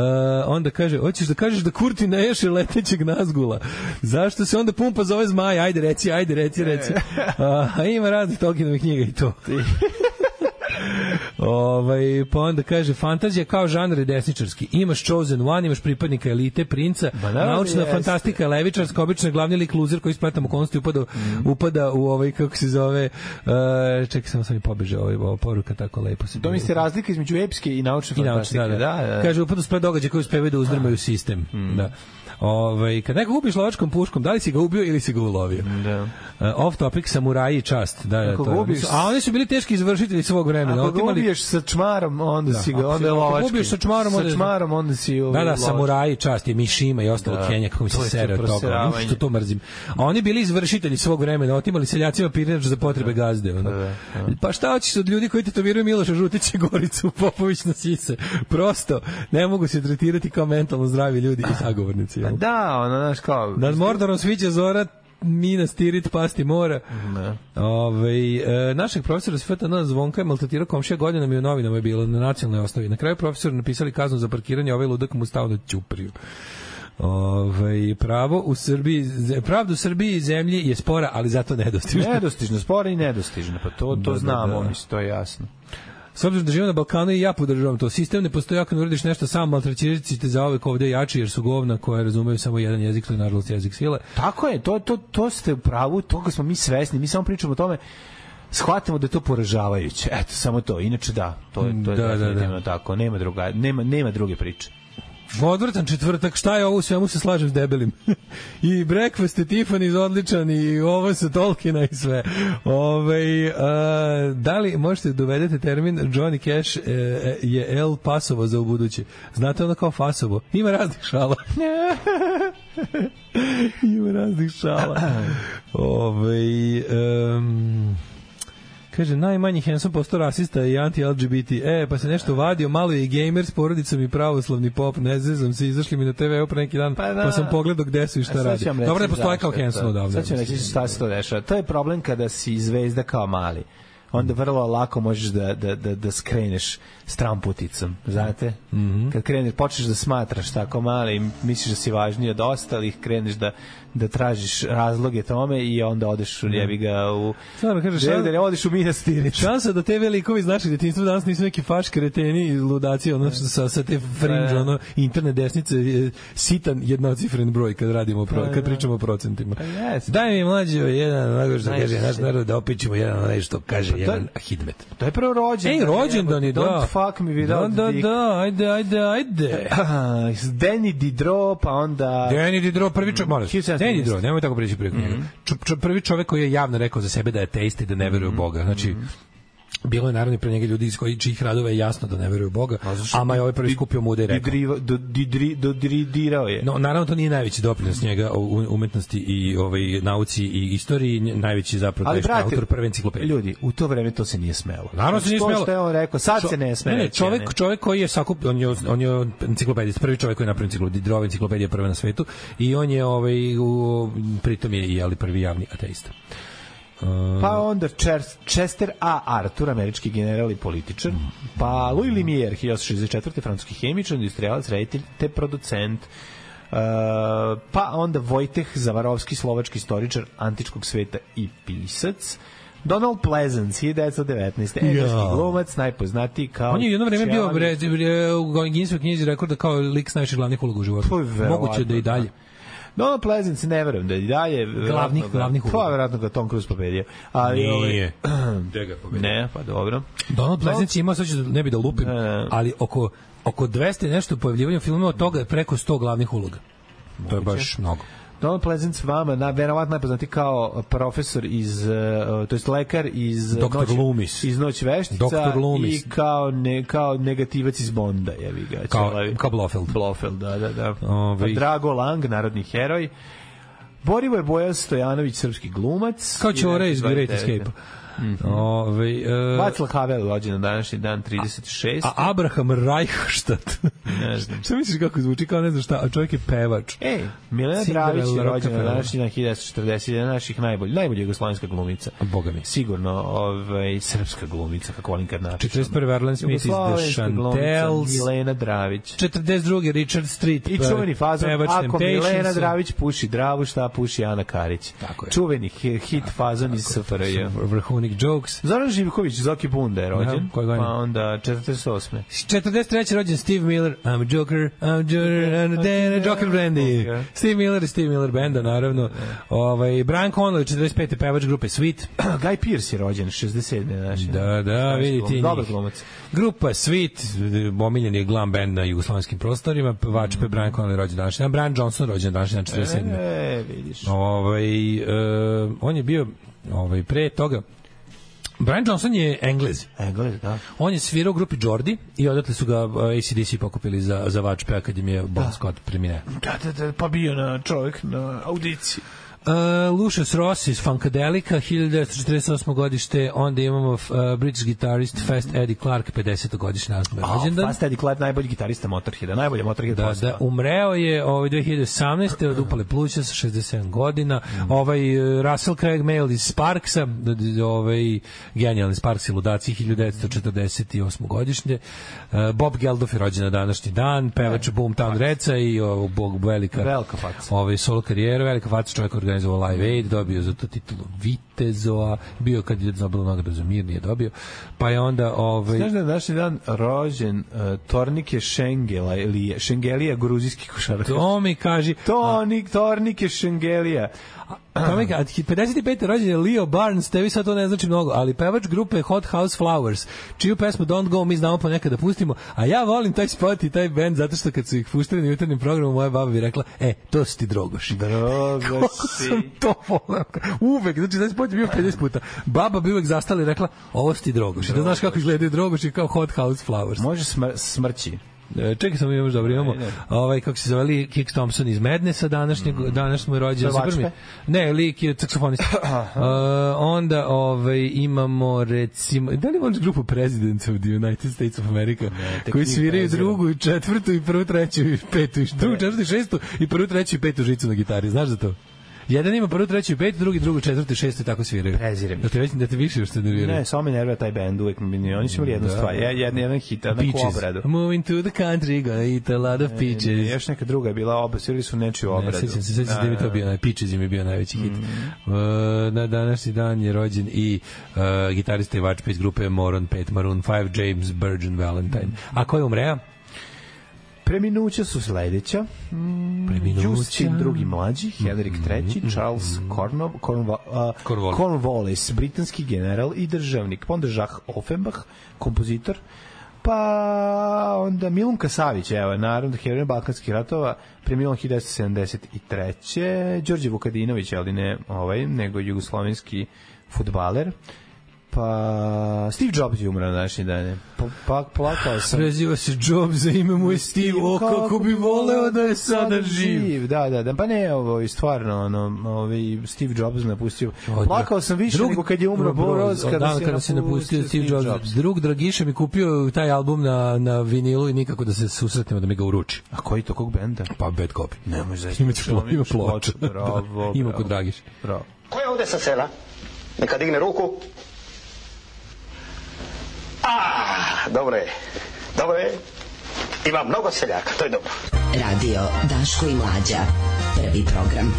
S4: onda kaže, hoćeš da kažeš da Kurti naješe letećeg nazgula. Zašto se onda pumpa zove zmaj? Ajde reci, ajde reci, reci. A, ima raznih Tolkienovih knjiga i to. Ovaj pa onda kaže fantazija kao žanr je desničarski. Imaš chosen one, imaš pripadnika elite, princa,
S5: Pa da,
S4: naučna
S5: jeste.
S4: fantastika je levičarska, obično je glavni lik luzer koji spletam okolnosti upada
S5: Mhm.
S4: upada u ovaj kako se zove uh, čekaj samo sam i pobeže ovaj ova poruka tako lepo se.
S5: To mi se razlika između epske i naučne
S4: I naučni,
S5: fantastike.
S4: da, da. Kaže, upadu spred događaja koji uspevaju da uzdrmaju sistem.
S5: Mhm.
S4: Da. Ovaj kad nekog ubiš lovačkom puškom, da li si ga ubio ili si ga ulovio?
S5: Da.
S4: Uh, off topic, samuraji čast. Da, da,
S5: Ako
S4: to,
S5: ga
S4: je.
S5: ubiš-
S4: a oni su bili teški izvršitelji svog vremena.
S5: Ako
S4: Oni
S5: ga
S4: imali-
S5: ubiješ sa čmarom, onda si ga,
S4: Da, ako si-
S5: onda je
S4: ako ga
S5: lovački.
S4: ubiješ sa čmarom, onda
S5: sa
S4: je-
S5: čmarom, onda si ovaj
S4: Da, da,
S5: lovački.
S4: samuraji, čast je Mishima i ostalo da. Kenja, kako mi
S5: To
S4: se
S5: je to
S4: sere od toga.
S5: proseravanje.
S4: Uf, što to mrzim. A oni bili izvršitelji svog vremena, otimali seljacima pirinač za potrebe
S5: Da.
S4: gazde. Ono. Pa šta hoćeš od ljudi koji tetoviraju Miloša Žutića Goricu Popović na sise? Prosto, ne mogu se tretirati kao mentalno zdravi ljudi i sagovornici. jel?
S5: Da, ono, znaš kao...
S4: Nad Mordorom sviđa zora, Mina Stirit pasti mora. da. Ove, e, našeg profesora s FTN Zvonka je maltretirao komšija godinama i u novinama je bilo na nacionalnoj osnovi. Na kraju profesor napisali kaznu za parkiranje, ovaj ludak mu stao na ćupriju. Ove, pravo u Srbiji, ze- pravda u Srbiji i zemlji je spora, ali zato nedostižna.
S5: Nedostižno, sporo i nedostižno, pa to, to
S4: da,
S5: znamo,
S4: da.
S5: mislim, to je jasno.
S4: S obzirom da živim na Balkanu i ja podržavam to. Sistem ne postoji ako ne uradiš nešto sam, maltretirati te zaovek ovde jači jer su govna koje razumeju samo jedan jezik, to je nažalost jezik sile.
S5: Tako je, to, to, to ste u pravu, toga smo mi svesni, mi samo pričamo o tome, shvatimo da je to poražavajuće. Eto, samo to. Inače da, to je to je
S4: Da, da, da.
S5: definitivno tako. Nema druga, nema nema druge priče.
S4: Odvrtan četvrtak, šta je ovo, u svemu se slažem s debelim. I breakfast je Tiffany's odličan i ovo sa Tolkiena i sve. Ove, a, da li možete da uvedete termin Johnny Cash e, e, je El Pasovo za ubuduće? Znate ono kao Fasovo? Ima raznih šala. Ima raznih šala. Ove, um, Kaže, najmanji handsome posto rasista i anti-LGBT. E, pa se nešto vadio, malo je i gamer s porodicom i pravoslavni pop, ne zezam se, izašli mi na TV pre neki dan,
S5: Pa
S4: pa,
S5: da.
S4: sam pogledao gde su i
S5: A
S4: šta
S5: sad
S4: radi.
S5: ću vam reći
S4: Dobro, ne postoje
S5: zašto
S4: kao da
S5: je to.
S4: handsome odavde.
S5: Sad ću vam reći šta se to dešava. To je problem kada si zvezda kao mali. Onda vrlo lako možeš da, da, da, da skreneš s tramputicom, znate?
S4: Mhm.
S5: Kad kreneš, počneš da smatraš tako mali i misliš da si važniji od ostalih, kreneš da, da tražiš razloge tome i onda odeš u jebi ga u...
S4: Stvarno, Mhm. kažeš,
S5: Da,
S4: a-
S5: da ne odeš u Minas Tirith.
S4: Šansa da te velikovi znači detinjstvo danas nisu neki faš kreteni i ludaci, ono što sa, sa te fringe,
S5: da.
S4: ono, interne desnice, je sitan jednocifren broj kad radimo, o pro, kad pričamo o procentima.
S5: Pa da. jeste.
S4: Daj mi mlađe jedan, onako što kaže,
S5: Najviše.
S4: naš narod da opićemo jedan, onaj što kaže, jedan hidmet.
S5: To Pa je prvo rođen.
S4: Ej, rođendan je, da.
S5: Don't fuck me without
S4: da, da,
S5: dick.
S4: da, ajde, ajde, ajde.
S5: Ah, Danny Didro, pa onda...
S4: Danny Didro, prvi
S5: Mm-hmm.
S4: čovjek, molim, vas,
S5: 1713.
S4: Danny Didro, nemoj tako prići preko njega.
S5: Mm-hmm.
S4: Čo- čo- Prvi čovjek koji je javno rekao za sebe da je ateist i da ne
S5: Mm-hmm.
S4: veruje u Boga. Znači, Bilo je naravno i pre njega ljudi iz koji čijih radova je jasno da ne veruju u Boga, ama je ovaj prvi skupio mude i rekao.
S5: Didrivo- do- didri- dodridirao je.
S4: No, naravno to nije najveći doprinos njega u umetnosti i ovaj nauci i istoriji, nj- najveći je zapravo taj što je da, autor prve enciklopedije.
S5: Ljudi, u to vreme to se nije smelo.
S4: Naravno se nije
S5: To
S4: smelo.
S5: što je on rekao, sad
S4: Čo-
S5: se ne sme.
S4: Ne, ne,
S5: reći,
S4: čovek,
S5: ne.
S4: čovek koji je sakupio, on je, on je enciklopedist, prvi čovek koji je napravio enciklopediju, Diderova enciklopedija prva na svetu i on je ovaj, u, pritom je i ali prvi javni ateista.
S5: Pa onda Chers- Chester A. Arthur, američki general i političar.
S4: Mm.
S5: Pa Louis Lumière, 1864. francuski hemičar, industrijalac, reditelj te producent. Uh, pa onda Vojteh Zavarovski, slovački istoričar antičkog sveta i pisac. Donald Pleasance, 1919. Engleski
S4: Ja.
S5: glumac, najpoznatiji kao...
S4: On je jedno vreme bio
S5: Charlie-
S4: bre, bre, u Guinnessu knjizi rekorda kao lik s najviše glavnih uloga u životu.
S5: Pa, verovatno,
S4: Moguće da i dalje.
S5: Donald Pleasance, ne verujem da je i dalje. verovatno ga-
S4: glavnih uloga.
S5: Pa, verovatno ga Tom Cruise pobedio. Ali, ovaj, ne, pa dobro.
S4: Donald Pleasance ima, sad ću, da- ne bi da lupim,
S5: Ne.
S4: ali oko, oko 200 i nešto pojavljivanja filmova, od toga je preko 100 glavnih uloga. To je baš mnogo.
S5: Donald Pleasance vama na verovatno najpoznati kao profesor iz eh, to jest lekar iz eh,
S4: Dr.
S5: Noć-
S4: Loomis.
S5: iz Noć veštica
S4: Dr. Loomis.
S5: i kao ne kao negativac iz Bonda je vi ga
S4: Kao-
S5: čelavi.
S4: kao Blofeld.
S5: Blofeld da da da
S4: Ovaj.
S5: Pa Drago Lang narodni heroj Borivo je Bojan Stojanović srpski glumac
S4: Kao Ćore iz Great
S5: 1929.
S4: Escape.
S5: Mhm.
S4: Ove, e,
S5: Václav Havel rođen na današnji dan 36
S4: a Abraham Reichstadt.
S5: ne znam
S4: Šta misliš kako zvuči kao ne znam šta, a čovjek je pevač.
S5: Ej, Milena
S4: Cinderella
S5: Dravić je rođena
S4: Rockefeller.
S5: na današnji dan 1940, jedna naših najbolj, najbolja jugoslovenska glumica.
S4: Boga mi.
S5: Sigurno, ovaj, srpska glumica, kako volim kad napišem.
S4: 41. Erlen Smith iz The
S5: Jugoslovenska glumica
S4: Chantels.
S5: Milena Dravić.
S4: 42. Richard Street.
S5: I
S4: pe-
S5: čuveni fazon,
S4: pevač
S5: ako Milena
S4: Temptationsa.
S5: Dravić puši dravu, šta puši Ana Karić.
S4: Tako je.
S5: Čuveni hi- hit fazon iz SFRJ.
S4: Vrhunik Jokes.
S5: Zoran Živković, Zoki Bunda je rođen,
S4: Aha, koje godine?
S5: pa onda 48.
S4: 43. rođen Steve Miller, I'm a Joker, I'm a Joker, I'm a Joker, Joker Brandy.
S5: Ok.
S4: Steve Miller i Steve Miller Banda, naravno. Ovaj, Brian Connolly, 45. pevač grupe Sweet.
S5: Guy Pearce je rođen, 67. Naši.
S4: Da, da, vidite i
S5: Dobar
S4: njih.
S5: glumac.
S4: Grupa Sweet, omiljen je glam band na jugoslovenskim prostorima, pevač pe Brian Connolly rođen današnji dan, Brian Johnson rođen današnji dan 47.
S5: E, vidiš.
S4: Ovaj, e, on je bio ovaj, pre toga, Brian Johnson je Englez.
S5: Englez, da.
S4: On je svirao u grupi Jordi i odatle su ga e, ACDC pokupili za, za vačpe kad im je Bon Scott preminuo.
S5: Da, da, da, pa bio na čovjek na audiciji.
S4: Uh, Lucius Ross iz Funkadelika 1948. godište onda imamo uh, British gitarist Fast Eddie Clark 50. godišnje nas rođendan
S5: Fast Eddie Clyde, najbolji gitarista Motorheada, najbolje Motorhead
S4: da, da, umreo je ovaj 2018. od upale pluća sa 67 godina. Ovaj eh, Russell Craig Mail iz Sparksa, d- d- ovaj genijalni Sparks i ludaci 1948. godišnje. Eh, Bob Geldof je rođen na današnji dan, pevač Boomtown Reca i ovaj, bog velika
S5: E, Velika faca.
S4: Ovaj solo karijera, velika faca čovjek koji je organizovao Live Aid, dobio za to titulu Vitezova, bio kad je Nobelu nagradu za mir, nije dobio. Pa je onda ovaj
S5: Znaš da je naši dan rođen uh, Tornike Šengela ili je- Šengelija gruzijski košarkaš.
S4: to mi kaži,
S5: Tonik, Tornike Šengelija.
S4: Kamek, a 55. rođen je Leo Barnes, tebi sad to ne znači mnogo, ali pevač grupe Hot House Flowers, čiju pesmu Don't Go mi znamo ponekad da pustimo, a ja volim taj spot i taj band zato što kad su ih puštali na jutarnjem programu, moja baba bi rekla, e, to su ti drogoši.
S5: Drogo
S4: Sam
S5: si.
S4: to volao. Uvek, znači taj spot je bio 50 puta. Baba bi uvek zastala i rekla, ovo su ti drogoši. Da znaš kako izgledaju drogoši kao Hot House Flowers.
S5: Može smr smrći.
S4: E, čekaj samo imamo dobro imamo.
S5: Ajde.
S4: Ovaj kako se zove Lee Kix Thompson iz Madnessa današnjeg mm. danas mu je rođen
S5: Pevačke?
S4: super mi- Ne, Lee Kix je saksofonist. uh, onda ovaj imamo recimo da li voliš grupu Presidents of the United States of America
S5: tek
S4: koji
S5: njih
S4: sviraju
S5: preziram.
S4: drugu i četvrtu i prvu treću i petu i drugu četvrtu i šestu i prvu treću i petu žicu na gitari. Znaš za to? Jedan ima prvu, treću i petu, drugi, drugu, četvrtu i šestu i tako sviraju.
S5: Prezirem ih.
S4: Da te već da te više što nerviraju.
S5: Ne, samo me nervira taj bend uvek. mi- Oni su imali jednu
S4: Da.
S5: stvar, jedan, jedan, jedan hit, jednu
S4: Peaches.
S5: obradu.
S4: Moving to the country, gonna eat a lot of peaches.
S5: Još neka druga je bila oba, svirali su nečiju
S4: Ne,
S5: obradu.
S4: sećam se, sećam se da mi to bio naj Peaches im je bio najveći hit. Mm. na današnji dan je rođen i uh, gitarista i vačpa iz grupe Moron 5 Maroon 5 James Burgeon Valentine. A ko je umreo?
S5: Preminuća su sledeća. Mm,
S4: Preminuća.
S5: Justin drugi mlađi, Henrik III, Charles Cornov, Cornva, uh,
S4: Cornwallis.
S5: Cornwallis, britanski general i državnik. Pa onda Jacques Offenbach, kompozitor. Pa onda Milun Kasavić, evo, naravno, heroj Balkanskih ratova, preminuo 1973. Đorđe Vukadinović, ali ne ovaj, nego jugoslovenski futbaler. Pa Steve Jobs je umro na današnji dan. Pa, pa plakao sam.
S4: Preziva se Job za ime mu je Steve, o kako bi voleo da je sada živ.
S5: Da, da, da, pa ne, ovo je stvarno, ono, ovaj Steve Jobs me napustio. Plakao sam više nego kad je umro
S4: da. Drug-
S5: Boroz,
S4: od
S5: kada
S4: dana
S5: se
S4: kada se napustio Steve Jobs. Drug Dragiša mi kupio taj album na, na vinilu i nikako da se susretnemo da mi ga uruči.
S5: A koji to kog benda?
S4: Pa bad copy.
S5: Nemoj zezati.
S4: Imaću plo, ima ploču.
S5: Bravo, bravo.
S4: Ima kod Dragiša.
S5: Bravo.
S6: Ko je ovde sa sela? Neka digne ruku. A, dobro je. Dobro je. Ima mnogo seljaka, to je dobro.
S3: Radio Daško i Mlađa. Prvi program.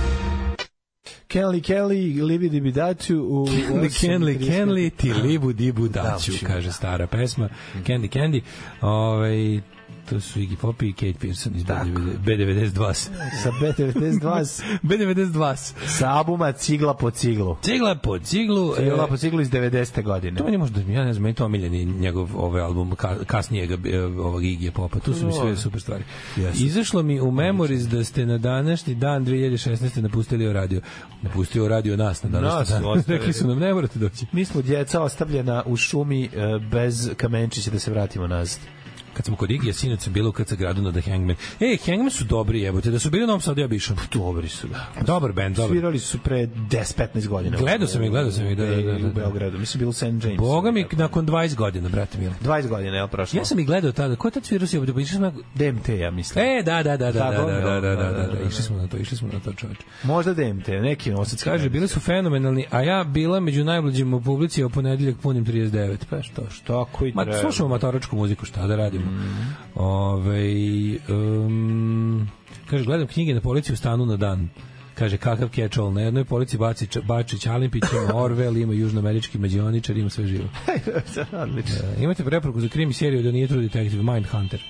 S5: Kenli, Kenli, Libi Dibi Daću. u
S4: Kenli,
S5: osam i
S4: Kenli,
S5: 35.
S4: Kenli, ti
S5: Da.
S4: libu dibu daću,
S5: Daću,
S4: kaže stara pesma.
S5: Mhm.
S4: Candy, Candy. Ove, to su Iggy Pop i Kate Pearson iz B92.
S5: Sa B92
S4: B92.
S5: sa albuma Cigla po ciglu.
S4: Cigla po ciglu.
S5: Cigla
S4: e,
S5: po ciglu iz 90. godine.
S4: To meni možda, ja ne znam, meni to omiljeni njegov ovaj album, ka- kasnije ga, e, ovog Iggy Popa, tu su mi sve super stvari.
S5: Jesu.
S4: Izašlo mi u Memories da ste na današnji dan 2016. napustili radio. Napustio radio nas na
S5: Nas
S4: današnji
S5: su
S4: dan.
S5: ostavili.
S4: Rekli su nam, ne morate doći.
S5: Mi smo djeca ostavljena u šumi e, bez kamenčića da se vratimo nazad.
S4: Kad smo kod Igija, sinoć sam bilo u KC gradu na The Hangman. E, Hangman su dobri, jebote, da su bili u Novom Sadu, ja bi išao.
S5: Dobri su, da.
S4: Dobar band, dobar.
S5: Svirali su pre 10-15 godina.
S4: Gledao sam ih, gledao sam ih, da, da, da, da.
S5: U Beogradu, mislim, bilo u St. James.
S4: Boga mi, nakon 20 godina, brate mili.
S5: 20 godina, jel, prošlo?
S4: Ja sam ih gledao tada, ko je tad svirao si, jebote, pa išao sam na...
S5: DMT, ja mislim.
S4: E, da, da, da, da, da,
S5: Tako?
S4: da, da, da, da, da,
S5: Da, da,
S4: da, išli smo na to, išli smo na to, čoveče.
S5: Možda DMT, neki nosac.
S4: Kaže, bili su fenomenalni, a ja bila među najbližim u publici, a u ponedeljak punim 39. Pa što, što?
S5: Što koji
S4: Ma,
S5: treba? Mhm.
S4: slušamo matoračku muziku, šta da radimo? Ovaj um, kaže, gledam knjige na polici u stanu na dan. Kaže, kakav catch-all, na jednoj polici baci, bači Ćalimpić, ima Orwell, ima južnoamerički mađioničar, ima sve živo.
S5: Odlično.
S4: E, imate preporuku za krimi seriju da nije True Detective, Mindhunter.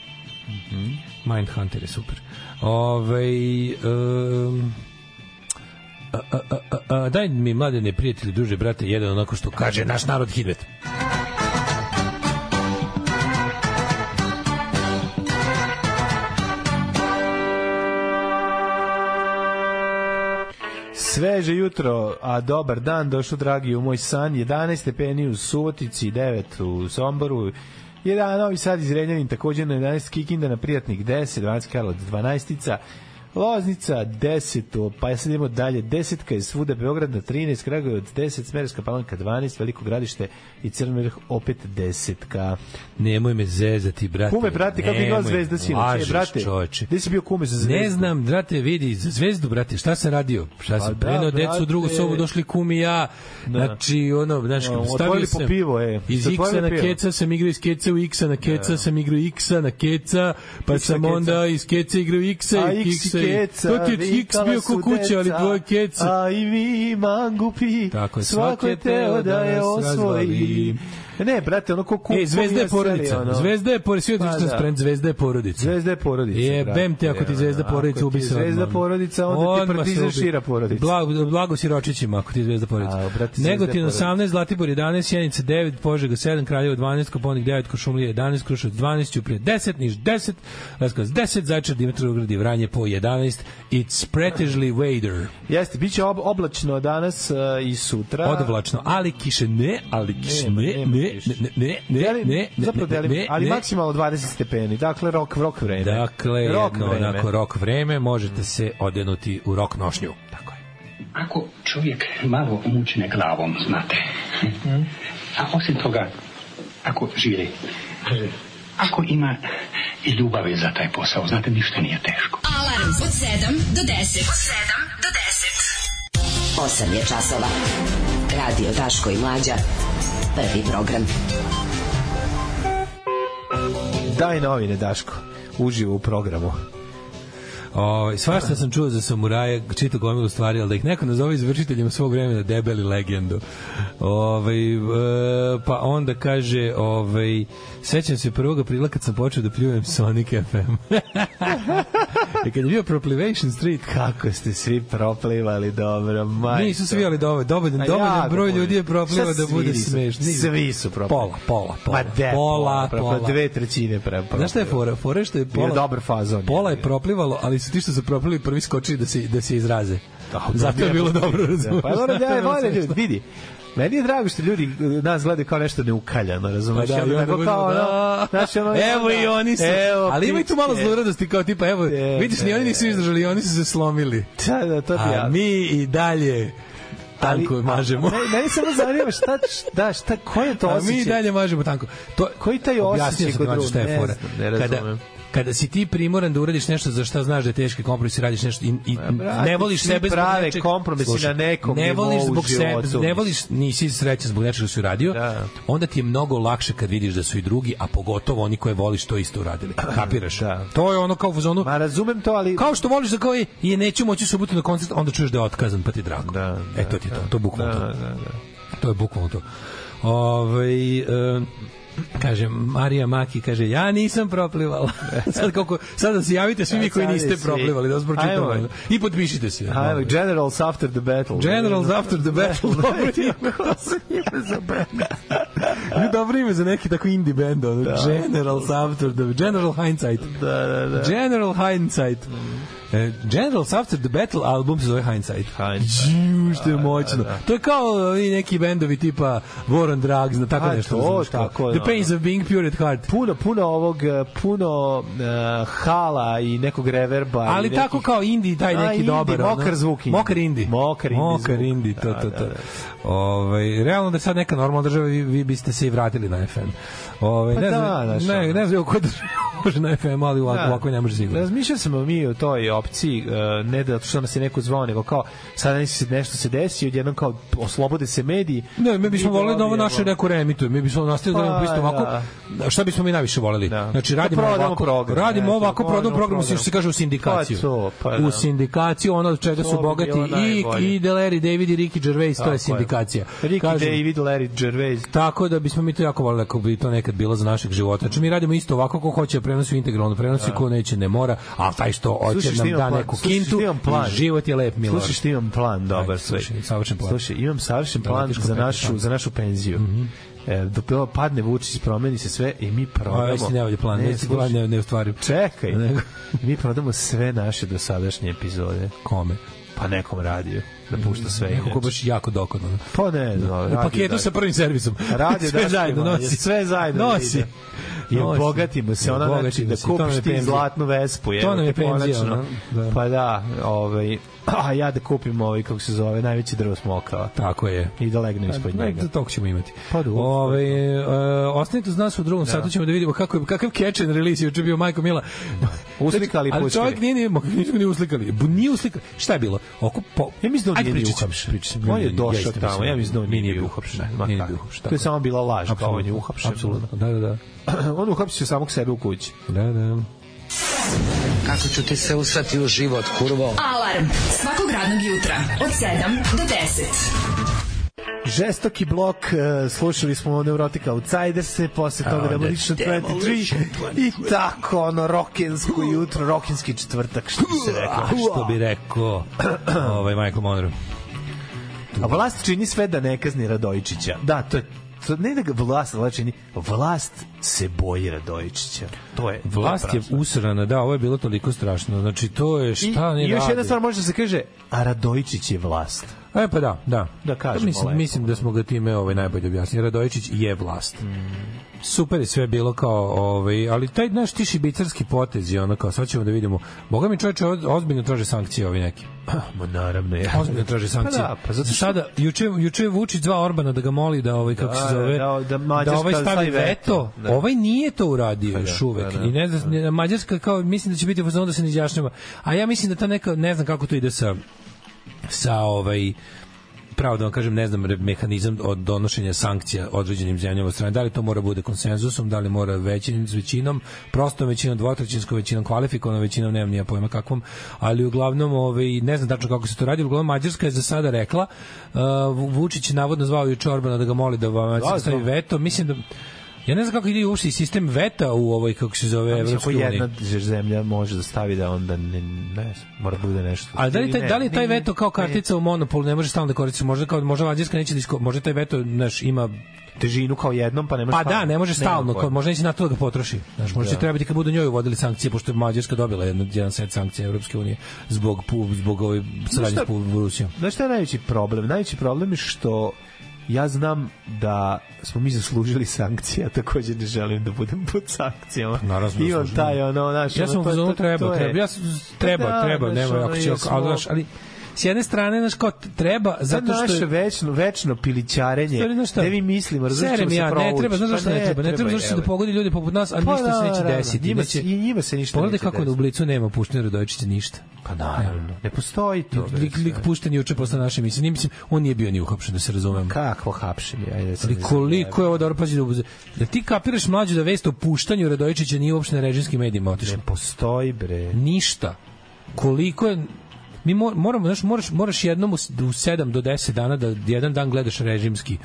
S5: Mhm.
S4: Mindhunter je super. Ove, um, a, a, a, a, a, daj mi mlade neprijatelji, druže, brate, jedan onako što kaže naš narod Hidmet.
S5: Sveže jutro, a dobar dan, došao dragi u moj san, 11 stepeni u Subotici, 9 u Somboru, 11 Novi Sad iz Renjanin, takođe na 11 Kikinda na Prijatnik 10, 12 Karlovac 12 Loznica 10, pa ja sad idemo dalje, 10 je svuda, Beograd na 13, Kragujevac 10, Smerska palanka 12, Veliko gradište i Crni vrh opet 10
S4: Nemoj me zezati, brate.
S5: Kume, brate, kako je
S4: nemoj,
S5: glas zvezda sinoć? E,
S4: Lažeš,
S5: brate,
S4: čoveče.
S5: gde si bio kume za zvezdu?
S4: Ne znam, brate, vidi, za zvezdu, brate, šta sam radio? Šta sam
S5: da,
S4: prenao decu u drugu
S5: brate.
S4: sobu, došli kum i ja. Znači, ono, znači,
S5: Ono,
S4: stavio
S5: otvorili
S4: sam...
S5: po pivo, e.
S4: Iz
S5: Otvorili
S4: X-a na
S5: pivo.
S4: keca sam igrao iz keca u X-a na keca, sam igrao X-a na keca, pa
S5: X na
S4: sam
S5: keca.
S4: onda iz keca igrao X-a
S5: A
S4: i
S5: X
S4: X-a.
S5: i
S4: i-
S5: keca,
S4: To ti je X
S5: vikala
S4: bio
S5: su
S4: ko kuća, ali
S5: deca,
S4: dvoje keca.
S5: A i vi mangupi,
S4: Tako je,
S5: svako je teo da je
S4: nas
S5: osvoji.
S4: razvali.
S5: Ne, brate, ono ko kupi.
S4: Ej, E, zvezda je porodica. Zvezda je porodica. Svi
S5: Pa
S4: otišli
S5: da.
S4: sprem, zvezda je porodica.
S5: Zvezda je porodica.
S4: Jebem te
S5: brate,
S4: ako ti zvezda
S5: ono,
S4: porodica
S5: ako ti
S4: ubi
S5: je
S4: se.
S5: Zvezda
S4: odmah.
S5: porodica, onda ti
S4: Odmah se
S5: partizan
S4: ubi.
S5: šira porodica.
S4: Blago, blago siročićima ako ti je zvezda porodica.
S5: A, brate, zvezda je
S4: Negotin
S5: porodica.
S4: 18, Zlatibor 11, Sjenica 9, Požega 7, Kraljevo 12, Koponik 9, Košumlija 11, Kruševac 12, Ćuprije 10, Niš 10, Leskovac 10, Zajčar, Dimitrovgrad i Vranje po 11. It's pretežli wader.
S5: Jeste, biće ob oblačno danas e, i sutra.
S4: Odvlačno, ali kiše ne, ali kiše
S5: Nema,
S4: ne, ne,
S5: nema
S4: ne,
S5: kiše.
S4: ne, ne, ne,
S5: Delim-
S4: ne,
S5: zapravo
S4: ne,
S5: delim,
S4: ne,
S5: ali
S4: ne.
S5: maksimalno 20 stepeni. Dakle, rok, rok vreme.
S4: Dakle,
S5: rok
S4: jedno
S5: vreme. Mm.
S4: onako rok vreme, možete se odenuti u rok nošnju. Tako je.
S7: Ako čovjek malo mučne glavom, znate,
S6: Mhm.
S7: a osim toga, ako žiri, ako ima i ljubavi za taj posao, znate, ništa nije teško.
S3: Alarm od 7 do 10. Od 7 do 10. 8 je časova. Radio Daško i Mlađa. Prvi program.
S5: Daj novine, Daško. Uživo u programu.
S4: Ovaj svašta sam čuo za samuraje, čitao gomilu stvari, ali da ih neko nazove izvršiteljima svog vremena debeli legendu. Ovaj e, pa onda kaže, ovaj sećam se 1. aprila kad sam počeo da pljujem Sonic FM. I kad je bio Proplivation Street,
S5: Kako ste svi proplivali, dobro, majko.
S4: Nisu svi, ali dovolj, dovoljan,
S5: A
S4: dovoljan
S5: jako
S4: broj
S5: puno.
S4: ljudi je proplivao
S5: Šta
S4: da
S5: svi
S4: bude
S5: nisu?
S4: smešno.
S5: Svi su proplivali.
S4: Pola, pola, pola.
S5: Ma de,
S4: pola,
S5: proplivali,
S4: pola.
S5: Dve trećine proplivali.
S4: Pa Znaš šta je fora? Fora je što je
S5: Bio
S4: pola,
S5: dobar fazon.
S4: pola je proplivalo, ali su ti što su proplivali prvi skočili da se, da se izraze.
S5: Dobro,
S4: Zato je bilo dobro razumeš.
S5: Da, Pa
S4: Zato
S5: dobro,
S4: je
S5: da je
S4: bilo
S5: vole ljudi,
S4: smešno.
S5: vidi. Meni je drago što ljudi e, nas gledaju kao nešto neukaljano,
S4: Pa
S5: razumeš?
S4: da, i
S5: I onda
S4: onda
S5: tako
S4: budemo,
S5: kao, ono,
S4: da.
S5: znaš, ono,
S4: evo i oni su.
S5: evo,
S4: ali ima i tu malo
S5: pike.
S4: zluradosti kao tipa, evo,
S5: Te,
S4: vidiš, ni oni nisu izdržali, i oni su se slomili.
S5: Da, da, to ti
S4: A
S5: ja.
S4: mi i dalje tanko
S5: Ali-
S4: mažemo.
S5: a, Meni, meni samo zanima šta, šta, šta, ko je to
S4: A
S5: osjećaj?
S4: mi i dalje mažemo tanko. To,
S5: Koji taj
S4: Objasnio
S5: osjećaj
S4: sam
S5: kod
S4: ti, Mađo,
S5: drugog?
S4: šta je
S5: Ne
S4: fora.
S5: znam, ne razumem.
S4: Kada, kada si ti primoran da uradiš nešto za šta znaš da je teški kompromis i radiš nešto i, i
S5: Pa, brate,
S4: ne voliš
S5: svi
S4: sebe zbog
S5: prave
S4: nečeg-
S5: kompromisi
S4: Slušaj,
S5: na nekom
S4: ne
S5: nivou
S4: voliš
S5: u
S4: zbog
S5: životu,
S4: ne voliš nisi srećan zbog nečega što si uradio
S5: Da.
S4: onda ti je mnogo lakše kad vidiš da su i drugi a pogotovo oni koje voliš to isto uradili kapiraš
S5: Da.
S4: to je ono kao u zonu
S5: Ma razumem to, ali
S4: kao što voliš da kao je, je neću moći u subotu na koncert, onda čuješ da je otkazan, pa ti je drago.
S5: Da,
S4: e, to ti je to, to je bukvalno
S5: Da,
S4: to.
S5: da, da.
S4: To je bukvalno to. Ovaj e, kaže Marija Maki kaže ja nisam proplivala. sad kako sad da se javite svi vi koji
S5: E. sad je
S4: niste
S5: svi.
S4: proplivali da vas pročitamo.
S5: Ajmo.
S4: I potpišite se.
S5: Ajmo, Pa, Generals after the battle.
S4: Generals after the battle. Dobro ime.
S5: za band.
S4: Dobro ime za neki tako indie band. Ono.
S5: Da.
S4: Generals after the General Hindsight.
S5: Da, da, da.
S4: General Hindsight. E, Generals After the Battle album se zove Hindsight.
S5: Hindsight.
S4: Ju, što
S5: Da,
S4: je moćno. To je kao ovi neki bendovi tipa War on Drugs, na tako
S5: A,
S4: nešto.
S5: to,
S4: razumeš, kao
S5: tako da, je,
S4: The
S5: ono.
S4: Pains of Being Pure at Heart.
S5: Puno, puno ovog, eh, puno uh, hala i nekog reverba. i
S4: Ali
S5: nekih-
S4: tako kao indie, taj
S5: A,
S4: neki
S5: indie,
S4: dobar. ono.
S5: mokar zvuk indie.
S4: Mokar indie.
S5: Mokar indie
S4: Mokar
S5: zvuk.
S4: indie, to,
S5: Da,
S4: to,
S5: da,
S4: to.
S5: da.
S4: Ovaj, realno da je sad neka normalna država, vi, vi biste se i vratili na FM. Ovaj,
S5: Pa
S4: ne znam,
S5: da, znaš,
S4: ne,
S5: ono.
S4: ne znam ko država može na FM, ali ovako,
S5: Da.
S4: ovako ne može sigurno.
S5: Razmišljali smo mi o toj opciji, eh, ne da što nas je neko zvao, nego kao sad nešto se- nešto se desi, odjednom kao oslobode se mediji.
S4: Ne, mi bismo
S5: Mi
S4: voleli da ovo
S5: dobijemo-
S4: naše neko reemituje. Mi bismo nastavili da
S5: Pa,
S4: nam pristup ovako. Šta bismo mi najviše voleli?
S5: Da.
S4: Znači
S5: Da
S4: radimo
S5: prodamo
S4: ovako,
S5: program,
S4: radimo
S5: ne,
S4: ovako,
S5: da
S4: prodamo
S5: prodamo
S4: program, mislim
S5: program.
S4: što se kaže u sindikaciju.
S5: Pa to, pa da.
S4: U sindikaciju, ono od čega
S5: To
S4: su
S5: bi
S4: bogati
S5: bilo
S4: i
S5: najbolje.
S4: i Deleri, David i Ricky Gervais, to
S5: Tako
S4: je
S5: je.
S4: sindikacija.
S5: Ricky
S4: Kažem,
S5: David, Larry Gervais.
S4: Tako da bismo mi to jako voleli ako bi to nekad bilo za našeg života. Znači mi radimo isto ovako ko hoće da prenosi integralno prenosi, ko neće ne mora, a taj što hoće
S5: Da. Slušaj,
S4: nam
S5: imam
S4: da
S5: plan,
S4: neku
S5: slušaj,
S4: kintu.
S5: imam plan.
S4: i Život je lep, Milor.
S5: Slušaj, što imam plan, dobar
S4: Ajde,
S5: sve.
S4: slušaj, savršen plan. da
S5: Slušaj, imam savršen plan
S4: Dramatičko
S5: za
S4: peti
S5: našu
S4: plan.
S5: za našu penziju.
S4: Mhm.
S5: E, dok ovo padne Vučić, promeni se sve i mi prodamo.
S4: Ovo je nevalji plan, ne,
S5: slušaj,
S4: plan ne, ne ostvarim.
S5: Čekaj.
S4: Nego-
S5: mi prodamo sve naše dosadašnje epizode.
S4: Kome?
S5: Pa nekom radiju. Da pušta sve.
S4: Neko ko
S5: inače.
S4: baš jako dokodno.
S5: Pa ne, no,
S4: U
S5: radio
S4: paketu
S5: Daško.
S4: sa prvim servisom.
S5: Radio
S4: sve
S5: Daško
S4: zajedno
S5: ima,
S4: nosi.
S5: da sve zajedno da
S4: Nosi.
S5: ide. I
S4: Nosi.
S5: obogatimo se, ona znači
S4: Obogatimo
S5: da
S4: se, to nam je
S5: kupiš ti
S4: penzija.
S5: zlatnu vespu.
S4: To nam je
S5: jebote,
S4: penzija,
S5: konačno.
S4: ono, da.
S5: Pa da, ovaj, a ja da kupim ovaj, kako se zove, najveći drvo smokava.
S4: Tako je.
S5: I da legnem ispod
S4: Ne,
S5: njega.
S4: da toliko ćemo imati.
S5: Pa dobro.
S4: Ove, e, ostanite uz nas u drugom satu, ćemo da vidimo kako je, kakav catch and release je juče bio Majko Mila.
S5: Uslikali i
S4: Ali
S5: pustili.
S4: čovjek nije, nije, nisu ga ni uslikali. Bu- Nije uslikali. Šta je bilo? Oko, po...
S5: Ja mislim da on
S4: Ajde,
S5: nije ni
S4: pričat ćemo,
S5: uhapšen.
S4: pričat ćemo.
S5: On je
S4: Ja isto
S5: došao
S4: mislim
S5: tamo,
S4: da
S5: ja mislim da on nije bio
S4: bio
S5: uhapšen.
S4: Ne,
S5: Ma
S4: Nije
S5: tako.
S4: bio uhapšen.
S5: To je samo bila laž, kao on je uhapšen.
S4: Apsolutno. Da, da, da.
S5: on uhapšio samog sebe u kući.
S4: Da, da.
S8: Kako ću ti se usrati u život, kurvo?
S3: Alarm svakog radnog jutra od 7 do 10.
S5: Žestoki blok, e, slušali smo Neurotic Outsiders, posle toga Demolition 23 i tako, ono, rokensko jutro, rokenski četvrtak, što bi se
S4: A,
S5: reklo.
S4: što bi rekao ovaj Michael Monroe?
S5: A vlast čini sve da ne kazni Radojičića. Da, to je to ne da ga vlast, vlast čini, vlast se boji Radojičića. To je
S4: Vlast je usrana, da, ovo je bilo toliko strašno. Znači, to je
S5: I,
S4: šta ne
S5: I još
S4: radi.
S5: jedna stvar može da se kaže, a Radojičić je vlast.
S4: E pa da, da.
S5: Da kažemo
S4: mislim,
S5: lepo.
S4: mislim da smo ga time ovaj najbolje objasnili. Radojičić je vlast.
S5: Mm.
S4: Super je sve bilo kao ovaj, ali taj naš ti šibicarski potez je ono kao sad ćemo da vidimo. Boga mi čoveče o- ozbiljno traže sankcije ovi neki.
S5: Ma naravno, ja.
S4: Ozbiljno traže sankcije.
S5: Pa da, pa zato što-
S4: sada juče juče je Vučić dva Orbana da ga moli da ovaj kako se
S5: Da,
S4: zove
S5: da, da Mađarska
S4: ovaj stavi
S5: stavi veto.
S4: veto.
S5: Da.
S4: Ovaj nije to uradio
S5: da,
S4: još uvek.
S5: pa da.
S4: I ne znam ne- Mađarska kao mislim da će biti u fazonu da se ne izjašnjava. A ja mislim da ta neka ne znam kako to ide sa sa ovaj pravo da vam kažem, ne znam, re- mehanizam od donošenja sankcija određenim zemljama od strane. Da li to mora bude konsenzusom, da li mora većinom, s većinom, prostom većinom, dvotrećinskom većinom, kvalifikovanom većinom, nemam nija pojma kakvom, ali uglavnom, ovaj, ne znam tačno kako se to radi, uglavnom Mađarska je za sada rekla, uh, Vu- Vučić je navodno zvao juče Orbana da ga moli da vam
S5: Da,
S4: stavi
S5: znam.
S4: veto, mislim da Ja ne znam kako ide uopšte i sistem veta u ovoj, kako se zove,
S5: Ako
S4: Evropskoj uniji.
S5: jedna zemlja može da stavi da onda ne, ne znam, mora da bude nešto.
S4: Ali da li
S5: Ili
S4: taj,
S5: ne,
S4: da li je taj
S5: ne,
S4: veto kao kartica u monopolu ne može stalno da koristi? Možda kao možda Mađarska neće da isko- možda taj veto naš ima
S5: težinu kao jednom, pa ne može
S4: Pa da, ne može
S5: Nemam
S4: stalno,
S5: pojma.
S4: kao, možda neće na to da ga potroši. Znaš, možda će trebati kad budu njoj uvodili sankcije, pošto je Mađarska dobila jedan, jedan set sankcija Evropske unije zbog, pu- zbog ove saradnje s
S5: šta-
S4: pu- Rusijom.
S5: Znaš šta je najveći problem? Najveći problem je što ja znam da smo mi zaslužili sankcije, a takođe ne želim da budem pod sankcijama.
S4: Pa naravno smo
S5: Imam
S4: zaslužili.
S5: taj ono, znaš,
S4: Ja
S5: ono,
S4: sam u
S5: to je-
S4: zonu
S5: to- to
S4: treba,
S5: je-
S4: treba. Ja sam, treba,
S5: Pa da,
S4: treba,
S5: znaš,
S4: nema,
S5: ono,
S4: ako će,
S5: jer
S4: ako-
S5: smo-
S4: ali, znaš, ali s jedne strane, znaš, kao treba, zato što...
S5: naše
S4: je-
S5: večno, večno pilićarenje,
S4: Stvari, znaš šta?
S5: gde mi mislimo, različno
S4: Serem
S5: se
S4: ja, ne
S5: provući.
S4: treba, znaš
S5: Pa
S4: zašto ne treba? Ne treba zašto se da
S5: jebote.
S4: pogodi ljudi poput nas, a
S5: Pa
S4: ništa se
S5: da,
S4: neće
S5: da, da,
S4: desiti.
S5: njima
S4: neće-
S5: se- i njima se ništa
S4: Pogledaj
S5: neće
S4: kako na
S5: desiti.
S4: Ublicu nema Puštine Radojičića ništa. Pa naravno.
S5: Ne postoji to. da. bre,
S4: Lik, lik
S5: sve.
S4: pušten juče posle naše emisije. Nije, mislim, on nije bio ni uhapšen, da se razumemo.
S5: Kakvo hapšenje, ajde. da se
S4: Ali
S5: ne
S4: koliko je ovo dobro pazi da ubuze. Da ti kapiraš mlađu da vest o puštanju Radojičića nije uopšte na režimskim medijima otišla.
S5: Ne postoji, bre.
S4: Ništa. Koliko je mi mor- moramo znaš, moraš moraš jednom u, s- u 7 do 10 dana da jedan dan gledaš režimski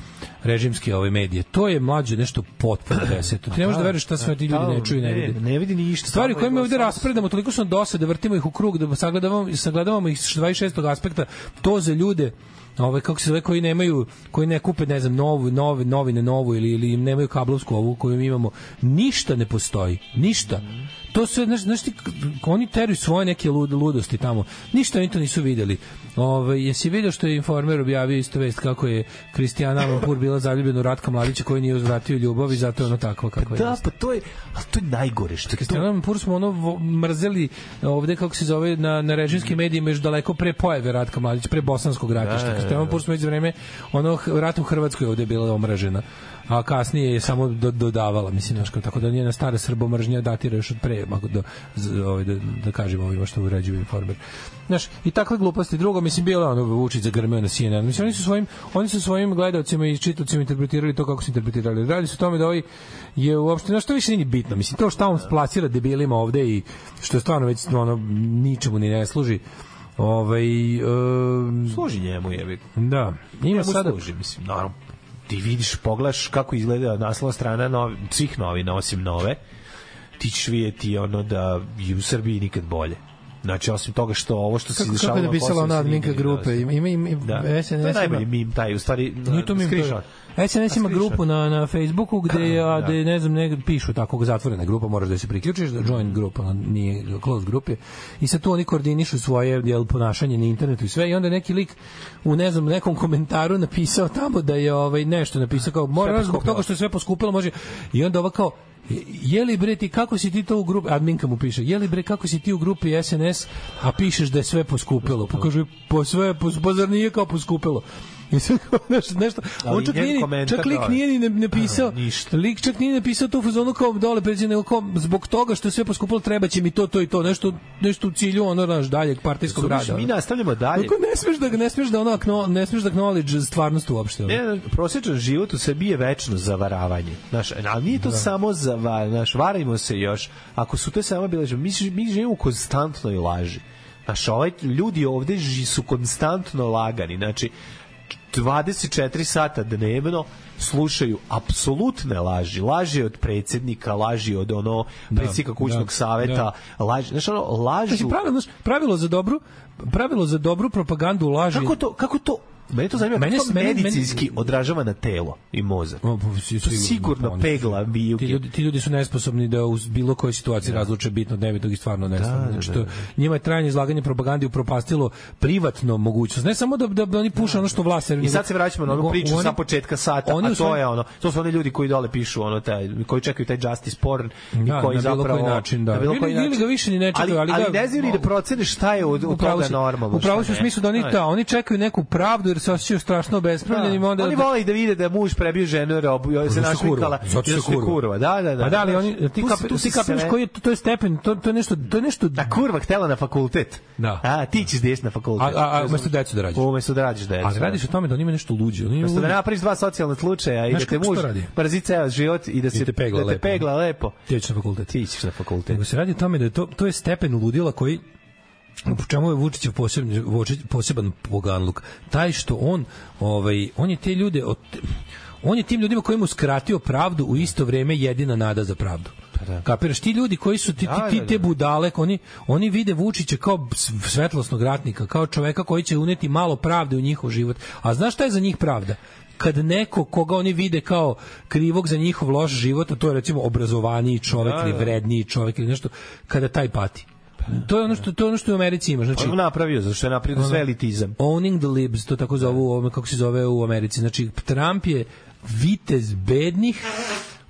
S4: režimski ove medije. To je mlađe nešto potpuno deseto. Ti ne možeš da veruješ šta sve ti ljudi ne čuju i ne vide.
S5: Ne vidi ništa.
S4: Stvari
S5: samo
S4: koje mi
S5: je
S4: ovde
S5: glasno.
S4: raspredamo, toliko su nam dosade, vrtimo ih u krug, da sagledavamo, sagledavamo ih s 26. aspekta, to za ljude ove kako se zove koji nemaju koji ne kupe ne znam novu nove novine novu ili ili im nemaju kablovsku ovu koju mi imamo ništa ne postoji ništa
S5: Mhm.
S4: to sve znaš, znaš ti, k- oni teruju svoje neke lud, ludosti tamo ništa oni to nisu videli Ove, jesi video što je informer objavio isto vest kako je Kristijana Alampur bila zaljubljena u Ratka Mladića koji nije uzvratio ljubav i zato je ono takva kakva je
S5: Da, pa to je, ali to je najgore što je to.
S4: Kristijana Pur smo ono vo- mrzeli e, ovde kako se zove na na režimskim medijima još daleko pre pojave Ratka Mladića, pre bosanskog ratišta. Da, Kristijana Pur smo već za vreme ono h- rat u Hrvatskoj ovde bila omražena. A kasnije je samo do, dodavala, mislim, znaš, kao, tako da njena stara srbomržnja datira još od pre, ako da, z- ovaj, da, da kažemo ovima što uređuju informer. Znaš, i takve gluposti. Drugo, mislim, bilo je ono Vučić zagrmeo na CNN. Mislim, oni su svojim, oni su svojim gledalcima i čitavcima interpretirali to kako su interpretirali. Radi se o tome da ovi je uopšte, znaš, to više nije ni bitno. Mislim, to što on plasira debilima ovde i što je stvarno već ono, ničemu ni ne služi. Ovaj, um,
S5: Služi njemu, jebi. ga.
S4: da, ima
S5: Njemu
S4: sada...
S5: služi, mislim, naravno. Ti vidiš, pogledaš kako izgleda naslova strana novi, svih novina, osim nove. Ti ćeš vidjeti ono da je u Srbiji nikad bolje. Znači, osim toga što ovo što se
S4: Kako,
S5: izdešavalo...
S4: kako je napisala
S5: posle
S4: ona
S5: se
S4: adminka
S5: nigde ne
S4: grupe?
S5: dostaje.
S4: Ima, ima, ima,
S5: Da.
S4: SNS
S5: to je
S4: ima-
S5: najbolji mim, taj, u stvari,
S4: Nije to mi
S5: screenshot.
S4: to je. SNS ima
S5: A,
S4: grupu
S5: screenshot.
S4: na, na Facebooku gde je, a, da. ne znam, ne, pišu tako zatvorena grupa, moraš da se priključiš, da join grupa, ona nije close grupe. I sad tu oni koordinišu svoje jel, ponašanje na internetu i sve. I onda je neki lik u ne znam, nekom komentaru napisao tamo da je ovaj, nešto napisao kao, mora zbog toga što je sve poskupilo, može. I onda ova kao, je li bre ti kako si ti to u grupi adminka mu piše je li bre kako si ti u grupi SNS a pišeš da je sve poskupilo pa kaže po sve po, pa zar nije kao poskupilo i sad kao nešto, nešto
S5: Ali
S4: on Pa čak,
S5: njen
S4: nije, ni-
S5: komentar
S4: čak lik
S5: kao je.
S4: nije ni ne- napisao,
S5: Aha, ništa.
S4: lik čak nije napisao to u fazonu kao dole pređe, nego kao zbog toga što je sve poskupilo treba će mi to, to i to, nešto, nešto u cilju ono naš daljeg partijskog
S5: Razumeš,
S4: rada.
S5: Mi
S4: ono.
S5: nastavljamo dalje.
S4: Kako ne smeš da ne smeš da ono akno- ne smeš da acknowledge stvarnost uopšte. ono.
S5: Ne, ne, E, prosječan život u Srbiji je večno zavaravanje. Znaš, ali nije to da. samo zavar, znaš, varajmo se još. Ako su te samo bile, mi, ži- mi živimo u konstantnoj laži. Znaš, ovaj, ljudi ovde ži, su konstantno lagani. Znači, 24 sata dnevno slušaju apsolutne laži. Laži od predsednika, laži od ono predsednika kućnog
S4: da,
S5: saveta, laži, znaš, ono, laži...
S4: Znači, pravilo, znaš, pravilo za dobru, pravilo za dobru propagandu laži.
S5: Kako to, kako to, meni to zanima,
S4: Mene
S5: kako
S4: s-
S5: to
S4: mene- meni-
S5: medicinski odražava na telo i mozak.
S4: O, pa, si-
S5: To sigurno
S4: oni-
S5: pegla
S4: Ti
S5: vijuge.
S4: ljudi, ti ljudi su nesposobni da u bilo kojoj
S5: Da.
S4: situaciji razluče bitno da od nebitnog i stvarno nestvarno. Da, znači, to, njima je trajanje izlaganje propagandi upropastilo privatno mogućnost. Ne samo da, da, da oni puše ono što vlast...
S5: I sad se vraćamo na onu priču
S4: oni-
S5: sa početka sata,
S4: oni u
S5: a to
S4: svojem-
S5: je ono, to su oni ljudi koji dole pišu ono taj, koji čekaju taj justice porn i
S4: Da,
S5: koji
S4: na bilo
S5: zapravo
S4: koji način, da.
S5: na bilo
S4: Ili-
S5: koji
S4: ili
S5: način.
S4: ga više ni ne čekaju, ali
S5: ali, ali
S4: da-
S5: ne znaju ni da procene šta je od, od
S4: Upravo
S5: toga
S4: si-
S5: normalno.
S4: Upravo si
S5: šta
S4: u
S5: ne.
S4: smislu da oni,
S5: To je-
S4: da, oni čekaju neku pravdu jer se osjećaju strašno obespravljenim.
S5: Da.
S4: onda,
S5: Oni vole i da vide da je muž prebio ženu jer obu, jer se
S4: Zato su
S5: našvikala.
S4: kurva. Zato
S5: jer
S4: su
S5: su kurva. Da, da, da.
S4: Pa da, ali
S5: Znaš,
S4: oni, ti,
S5: tu se-
S4: kapi,
S5: tu
S4: ti
S5: se
S4: kapiraš
S5: sve-
S4: koji je, to je stepen, to, to je nešto, to je nešto
S5: Da kurva htela na fakultet.
S4: Da.
S5: A ti ćeš da ideš na fakultet.
S4: A- a- a umesto decu da rađaš.
S5: Umesto da rađaš decu.
S4: Ali radiš o tome da oni imaju nešto luđe. Oni imaju
S5: Umesto da
S4: luđe.
S5: napraviš dva socijalna slučaja i
S4: Znaš
S5: da te
S4: kako
S5: muž
S4: što radi?
S5: brzi ceo život i da se
S4: te pegla
S5: da te
S4: lepo.
S5: pegla lepo.
S4: Ti ćeš na fakultet.
S5: Ti ćeš na fakultet.
S4: Nego se radi o tome da je to, to je stepen ludila koji po čemu je Vučićev poseban Vučić poseban poganluk taj što on ovaj on je te ljude od on je tim ljudima kojima uskratio pravdu u isto vreme jedina nada za pravdu.
S5: Pa da.
S4: Kapiraš ti ljudi koji su ti,
S5: Da,
S4: ti,
S5: da,
S4: ti te
S5: da.
S4: budale, oni, oni vide Vučića kao s- svetlosnog ratnika, kao čoveka koji će uneti malo pravde u njihov život. A znaš šta je za njih pravda? kad neko koga oni vide kao krivog za njihov loš život, a to je recimo obrazovaniji čovek
S5: Da,
S4: ili vredniji čovek ili nešto, kada taj pati. To je ono što to je ono što u Americi imaš, znači
S5: On napravio, zato što je napravio sve elitizam.
S4: Owning the libs, to tako zovu u ovome, kako se zove u Americi. Znači, Trump je vitez bednih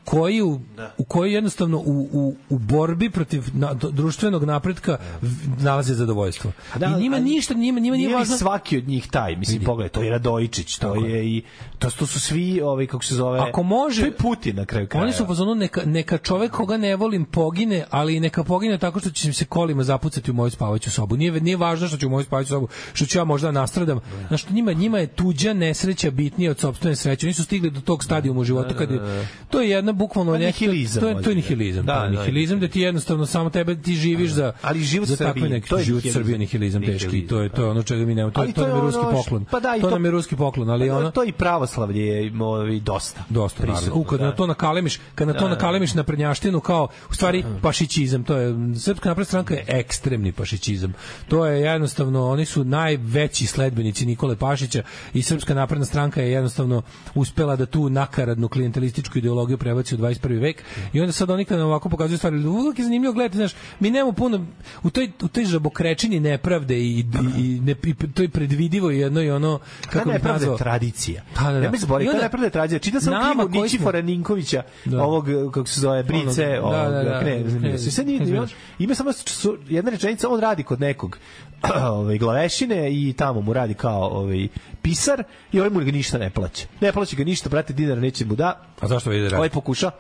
S4: koji u, da. u koji jednostavno u, u, u borbi protiv na, društvenog napretka v- nalaze zadovoljstvo. Da, I njima ništa, njima, njima nije,
S5: Nije li
S4: važno...
S5: svaki od njih taj, mislim,
S4: Vidi.
S5: pogledaj, to je Radojičić, to
S4: Tako
S5: je i, to, to su svi, ovaj, kako se zove,
S4: Ako može-
S5: to je Putin na kraju kraja.
S4: Oni su u fazonu neka, neka čovek koga ne volim pogine, ali i neka pogine tako što će se kolima zapucati u moju spavaću sobu. Nije, nije važno što će u moju spavaću sobu, što ću ja možda nastradam.
S5: Da.
S4: Znaš, njima, njima je tuđa nesreća bitnija od sopstvene sreće. Oni su stigli do tog stadijuma u životu. Kad je, to je jedna bukvalno...
S5: Da, Pa
S4: neki-
S5: nihilizam,
S4: To je, to je
S5: ozbiljan.
S4: nihilizam.
S5: Da,
S4: Da,
S5: da,
S4: nihilizam da ti jednostavno samo tebe ti živiš za
S5: Ali život
S4: za
S5: Srbije,
S4: takve neke
S5: to je
S4: život
S5: nihilizam.
S4: Srbije nihilizam teški i to je to je ono čega mi nemamo to,
S5: Ali
S4: je- to,
S5: to
S4: nam je
S5: je
S4: ruski
S5: ono što-
S4: poklon
S5: pa da, i
S4: to,
S5: to-
S4: nam je ruski poklon ali
S5: Pa
S4: ona
S5: To i pravoslavlje je ovaj, dosta.
S4: dosta naravno. Da.
S5: prisutno,
S4: U, kad na to nakalemiš, kad na to nakalemiš na prednjaštinu kao u stvari pašićizam, to je Srpska napredna stranka je ekstremni pašićizam. To je jednostavno oni su najveći sledbenici Nikole Pašića i Srpska napredna stranka je jednostavno uspela da tu nakaradnu klijentelističku ideologiju prebaci u 21. vek i onda sad oni kad nam ovako pokazuju stvari, uvek je zanimljivo gledati, znaš, mi nemamo puno u toj u toj žabokrečini nepravde i i, i, ne, i toj predvidivoj jednoj ono
S5: Kako
S4: kako
S5: ta
S4: bih
S5: nepravda
S4: nazvao
S5: je tradicija.
S4: Da, da, da.
S5: Ne mi zaboravim,
S4: I
S5: ta
S4: onda-
S5: nepravda je tradicija. Čitao sam
S4: Nama
S5: knjigu
S4: koji smo-
S5: Ničifora Ninkovića,
S4: Da.
S5: ovog, kako se zove, Brice,
S4: Onog-
S5: ovog,
S4: da, da, da,
S5: ne, ne,
S4: ne,
S5: ne, sad
S4: ne,
S5: nije-
S4: ne,
S5: ima- ima samo su- jedna rečenica, on radi kod nekog ovaj glavešine i tamo mu radi kao ovaj pisar i ovaj mu ga ništa ne plaća. Ne plaća ga ništa, brate, dinara neće mu da.
S4: A zašto vi
S5: Ovaj pokuša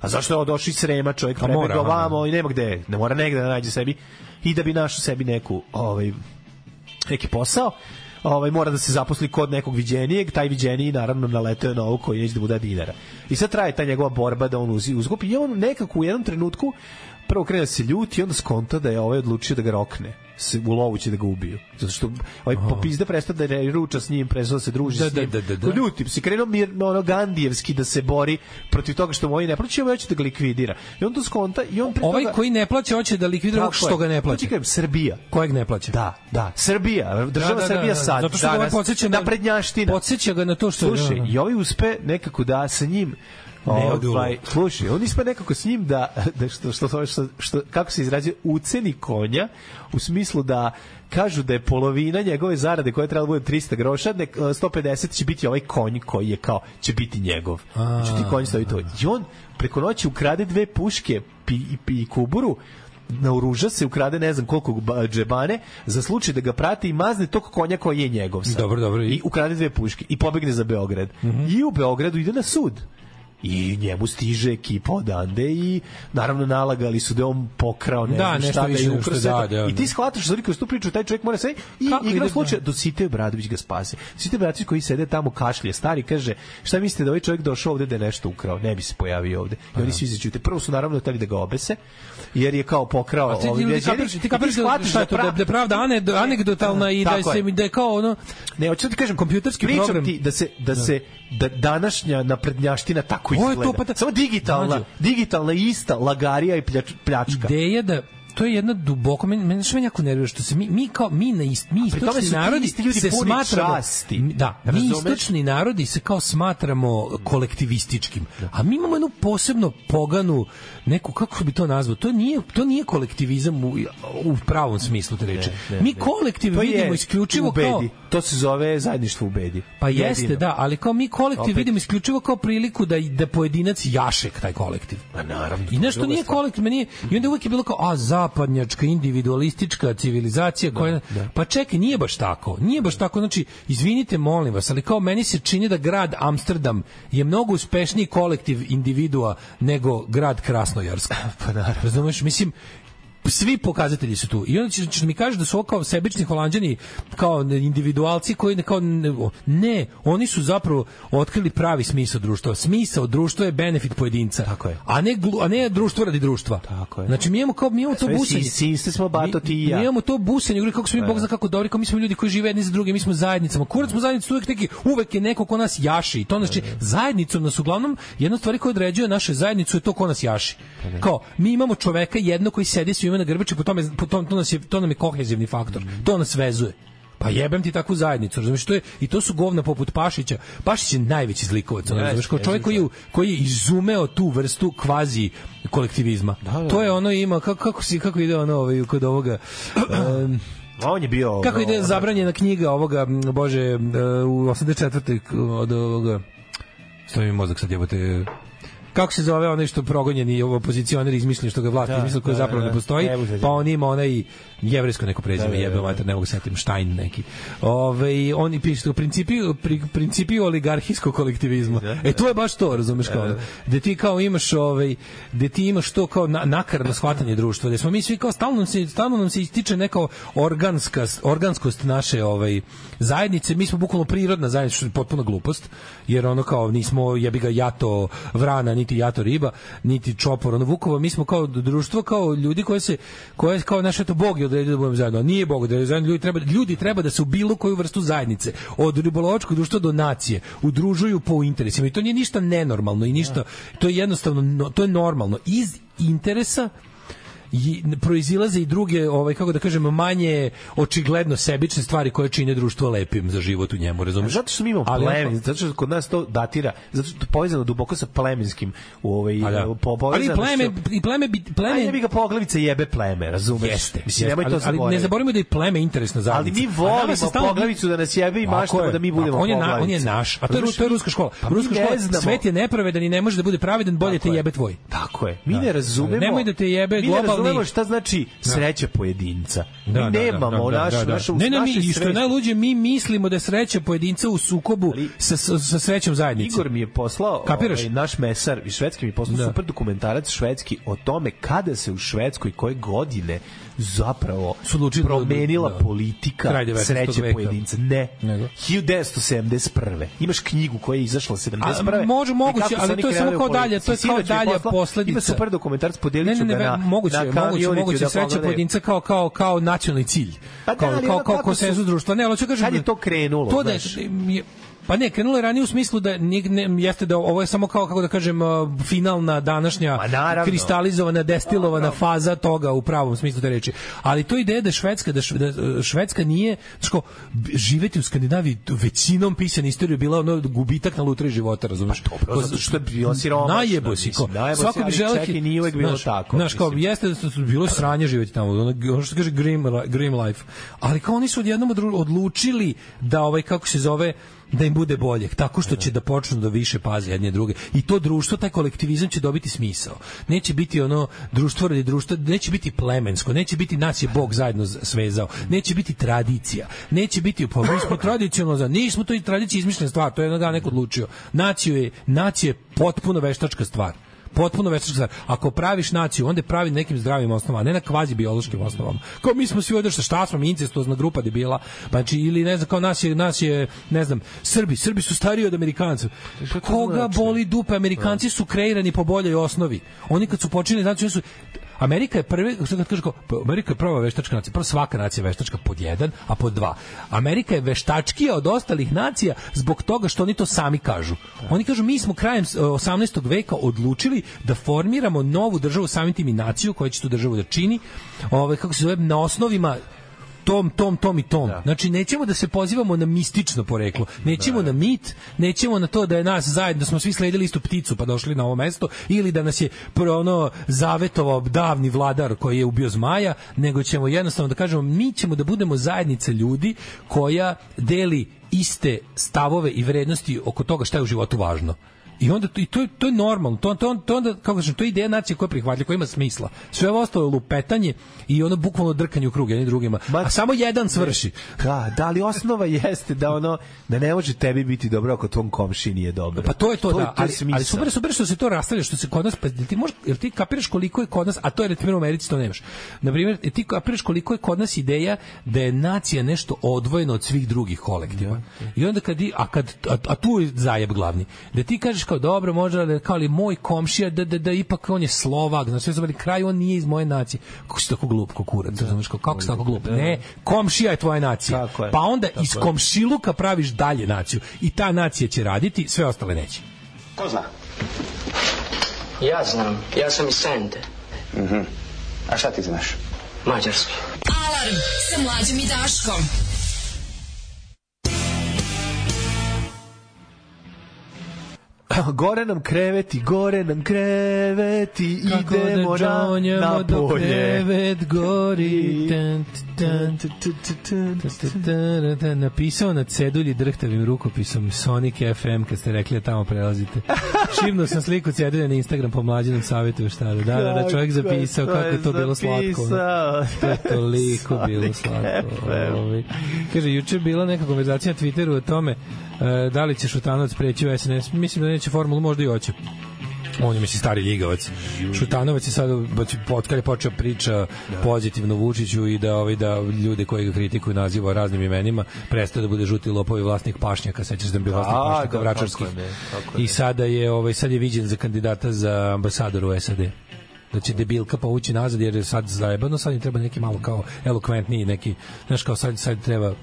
S5: A zašto je ovo došao iz Srema, čovjek
S4: Pa mora,
S5: prebegao
S4: aha.
S5: ovamo i nema gde, ne mora negde da nađe sebi i da bi našao sebi neku ovaj, neki posao, ovaj, mora da se zaposli kod nekog viđenijeg, taj viđeniji naravno naleteo na ovo koji neće da mu da dinara. I sad traje ta njegova borba da on uzi, uzgupi i on nekako u jednom trenutku prvo krene da se ljuti i onda skonta da je ovaj odlučio da ga rokne S- u lovu će da ga ubiju. Zato što ovaj popizda prestao da ne ruča s njim, prestao da se druži
S4: Da,
S5: s njim.
S4: da, da, da, da.
S5: Ljutim se, krenuo mir, ono gandijevski da se bori protiv toga što mu ovi ne plaćaju, ovaj hoće da ga likvidira. I on to skonta i on pre
S4: Ovaj
S5: toga-
S4: koji ne plaća hoće da likvidira ovog
S5: Tako je.
S4: što ga ne
S5: To ti
S4: plaća.
S5: kažem, Srbija.
S4: Kojeg ne plaća.
S5: Da, da. Srbija, država
S4: da, da,
S5: Srbija
S4: da, da.
S5: sad,
S4: Zato što ga ovaj
S5: danas,
S4: podsjeća na-
S5: naprednjaština.
S4: Podsjeća ga na to što...
S5: Slušaj,
S4: da, da.
S5: i ovaj uspe nekako da sa njim
S4: ode u
S5: ovaj,
S4: lov.
S5: slušaj, on uspe nekako s njim da, da što, što, što, što, što, kako se izrazio, uceni konja u smislu da kažu da je polovina njegove zarade koja je trebala da bude 300 groša, nek, e, 150 će biti ovaj konj koji je kao, će biti njegov. Znači ti konj stavi to. I on preko noći ukrade dve puške pi, i, pi, i kuburu, naoruža se, ukrade ne znam koliko ba- džebane, za slučaj da ga prati i mazne tog konja koji je njegov. sad.
S4: Dobro, dobro. Mhm.
S5: I ukrade dve puške i pobegne za Beograd. I u Beogradu ide na sud. I njemu stiže ekipa odande i naravno nalagali su da je on pokrao ne
S4: Da,
S5: znam
S4: nešto
S5: šta da
S4: više
S5: je
S4: nego
S5: ukrao
S4: što
S5: sve
S4: da,
S5: to.
S4: da,
S5: I
S4: da.
S5: ti shvataš za kroz tu priču, taj čovjek mora sve i
S4: Kako ide,
S5: igra
S4: da.
S5: slučaj do Site Bradović ga spase. Site Bradović koji sede tamo kašlje, stari kaže, šta mislite da ovaj čovjek došao ovde da je nešto ukrao, ne bi se pojavio ovde.
S4: Pa
S5: I
S4: da.
S5: oni svi izađute. Prvo su naravno hteli da ga obese, jer je kao pokrao
S4: Ti,
S5: ovaj
S4: ti, ti
S5: veđeri.
S4: kapiraš,
S5: I
S4: ti kapiraš da,
S5: shvataš
S4: šta je to, da,
S5: pra-
S4: da je pravda ane- anegdotalna i da,
S5: E, Tako
S4: se,
S5: je.
S4: da je kao ono...
S5: Ne, hoću da ti kažem
S4: Kompjuterski
S5: pričam
S4: program.
S5: ti da se da se da današnja naprednjaština tako
S4: Ovo je to,
S5: izgleda.
S4: pa da-
S5: Samo digitalna,
S4: Mlađo.
S5: digitalna ista lagarija i pljač, pljačka.
S4: Ideja da to je jedna duboko meni meni što meni jako nervira što se mi mi kao mi na ist, mi
S5: pri tome
S4: istočni
S5: su ti
S4: narodi
S5: isti ljudi
S4: se
S5: puni
S4: smatramo
S5: časti.
S4: mi- da mi
S5: Razumeš?
S4: istočni narodi se kao smatramo kolektivističkim a mi imamo jednu posebno poganu neku kako bi to nazvao to nije to nije kolektivizam u, u pravom smislu te reči mi kolektiv
S5: To je
S4: vidimo isključivo
S5: u bedi.
S4: kao
S5: To se zove zajedništvo u bedi.
S4: Pa
S5: Jedino.
S4: jeste, da, ali kao mi kolektiv
S5: Opet.
S4: vidimo isključivo kao priliku da, da pojedinac jaše taj kolektiv.
S5: Pa naravno, to
S4: I
S5: je
S4: nešto
S5: druga
S4: nije
S5: stvar.
S4: kolektiv, meni je, i onda uvek je bilo kao, a zapadnjačka, individualistička civilizacija
S5: Da,
S4: koja... Pa čekaj, nije baš tako. Nije baš tako, znači, izvinite, molim vas, ali kao meni se čini da grad Amsterdam je mnogo uspešniji kolektiv individua nego grad Krasnojarsk. pa naravno. Razumeš, mislim, svi pokazatelji su tu. I onda ćeš, ćeš mi kažeš da su ovo kao sebični holanđani, kao individualci koji kao ne, ne, oni su zapravo otkrili pravi smisao društva. Smisao društva je benefit pojedinca.
S5: Tako je.
S4: A ne, glu, a ne društvo radi društva.
S5: Tako je.
S4: Znači mi imamo kao mi imamo to
S5: Sve
S4: busanje.
S5: si- si- iste smo, bato, ti i ja. Da,
S4: Mi, mi imamo to busanje, gori kako smo mi bog zna kako dobri, kao mi smo ljudi koji žive jedni za druge, mi smo zajednicama. Kurac smo zajednice uvek neki, uvek je neko ko nas jaši. To
S5: Da,
S4: znači zajednicom nas uglavnom jedna stvar koja određuje našu zajednicu je to ko nas jaši.
S5: Pa da.
S4: Kao mi imamo čoveka jedno koji sedi svima na grbači, po tome po tom to nas je to nam je kohezivni faktor.
S5: Mm.
S4: To nas vezuje. Pa jebem ti takvu zajednicu, razumeš, to je, i to su govna poput Pašića. Pašić je najveći zlikovac, ono, razumeš, kao Pa čovjek koji je, u- koji je izumeo tu vrstu kvazi kolektivizma. To je ono ima, kako, kako, si, kako ide ono ovaj, kod ovoga, em,
S5: On je bio ovaj-
S4: kako
S5: ono,
S4: ide
S5: ono-
S4: zabranjena knjiga ovoga, m, bože, e, u 84. od ovoga, stoji mi mozak sad jebote, e, kako se zove onaj što progonjeni opozicioner izmišljen što ga vlast da, izmislio koji da, zapravo da, ne postoji,
S5: ne može da.
S4: pa on ima onaj jevrejsko neko prezime, da, da, jebe mater, ne mogu setim, Stein neki. Ovaj oni piše u principi pri, principi oligarhijskog kolektivizma.
S5: Da,
S4: E to je baš to, razumeš kao. Da, da ti kao imaš ovaj da ti imaš to kao na, nakarno shvatanje društva, da smo mi svi kao stalno nam se stalno nam se ističe neka organska organskost naše ovaj zajednice, mi smo bukvalno prirodna zajednica, što je potpuna glupost, jer ono kao nismo jebi ga jato vrana, niti jato riba, niti čopor, ono Vukova, mi smo kao društvo, kao ljudi koji se, koje kao naše to Bog je odredio da budemo zajedno, a nije Bog odredio da zajedno, ljudi treba, ljudi treba da se u bilo koju vrstu zajednice, od ribolovačkog društva do nacije, udružuju po interesima i to nije ništa nenormalno i ništa,
S5: Da.
S4: to je jednostavno, no, to je normalno, iz interesa i proizilaze i druge, ovaj kako da kažem, manje očigledno sebične stvari koje čine društvo lepim za život u njemu, razumeš?
S5: Zato što mi imamo
S4: Ali ono-
S5: plemen, zato što kod nas to datira, zato što je povezano duboko sa plemenskim u ovaj
S4: A da.
S5: po,
S4: Ali i
S5: povezano
S4: pleme,
S5: što-
S4: i pleme, bi- pleme
S5: Ajde bi ga poglavice jebe pleme, razumeš?
S4: Jeste.
S5: Mislim,
S4: jeste,
S5: nemoj to
S4: ali, ali ne
S5: zaboraviti.
S4: zaboravimo da je pleme interesna
S5: Ali
S4: zajednica.
S5: mi
S4: A nama
S5: volimo
S4: se stalno-
S5: poglavicu da nas jebe i
S4: Tako
S5: maštamo
S4: je. Pa,
S5: da mi budemo
S4: on je, na,
S5: poglavice.
S4: on je naš, a to je, ru- to je ruska škola.
S5: Pa mi
S4: ruska
S5: ne
S4: škola,
S5: znamo.
S4: svet je nepravedan i ne može da bude pravedan, bolje
S5: Tako
S4: te
S5: je.
S4: jebe tvoj.
S5: Tako je. Mi ne razumemo.
S4: Nemoj da te jebe
S5: Mi
S4: globalni-
S5: ne razumemo šta znači sreća pojedinca.
S4: Da, da,
S5: mi nemamo
S4: da, da,
S5: našu
S4: da, da.
S5: našu
S4: Ne, ne, mi,
S5: naše
S4: i što je
S5: sreće.
S4: najluđe, mi mislimo da je sreća pojedinca u sukobu
S5: Ali-
S4: sa, sa, sa srećom zajednice.
S5: Igor mi je poslao
S4: Kapiraš?
S5: Ovaj, naš mesar i švedski mi je poslao
S4: Da.
S5: super dokumentarac švedski o tome kada se u Švedskoj koje godine zapravo
S4: Su odlučili da-
S5: promenila
S4: da.
S5: politika
S4: Kraj 19.
S5: sreće
S4: veka.
S5: pojedinca. Ne.
S4: Nego?
S5: 1971. Imaš knjigu koja je izašla 71.
S4: A, može,
S5: i
S4: moguće,
S5: kako su
S4: ali
S5: oni
S4: to je samo
S5: kreirali
S4: kao
S5: politiku.
S4: dalje, to je
S5: Sinoć
S4: kao
S5: mi
S4: dalje
S5: poslao, Ima
S4: posledica.
S5: super dokumentarac,
S4: Ne,
S5: podelit ću
S4: ne, ne,
S5: ga na,
S4: moguće,
S5: na
S4: moguće,
S5: Community-u
S4: moguće,
S5: da
S4: sreća
S5: pogledaju.
S4: pojedinca kao, kao, kao nacionalni cilj.
S5: Pa da,
S4: kao,
S5: ali
S4: kao,
S5: ono
S4: kao
S5: kako
S4: konsenzus
S5: su-
S4: društva. Ne, ali hoću da kažem...
S5: Kad je to krenulo,
S4: To da,
S5: znaš?
S4: je- Pa ne, krenulo je ranije u smislu da nije- ne, jeste da ovo je samo kao, kako da kažem, uh, finalna današnja
S5: Ma, naravno.
S4: kristalizovana,
S5: Da,
S4: destilovana faza toga u pravom smislu te reči. Ali to ideja da Švedska, da, Šve- da uh, Švedska nije, znaš kao, b- živeti u Skandinaviji t- većinom pisane istorije bila ono gubitak na lutriji života, razumeš?
S5: Pa dobro, zato što je bila siromašna,
S4: Najebo si, ko.
S5: mislim, najebo si,
S4: Svako bi
S5: ali
S4: želeo...
S5: čak
S4: ti-
S5: i nije uvek bilo
S4: znaš,
S5: tako,
S4: Znaš, kao,
S5: mislim.
S4: jeste da su su- bilo je sranje živjeti tamo, ono, ono što se kaže grim, li- grim life. Ali kao oni su odjednom odru- odlučili da ovaj kako se zove da im bude bolje, tako što će da počnu da više paze jedne druge. I to društvo, taj kolektivizam će dobiti smisao. Neće biti ono društvo radi društva, neće biti plemensko, neće biti nas je Bog zajedno z- svezao, neće biti tradicija, neće biti pa mi smo tradicionalno za, nismo to i tradicija izmišljena stvar, to je jedan dan neko odlučio. Naciju je, nacija je potpuno veštačka stvar potpuno veštačka stvar. Ako praviš naciju, onda je pravi na nekim zdravim osnovama, ne na kvazi biološkim osnovama. Kao mi smo svi ovde šta, šta smo mi incestozna grupa debila. Znači ili ne znam kao nas je nas je ne znam, Srbi, Srbi su stariji od Amerikanca.
S5: Šta to
S4: Koga
S5: znači?
S4: boli dupe, Amerikanci su kreirani po boljoj osnovi. Oni kad su počinili, znači oni su Amerika je prve, što kad kažu, kao, pa Amerika je prva veštačka nacija, prva svaka nacija je veštačka pod jedan, a pod dva. Amerika je veštačkija od ostalih nacija zbog toga što oni to sami kažu. Oni kažu, mi smo krajem e, 18. veka odlučili da formiramo novu državu, samim tim i naciju koja će tu državu da čini, ovaj, kako se zove, na osnovima tom, tom, tom i tom. Da. Znači, nećemo da se pozivamo na mistično poreklo. Nećemo na mit, nećemo na to da je nas zajedno, da smo svi sledili istu pticu pa došli na ovo mesto, ili da nas je pro, ono, zavetovao davni vladar koji je ubio zmaja, nego ćemo jednostavno da kažemo, mi ćemo da budemo zajednica ljudi koja deli iste stavove i vrednosti oko toga šta je u životu važno. I onda to, i to, je- to je normalno. To, to, to onda kako kažem, to je ideja nacije koja je prihvatljiva, koja ima smisla. Sve ovo ostalo je lupetanje i ono bukvalno drkanje u krug jedni drugima.
S5: Ma-
S4: A samo jedan svrši.
S5: Da, da, ali osnova jeste da ono da ne može tebi biti dobro ako tvom komši nije dobro.
S4: Pa to je to, da,
S5: je
S4: ali,
S5: smisao.
S4: ali super, je super što se to rastavlja, što se kod nas, pa jel ti možeš, jel ti kapiraš koliko je kod nas, a to je recimo u Americi to nemaš. Na primjer, jel ti kapiraš koliko je kod nas ideja da je nacija nešto odvojeno od svih drugih kolektiva.
S5: Da,
S4: I onda kad, i- a, kad a, a tu je zajeb glavni, da ti kažeš kao dobro, možda da kao ali moj komšija da, da, da ipak on je Slovak, znači sve zbog kraj on nije iz moje nacije. Kako si tako glup, kako kurac, znaš kao, kako si tako glup? Ne, komšija je tvoja nacija.
S5: Da. Tako je.
S4: Pa onda iz komšiluka praviš dalje naciju i ta nacija će raditi, sve ostale neće.
S6: Ko zna?
S9: Ja znam, ja sam iz Sente,
S6: A šta ti znaš?
S9: mađarski.
S3: Alarm sa mlađom i Daškom.
S5: gore nam kreveti, gore nam kreveti,
S4: Kako
S5: idemo
S4: da
S5: na,
S4: džonjamo
S5: na
S4: dok
S5: polje.
S4: krevet gori. Tan, tan, tan, tan, tan, tan. Napisao na cedulji drhtavim rukopisom Sonic FM kad ste rekli da tamo prelazite. Šivno sam sliku cedulje na Instagram po mlađenom savjetu šta da, da, da, čovjek zapisao kako je to bilo slatko. ono. To
S5: Da.
S4: je toliko bilo slatko. Ovi. Kaže, juče je bila neka konverzacija na Twitteru o tome e, da li će Šutanovac preći u SNS. Mislim da neće formulu, možda i hoće. On je, mislim, stari ljigavac. Šutanovac je sad, baš od kada je počeo priča
S5: Da.
S4: pozitivno Vučiću i da, ovaj, da ljude koji ga kritikuju naziva raznim imenima, prestao da bude žuti lopovi vlasnik pašnjaka, sećaš da je bio vlasnik
S5: Da,
S4: pašnjaka
S5: da,
S4: vračarskih.
S5: tako je, ne, tako je,
S4: I
S5: ne.
S4: sada je, ovaj, sad je viđen za kandidata za ambasador u SAD da će debilka povući nazad jer je sad zajebano, sad im treba neki malo kao elokventniji neki, znaš kao sad, sad treba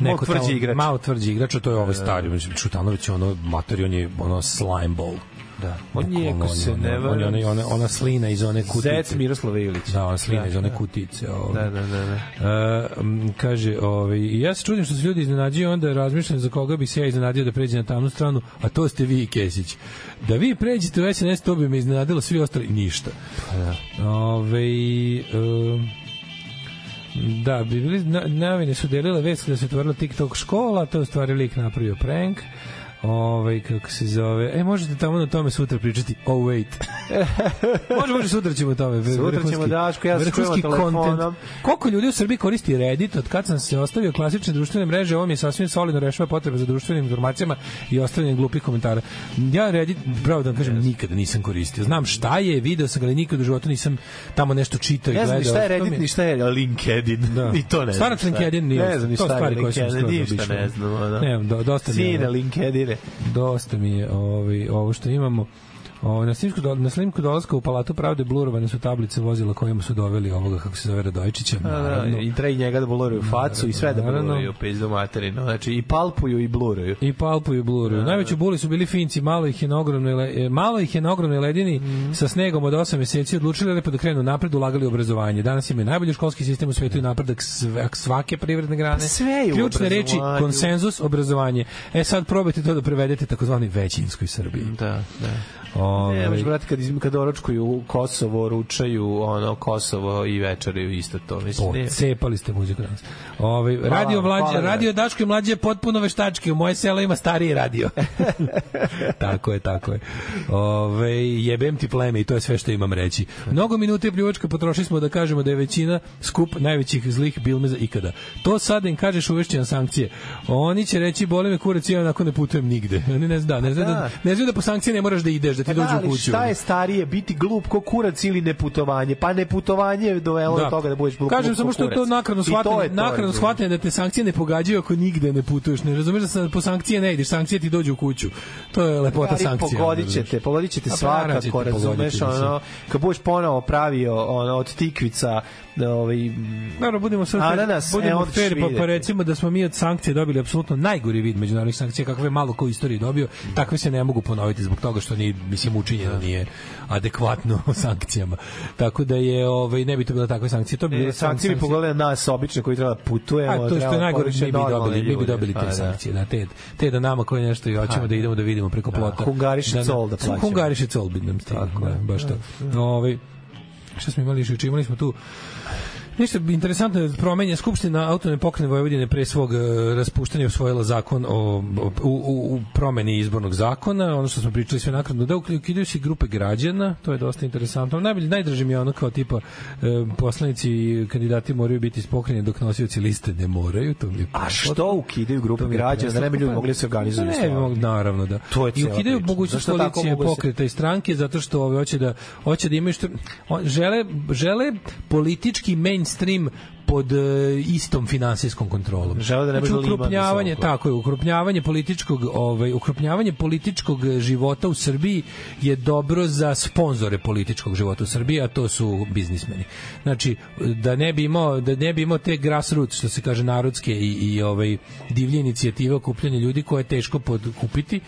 S4: neko
S5: tvrđi
S4: tamo-
S5: igrač. Da.
S4: Malo tvrđi igrač, a to je ovaj stari, mislim Čutanović je ono mater, on je ono slime ball. Da.
S5: On je, ako se ne
S4: on je
S5: varam,
S4: ona, ona, ona slina iz one kutice.
S5: Zec Miroslava Ilića.
S4: Da, ona slina
S5: Da,
S4: iz one
S5: da.
S4: kutice. Ovaj.
S5: Da, da, da, da.
S4: E, m, kaže, ovaj, i ja se čudim što se ljudi iznenađuju, onda razmišljam za koga bi se ja iznenadio da pređe na tamnu stranu, a to ste vi i Kesić. Da vi pređete u SNS, to bi me iznenadilo, svi ostali ništa.
S5: Pa da.
S4: Ove, um, Da, bi bili, na, novine su delile vest da se otvorila TikTok škola, to je u stvari lik napravio prank. Ovaj kako se zove. E možete tamo na tome sutra pričati. Oh wait. može, može sutra ćemo o tome.
S5: ćemo,
S4: Vrhunski-
S5: Daško, ja se čujemo
S4: vrhunski
S5: telefonom.
S4: content. Koliko ljudi u Srbiji koristi Reddit od kad sam se ostavio klasične društvene mreže, ovo mi je sasvim solidno rešava potrebe za društvenim informacijama i ostavljanje glupih komentara. Ja Reddit, pravo da vam kažem, nikada nisam koristio. Znam šta je, video sam ga, ali nikada u životu nisam tamo nešto čitao i
S5: Ne
S4: gledao.
S5: znam ni šta je
S4: To mi
S5: Reddit, ni šta je LinkedIn.
S4: Da.
S5: Ni to ne znam.
S4: Starac
S5: šta je.
S4: LinkedIn nije.
S5: Ne znam ni
S4: To
S5: šta je
S4: stvari koje sam
S5: LinkedIn,
S4: skroz
S5: ništa
S4: obišao.
S5: ne znam. ono.
S4: Ne, do- dosta mi je
S5: Sine
S4: ovo.
S5: LinkedIne.
S4: dosta mi je ovaj, ovo što imamo. Ovo, na, snimku, do- na snimku dolaska u Palatu pravde blurovane su tablice vozila kojima su doveli ovoga, kako se zove, Radojčića.
S5: Da, da,
S4: naravno.
S5: I treba i njega da bluruju facu i sve da
S4: Naravno.
S5: bluruju, pizdu materinu. Znači, i palpuju i bluruju.
S4: I palpuju
S5: Da,
S4: bluruju. Najveći buli su bili Finci, malo ih je na ogromnoj, le- e, malo ih je na ogromnoj ledini
S5: Mhm.
S4: sa snegom od 8 meseci odlučili lepo da krenu napred, ulagali u obrazovanje. Danas imaju najbolji školski sistem u svetu i napredak sve, svake privredne grane.
S5: Pa sve je u
S4: Ključne reči,
S5: obrazovanju.
S4: konsenzus, obrazovanje. E sad probajte to da prevedete takozvani većinskoj Srbiji.
S5: Da, da.
S4: Ovaj,
S5: Ne, možeš, brate, kad, iz- kad oročkuju Kosovo, ručaju ono Kosovo i večeraju isto to. Mislim, ne.
S4: Cepali ste muziku danas. Ovaj radio
S5: vam,
S4: mlađe,
S5: hvala,
S4: radio Daško i mlađe je potpuno veštački. U moje selo ima stariji radio. tako je, tako je. Ovaj jebem ti pleme i to je sve što imam reći. Mnogo minuta i pljuvačka potrošili smo da kažemo da je većina skup najvećih zlih bilmeza ikada. To sad im kažeš uvešće na sankcije. Oni će reći boli me kurac ja onako ne putujem nigde. Oni ne znaju, da, ne znaju da,
S5: da.
S4: ne znaju da po sankcije ne moraš da ideš, da ti
S5: Pa
S4: dođu
S5: da,
S4: u
S5: ali
S4: kuću.
S5: šta je starije, biti glup ko kurac ili neputovanje? Pa neputovanje je dovelo do toga da budeš glup,
S4: Kažem
S5: glup
S4: samo
S5: ko
S4: što je to
S5: kurac.
S4: naknadno
S5: I to
S4: shvatanje,
S5: je to,
S4: naknadno
S5: razumeš?
S4: shvatanje da te sankcije ne pogađaju ako nigde ne putuješ. Ne razumeš da se po sankcije ne ideš, sankcije ti dođu u kuću. To je lepota
S5: Ali
S4: sankcija.
S5: Pogodit ćete, pogodit ćete
S4: A pa naravno ćete
S5: svakako, razumeš,
S4: pogoditi,
S5: ono, kad budeš ponovo pravio ono, od tikvica, ovaj,
S4: Naravno, budemo sad
S5: Ananas, e,
S4: budemo
S5: onda ćeš
S4: fair, pa, pa
S5: videti.
S4: recimo da smo mi od sankcije dobili apsolutno najgori vid međunarodnih sankcija, kakve je malo ko u istoriji dobio, takve se ne mogu ponoviti zbog toga što ni, mislim, učinjeno nije adekvatno sankcijama. Tako da je, ovaj, ne bi to bilo takve sankcije. To bi
S5: e,
S4: bilo
S5: sankcije bi pogodile nas obične koji treba da putujemo.
S4: A to što je
S5: treba
S4: najgore, mi
S5: poručiti
S4: bi
S5: normalne
S4: dobili, mi bi
S5: ljude.
S4: dobili te
S5: Pa, da.
S4: sankcije, da, te, te da nama koji nešto i hoćemo da idemo da vidimo preko plota.
S5: Hungariše col da plaćamo.
S4: Hungariše col bi nam stiglo, da, baš to. Ovaj, šta smo imali još, imali smo tu Ništa interesantno je da promenja Skupština autonomne pokrajine Vojvodine pre svog e, raspuštanja usvojila zakon o, o u, u, u promeni izbornog zakona, ono što smo pričali sve nakradno, da ukli- ukidaju se i grupe građana, to je dosta interesantno. Najbolje, najdraže mi je ono kao tipa e, poslanici i kandidati moraju biti iz pokrajine dok nosioci liste ne moraju, to mi je
S5: A što ukidaju grupe građana, da ne bi ljudi mogli da se organizuju?
S4: pa, Ne,
S5: stvarno?
S4: mogu, naravno da.
S5: To je
S4: I
S5: cijela
S4: ukidaju
S5: priča.
S4: mogućnost
S5: Zašto tako
S4: koalicije
S5: mogu se-
S4: pokreta i stranke zato što ove hoće da hoće da imaju što on, žele žele politički mainstream pod e, istom finansijskom kontrolom.
S5: Žele da ne
S4: Znači,
S5: bude liman da se
S4: ukrupnjavanje,
S5: okopa.
S4: tako je, ukrupnjavanje političkog, ovaj ukrupnjavanje političkog života u Srbiji je dobro za sponzore političkog života u Srbiji, a to su biznismeni. Znači da ne bi imao da ne bi imao te grassroots što se kaže narodske i, i ovaj divlje inicijative okupljanja ljudi koje je teško podkupiti.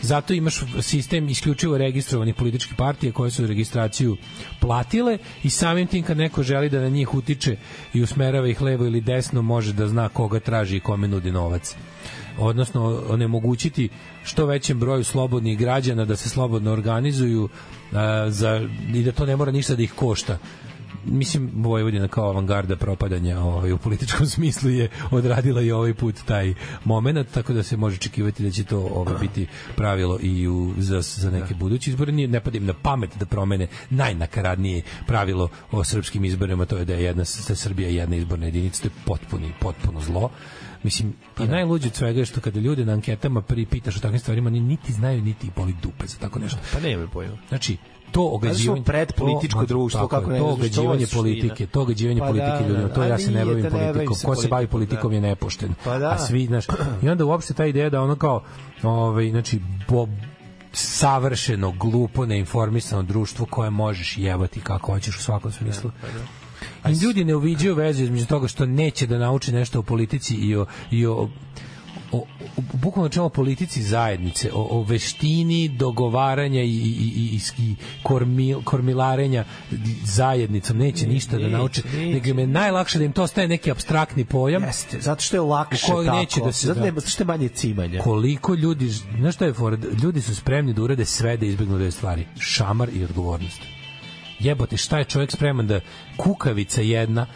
S4: Zato imaš sistem isključivo registrovanih političkih partija koje su registraciju platile i samim tim kad neko želi da na njih utiče i usmerava ih levo ili desno, može da zna koga traži i kome nudi novac odnosno onemogućiti što većem broju slobodnih građana da se slobodno organizuju a, za, i da to ne mora ništa da ih košta mislim Vojvodina kao avangarda propadanja ovaj, u političkom smislu je odradila i ovaj put taj momenat tako da se može očekivati da će to ovaj, biti pravilo i u, za, za neke buduće izbore Nije, ne padim na pamet da promene najnakaradnije pravilo o srpskim izborima to je da je jedna da je Srbija jedna izborna jedinica to je potpuni, potpuno zlo Mislim, pa i najluđe od svega je što kada ljude na anketama pripitaš o takvim stvarima, oni niti znaju, niti boli dupe za tako nešto.
S5: Pa nema pojma.
S4: Znači, to ogađivanje
S5: pred političko
S4: to,
S5: društvo
S4: tako,
S5: kako ne
S4: to
S5: znaš, to je
S4: ogađivanje
S5: suština.
S4: politike to ogađivanje
S5: Pa
S4: politike
S5: da,
S4: ljudima
S5: da,
S4: to
S5: da,
S4: ja
S5: a
S4: se
S5: nije,
S4: ne bavim
S5: da, ne bavim
S4: politikom
S5: se
S4: ko se bavi
S5: politikom,
S4: politikom
S5: da.
S4: je nepošten
S5: Pa da.
S4: a svi znaš i onda uopšte ta ideja da ono kao ovaj znači bo, savršeno glupo neinformisano društvo koje možeš jebati kako hoćeš u svakom smislu
S5: Da, pa
S4: I ljudi ne uviđaju vezu između toga što neće da nauče nešto o politici i o, i o o, o, bukvalno čemu o politici zajednice, o, o veštini dogovaranja i, i, i, i, i kormil, kormilarenja zajednicom, neće ništa da nauče,
S5: neće.
S4: nego im je najlakše da im to ostaje neki abstraktni pojam,
S5: Jeste, zato što je lakše
S4: U kojoj
S5: tako.
S4: neće da se
S5: zato,
S4: da.
S5: ne, zato što je manje cimanja.
S4: koliko ljudi, znaš šta je fora, ljudi su spremni da urade sve da izbegnu dve stvari, šamar i odgovornost. Jebote, šta je čovjek spreman da kukavica jedna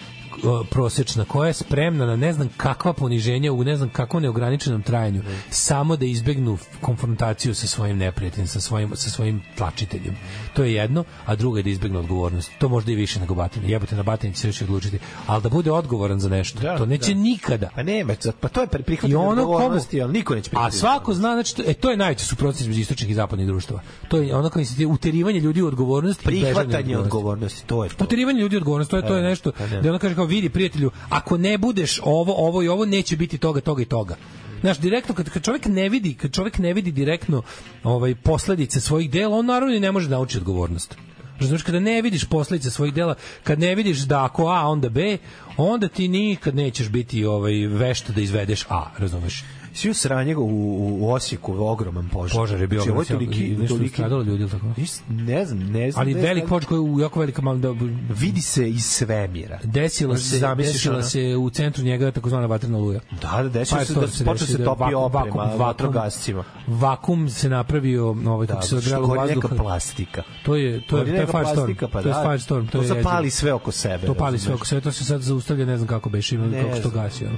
S4: o, prosečna koja je spremna na ne znam kakva poniženja u ne znam kakvom neograničenom trajanju samo da izbegnu konfrontaciju sa svojim neprijateljem sa svojim sa svojim tlačiteljem to je jedno a drugo je da izbegnu odgovornost to možda i više nego batine jebote na batini će se više odlučiti ali da bude odgovoran za nešto
S5: Da,
S4: to neće
S5: da.
S4: nikada
S5: Pa nema, za- pa to je pri-
S4: i
S5: prihvatanje
S4: ono komu
S5: odgovornosti, ali niko neće
S4: a
S5: prihvatiti.
S4: svako zna znači to- e to je najveća suprotnost između istočnih i zapadnih društava to je ono kao se uterivanje ljudi u odgovornost i bežanje od
S5: prihvatanje
S4: odgovornosti. Pa
S5: odgovornosti, to je to.
S4: uterivanje ljudi u odgovornost to je to je
S5: E,
S4: nešto
S5: pa ne.
S4: da ono kaže kao vidi prijatelju ako ne budeš ovo ovo i ovo neće biti toga toga i toga Znaš, direktno kad, kad čovjek ne vidi, kad čovjek ne vidi direktno ovaj posledice svojih dela, on naravno i ne može da nauči odgovornost. Razumeš, kada ne vidiš posledice svojih dela, kad ne vidiš da ako A, onda B, onda ti nikad nećeš biti ovaj vešt da izvedeš A, razumeš?
S5: Svi u sranje u, u, u Osijeku ogroman požar.
S4: Požar je bio
S5: Znači, ovo
S4: ogroman, i nešto je stradalo ljudi ili tako?
S5: Nis- Ne znam, ne znam.
S4: Ali
S5: ne
S4: velik
S5: znam.
S4: poč koji je u jako velika malo da
S5: Vidi se iz svemira.
S4: desila
S5: Možeš
S4: se
S5: zamisliš
S4: desila
S5: ono?
S4: se u centru njega takozvana vatrena oluja.
S5: Da, da, desilo se da
S4: Firestorm
S5: se počne
S4: desio,
S5: se
S4: da
S5: topi
S4: vakum-
S5: oprema
S4: vakum-
S5: vatrogascima.
S4: Vakum se napravio, ovaj
S5: Da,
S4: kako se
S5: što
S4: odgralo
S5: gori neka
S4: vazduh.
S5: plastika.
S4: To je to je
S5: Gori
S4: to je
S5: neka
S4: Firestorm.
S5: plastika, pa
S4: to je
S5: da.
S4: Firestorm, to,
S5: To
S4: je
S5: zapali sve oko sebe,
S4: To pali sve
S5: razumeš?
S4: oko sebe, to se sad zaustavlja, ne znam kako beše, ima
S5: Ne
S4: kako što
S5: znam.
S4: gasi. ono.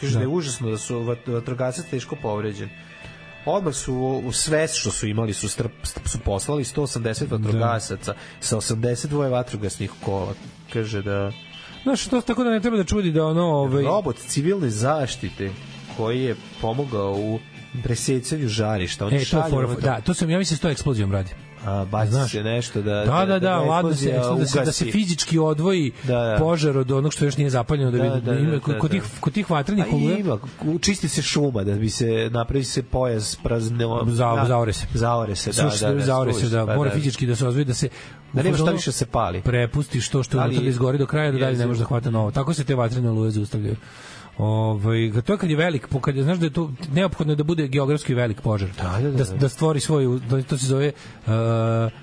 S5: Kaže da. je užasno da su vat- vatrogasac teško povređen. Odmah su u sve što su imali su, strp, strp- su poslali 180
S4: Da.
S5: vatrogasaca sa 82 vatrogasnih kola. Kaže da
S4: Znaš, to tako da ne treba da čudi da ono ovaj
S5: robot civilne zaštite koji je pomogao u presecanju žarišta. On
S4: E, to je
S5: šalje
S4: fora-
S5: ono-
S4: da, to sam ja mislim da se to eksplozijom radi.
S5: a, baci
S4: Znaš.
S5: se nešto da...
S4: Da, da, da, ladno se,
S5: eksplozija
S4: da se, da se
S5: ugasi.
S4: fizički odvoji
S5: Da, da.
S4: požar od onog što još nije zapaljeno da
S5: Da,
S4: bi
S5: da, da, da,
S4: kod
S5: da.
S4: tih kod tih vatrenih
S5: A
S4: oluja.
S5: ima, čisti se šuma da bi se napravi se pojas prazno
S4: Za-
S5: da,
S4: zaore se.
S5: Zaore se, da,
S4: Slušaj,
S5: da, da,
S4: zaore se
S5: slušaj,
S4: da
S5: pa
S4: mora
S5: da.
S4: fizički da se ozvoji da se
S5: Da nema šta
S4: fazonu
S5: više se pali.
S4: Prepustiš to što je
S5: Ali-
S4: unutra da izgori do kraja da dalje ne
S5: Jezivo.
S4: može da hvata novo. Tako se te vatrene oluje zaustavljaju. Ovaj to je kad je velik, po- kad je, znaš da je to neophodno je da bude geografski velik požar.
S5: Da, da, da, da.
S4: stvori svoju da, to se zove uh,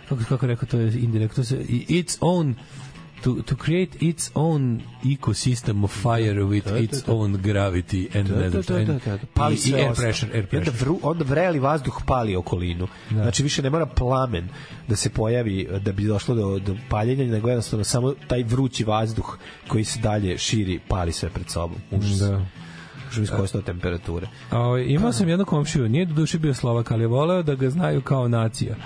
S4: kako kako je rekao to je indirektno to se i- its own to to create its own ecosystem of fire with its own gravity and
S5: Da, da,
S4: weather
S5: da, da,
S4: and
S5: da, da.
S4: i-
S5: Pali
S4: i
S5: sve
S4: air
S5: ostalo.
S4: pressure air Da.
S5: I onda,
S4: pressure.
S5: vru, onda vreli vazduh pali okolinu. Znači više ne mora plamen da se pojavi eh, da bi došlo do, do paljenja, nego jednostavno samo taj vrući vazduh koji se dalje širi, pali sve pred sobom. Užas. Da.
S4: Da.
S5: Užas iz koje su to temperature.
S4: A, ovaj,
S5: Pa
S4: imao
S5: da.
S4: sam jednu komšiju, nije do duše bio Slovak, ali je voleo da ga znaju kao nacija. E,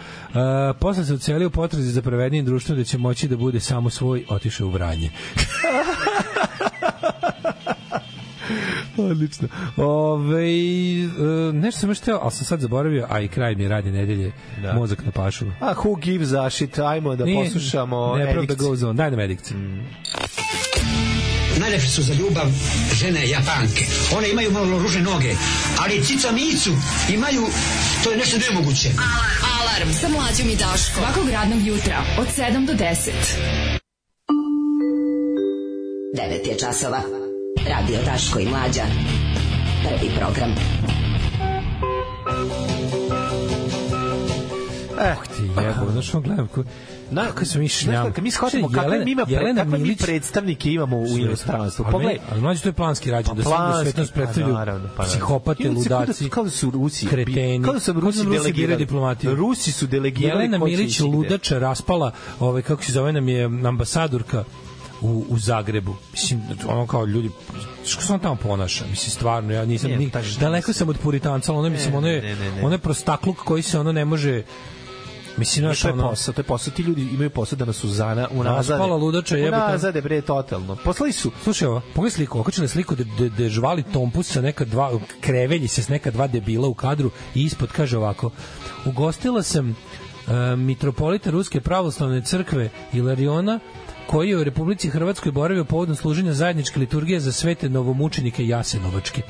S4: posle se ucelio u potrazi za pravednijim društvom da će moći da bude samo svoj, otišao u Vranje. Odlično. Ove, e, nešto sam još teo, ali sam sad zaboravio, a i kraj mi je radnje nedelje,
S5: Da.
S4: mozak na pašu.
S5: A who gives a shit? Ajmo da
S4: Nije-
S5: poslušamo
S4: Nepravda
S5: Edikciju. Mm.
S4: goes on. da Daj nam edikciju.
S8: Najlepše su za ljubav žene Japanke. One imaju malo ružne noge, ali cica micu imaju, to je nešto nemoguće.
S3: Alarm sa mlađom i Daškom. Svakog radnog jutra od 7 do 10. 9 je časova. Radio Daško i Mlađa. Prvi program.
S5: Eh,
S4: Ti jebo, Eh, znaš on gledam ko...
S5: Eh. na,
S4: Kako smo mi šljam.
S5: Znaš, kad mi shvatimo
S4: Šta je
S5: kakve mi, ima, pre-
S4: Jelena
S5: kakve mi
S4: Milić?
S5: predstavnike imamo u inostranstvu.
S4: Ali
S5: Pogledaj,
S4: meni- Ali mlađe to je planski rađen, da se da
S5: planski,
S4: svetnost
S5: pa
S4: predstavljaju
S5: naravno, pa naravno.
S4: psihopate,
S5: Ili se kao da-
S4: ludaci,
S5: kao da su Rusi,
S4: kreteni.
S5: kao da su
S4: Kao da
S5: Rusi
S4: nam Rusi biraju
S5: delegirali.
S4: diplomatiju.
S5: Rusi su delegirali
S4: Jelena
S5: ko će
S4: Milić
S5: ići gde.
S4: ludača raspala, ovaj kako se zove nam je ambasadorka u, u Zagrebu. Mislim, ono kao ljudi, što se on tamo ponaša? Mislim, stvarno, ja nisam,
S5: Ne,
S4: ni,
S5: pa šta
S4: daleko sam od puritanca, ali ono, mislim, ono
S5: ne,
S4: je,
S5: ne, ne.
S4: ono je prostakluk koji se ono ne može, mislim,
S5: Ne,
S4: znaš,
S5: E, to je
S4: ono,
S5: posao, to je posao, ti ljudi imaju posao da nas uzana, unazade.
S4: Raspala ludača, jebote.
S5: Unazade, bre, totalno. Poslali su,
S4: Slušaj ovo, pogledaj sliku, okačena je sliku da, da, da žvali tompus sa neka dva, krevelji se s neka dva debila u kadru i ispod kaže ovako, ugostila sam e, mitropolita Ruske pravoslavne crkve Ilariona, koji je u Republici Hrvatskoj boravio povodom služenja zajedničke liturgije za svete novomučenike Jasenovačke.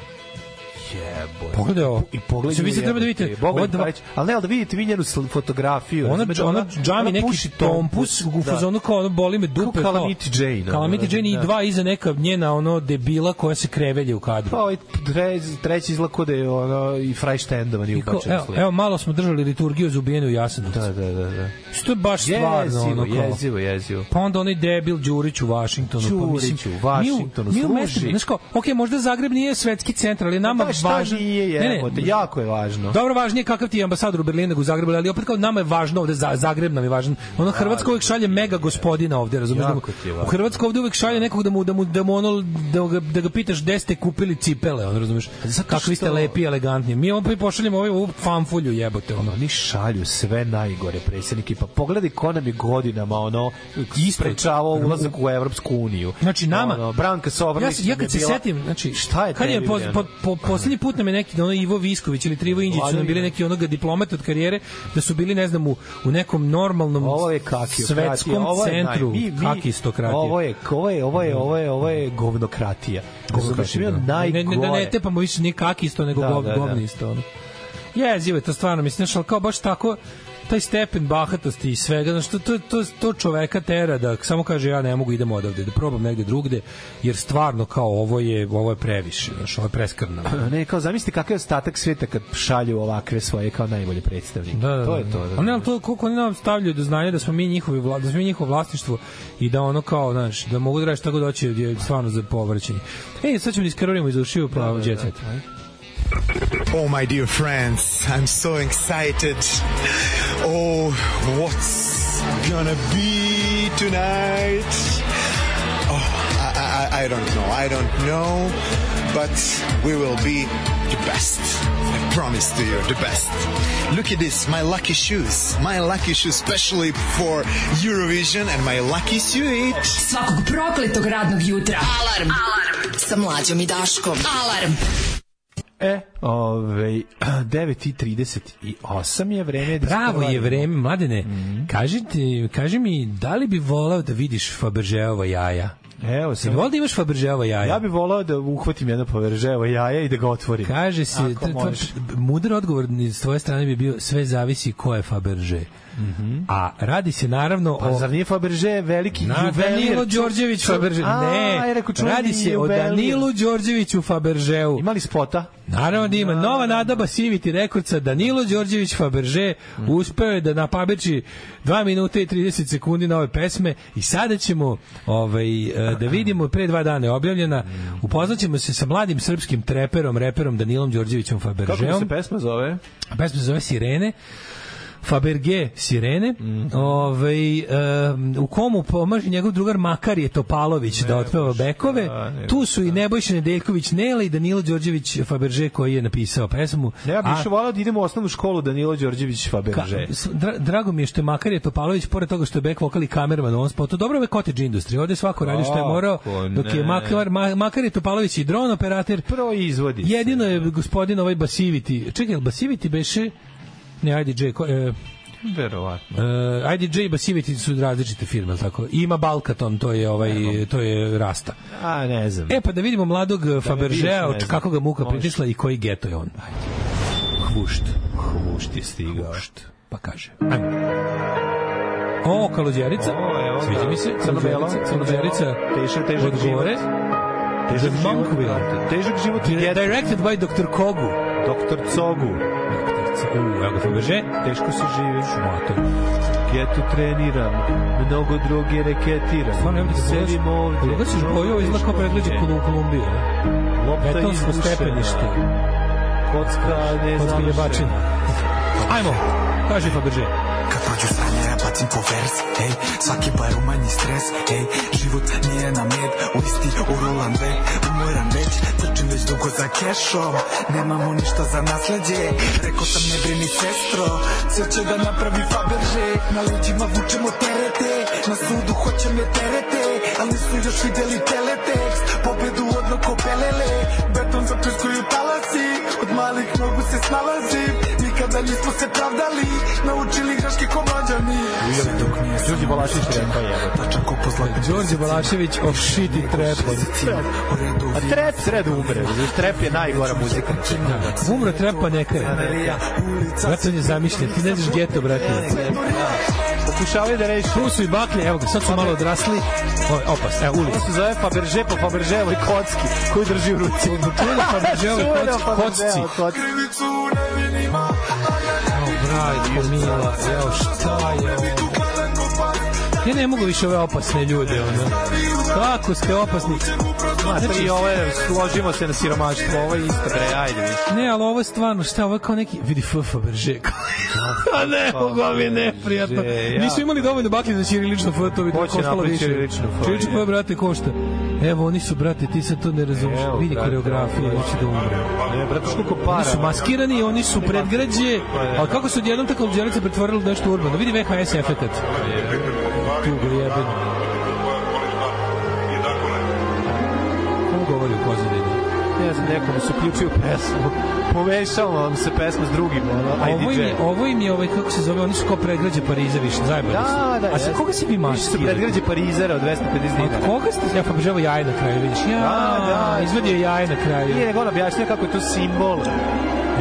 S5: Jebote.
S4: Pogledaj ovo.
S5: I pogledaj.
S4: Mislim, vi sad treba da
S5: jebote,
S4: vidite,
S5: Boga
S4: ova
S5: mi
S4: dva-
S5: Pajić. Ali ne, ali da vidite vi njenu sl- fotografiju.
S4: Ona,
S5: razumete,
S4: ona džami
S5: da ona
S4: neki
S5: puši da.
S4: tompus u fazonu kao ono boli me dupe. kao-
S5: Calamity Jane, ono,
S4: Calamity Jane i
S5: da.
S4: dva iza neka njena ono debila koja se krevelje u kadru.
S5: Pa ovaj treć, treći izgleda kod je ono i frajštendovan i
S4: I ko,
S5: ubačen
S4: evo,
S5: slik.
S4: evo, malo smo držali liturgiju za ubijenu u Jasenovcu.
S5: Znači, Da, da, da. da.
S4: Što je baš stvarno
S5: Jezivo,
S4: ono kao.
S5: jezivo, jezivo.
S4: Pa onda onaj debil Đurić u Vašingtonu. pa mislim,
S5: Đurić u Vašingtonu,
S4: mi u, mi u
S5: služi.
S4: mestima, znaš kao, ok, možda Zagreb nije svetski centar, ali je nama
S5: da, šta
S4: važno... Da.
S5: nije, jebote, jako je važno.
S4: Dobro, važnije kakav ti je ambasador u Berlinu nego u Zagrebu, ali opet kao nama je važno ovde, za- Zagreb nam je važan. Ono Hrvatska uvek šalje mega gospodina ovde, razumiješ? Da mu,
S5: Jako ti je važno.
S4: u Hrvatska ovde uvek šalje nekog da mu, da mu, da mu ono, da ga, da ga pitaš gde ste kupili cipele, on razumiješ?
S5: Zato
S4: Kakvi ste
S5: što-
S4: lepi, i elegantni. Mi opet pošaljemo ovaj ovu fanfulju jebote, ono.
S5: Oni šalju sve najgore predsjednike, pa pogledaj ko nam je godinama ono
S4: Isto.
S5: isprečavao ulazak u Evropsku uniju.
S4: Znači, nama-
S5: Ono, Branka
S4: Ja,
S5: Sobrlić.
S4: se- ja
S5: nam je
S4: kad se
S5: bila-
S4: setim, znači,
S5: šta je
S4: kad je
S5: tebi,
S4: po,
S5: Brijana?
S4: po, po, poslednji put nam je neki ono Ivo Visković ili Trivo Inđić su nam bili neki onoga diplomata od karijere da su bili ne znam u, u nekom normalnom
S5: Ovo je kakio.
S4: svetskom centru kakistokratije.
S5: Ovo je, ovo je, ovo je, ovo je, ovo je govnokratija.
S4: da.
S5: Govnokratija. Govnokratija.
S4: Ne, ne, da
S5: Najgore.
S4: ne tepamo više ni kakisto nego
S5: Da,
S4: da, gov,
S5: da, da.
S4: govnisto. Ono. Jezivo je to stvarno, mislim, znaš, ali kao baš tako taj stepen bahatosti i svega, znači to, to, to, to čoveka tera da samo kaže ja ne mogu, idem odavde, da probam negde drugde, jer stvarno kao ovo je, ovo je previše, znači ovo je preskrvno.
S5: Ne, kao zamislite kakav je ostatak sveta kad šalju ovakve svoje kao najbolje predstavnike.
S4: Da, da,
S5: to je
S4: da.
S5: to. Da,
S4: A ne,
S5: da.
S4: ali to koliko oni nam stavljaju do znanja da smo mi njihovi vla, da smo mi njihovo vlasništvo i da ono kao, znaš, da mogu da radiš tako doći je stvarno za povraćanje. Ej, sad ćemo da iskarorimo iz ušiju pa da, jet set.
S10: Oh, my dear friends, I'm so excited. Oh, what's gonna be tonight? Oh, I, I, I- I don't know. I don't know. But we will be the best. I promise to you, the best. Look at this, my lucky shoes. My lucky shoes, especially for Eurovision and my lucky suit.
S3: Svakog prokletog radnog jutra. Alarm. Alarm. Sa mlađom i Daškom. Alarm.
S5: E, ovaj 9:38 je vreme da
S4: Pravo je
S5: isprovalimo.
S4: vreme, mladene.
S5: Mhm.
S4: Kaži, ti, kaži mi, da li bi volao da vidiš Fabergeova jaja?
S5: Evo
S4: Ti
S5: se.
S4: bi volao da imaš Fabergeova jaja?
S5: Ja bih volao da uhvatim jedno poverževo jaja i da ga otvorim.
S4: Kaže se,
S5: Ako možeš.
S4: mudar odgovor s tvoje strane bi bio sve zavisi ko je Faberge. A radi se naravno
S5: Mhm. Pa
S4: o
S5: zar nije Faberže veliki
S4: Na
S5: juvelir?
S4: Danilo Đorđević Faberže.
S5: A, ja
S4: Ne,
S5: rekao, čuveni
S4: radi se o
S5: juvelir.
S4: Danilu Đorđeviću Faberžeu.
S5: Imali spota?
S4: Naravno da ima nova nadaba Siviti rekordca Danilo Đorđević Faberže uspeo je da napabeči 2 minute i 30 sekundi na ove pesme i sada ćemo ovaj, e, da vidimo pre dva dana je objavljena upoznaćemo se sa mladim srpskim treperom, reperom Danilom Đorđevićem
S5: Kako
S4: Faberžeom
S5: se pesma zove?
S4: a pesma se zove Sirene Faberge Sirene ovaj, em, u komu pomaže njegov drugar Makarije Topalović da otpeva bekove
S5: Nebojša, da.
S4: tu su i Nebojša Nedeljković Nela i Danilo Đorđević Faberge koji je napisao pesmu
S5: Ne, ja bih
S4: A-
S5: više volao da idemo u osnovnu školu Danilo Đorđević Faberže.
S4: Ka- s- dra, drago mi je što je Makarije Topalović, pored toga što je back vokal i kamerman, on spotu, dobro je cottage industrija, ovde je svako radi što je morao,
S5: Kako
S4: dok je
S5: ne.
S4: Makar, Ma, Makarije Topalović i dron operater,
S5: Proizvodi. se.
S4: jedino je gospodin ovaj Basiviti, čekaj, jel Basiviti beše, ne, ajde, Dže, ko, e,
S5: Verovatno.
S4: Uh, IDJ i Basivity su različite firme, jel tako? Ima Balkaton, to je ovaj to je Rasta.
S5: A, ne znam.
S4: E pa da vidimo mladog da Fabergea,
S5: ne znam.
S4: kako ga muka
S5: Može.
S4: pritisla i koji geto je on.
S5: Hvušt. Hvušt je stigao. Hvušt.
S4: Pa kaže. Ajmo. O, Kaluđerica.
S5: O, evo ga.
S4: Sviđa mi se.
S5: Crno-belo,
S4: Kaluđerica.
S5: crno-belo.
S4: Kaluđerica.
S5: Težak, težak
S4: od gore. The
S5: Težak život.
S4: Monkville.
S5: brate. Težak život i djeca.
S4: Directed by Dr. Kogu.
S5: Doktor Cogu.
S4: U, evo ga Faberge.
S5: Teško se živi.
S4: Motor.
S5: Ja tu treniram, mnogo droge reketiram.
S4: Stvarno, evo ti
S5: Sedim ovde.
S4: Kad ugasiš boju, ovo izgleda kao predgrađe Kolum- Kolumbije.
S5: Lopta
S4: Betonsko
S5: izbušena.
S4: stepenište.
S5: Kocka ne
S4: Kocka je bačina. Ajmo, kaži Faberže.
S11: Kad prođu sranje, ja bacim po vers, ej Svaki bar umanji stres, ej Život nije na med, u isti urolan ve Umoran već, trčim već dugo za kešom Nemamo ništa za nasledđe Rekao sam ne brini sestro Sve će da napravi Faberže Na leđima vučemo terete Na sudu hoće me terete Ali su još videli teletekst Pobedu odno ko pelele Beton zaprskuju talasi Od malih nogu se snalazim Nikada nismo se pravdali Naučili greške ko mlađani Sve dok nije
S5: Đorđe Balašić trepa je.
S11: Pa čak po zlatnim
S4: Đorđe Balašević of shitty trap.
S11: U redu
S5: A trep sred umre. Trep je najgora muzika.
S4: Da. Umro trap pa neka je. Brate, on je zamišljen. Ti ne znaš geto, brate.
S5: Pokušavaju da reši.
S4: Tu su i baklje, evo ga, sad su malo odrasli. Ovo je opas, evo ulica.
S5: Ovo se zove Faberže po Faberževoj kocki, koju drži u ruci.
S4: Čuvene Fabergeove
S5: Čuvena
S4: koc-
S5: Fabergeova
S4: kocci.
S5: kocka.
S4: Evo, brajko, mila, evo šta je ovo. Ja ne mogu više ove opasne ljude, ono. Kako ste opasni? Znači-
S5: Ma, tri, ovo je, složimo se na siromaštvo, ovo je isto, bre, ajde. više.
S4: Ne, ali ovo je stvarno, šta, ovo je kao neki, vidi FF Berže. A ne, mogu ovo mi je neprijatno.
S5: Berže, ja.
S4: Nisu imali dovoljno baklje za ćirilično F, to bi
S5: Ko će
S4: koštalo
S5: napraviti
S4: više.
S5: ćirilično F,
S4: Ćirilično
S5: je.
S4: F, brate, košta. Evo, oni su, brate, ti sad to ne razumiješ.
S5: Evo,
S4: Vidi
S5: brate,
S4: koreografiju,
S5: ovo je-
S4: ovo će da umre.
S5: Pa Ne, brate, što koliko
S4: Oni
S5: para.
S4: su maskirani, oni su predgrađe, ali kako su odjednom tako luđerice pretvorili u nešto urbano? Vidi VHS efekat. Tugo jebeno. Ko govori u da pozadini?
S5: Ne znam, nekom su uključio pesmu. Pomešala vam se pesma s drugim, ono, aj
S4: Ovo im,
S5: DJ.
S4: je, ovo im je, ovaj, kako se zove, oni su kao predgrađe Pariza više, zajebali
S5: Da,
S4: su.
S5: da,
S4: A sa
S5: jeste.
S4: koga si vi
S5: Više su
S4: maskirali?
S5: predgrađe Parizera od 250
S4: Od
S5: dinara.
S4: koga ste? Ja pa želeo jaje na kraju, vidiš. Ja,
S5: Da, da.
S4: izvadio je jaje na kraju.
S5: Nije, nego on objašnja kako je to simbol.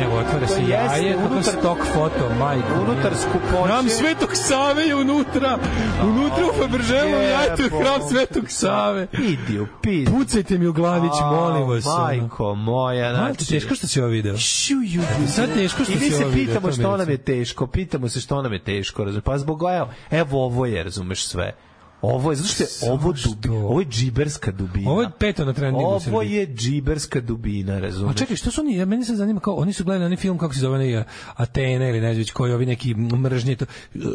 S4: Evo, otvara se
S5: jeste,
S4: jaje, kako
S5: unutar-
S4: stok foto, majko.
S5: Unutar skupoće.
S4: Hram Svetog Save je unutra. Unutra u Faberževom jajtu je hram Svetog Save.
S5: Idi u pizdu.
S4: Pucajte mi u glavić, molim vas. ono.
S5: Majko moja,
S4: Malo ti
S5: znači...
S4: teško što si ovo video.
S5: Šu, ju,
S4: Sad teško što
S5: I mi
S4: si
S5: se
S4: ovo video,
S5: pitamo
S4: to mi
S5: što
S4: je
S5: nam je teško, pitamo se što nam je teško, razumeš? Pa zbog evo, evo ovo je, razumeš sve. Ovo je, zato što je ovo dubi, ovo je džiberska dubina.
S4: Ovo je peto na trendingu u
S5: Ovo
S4: Srbiji.
S5: je džiberska dubina,
S4: A
S5: razumeš?
S4: čekaj, što su oni, ja, meni se zanima, kao, oni su gledali onaj film, kako se zove, onaj, a, Atena ili ne znam već koji, ovi neki mržnje, to,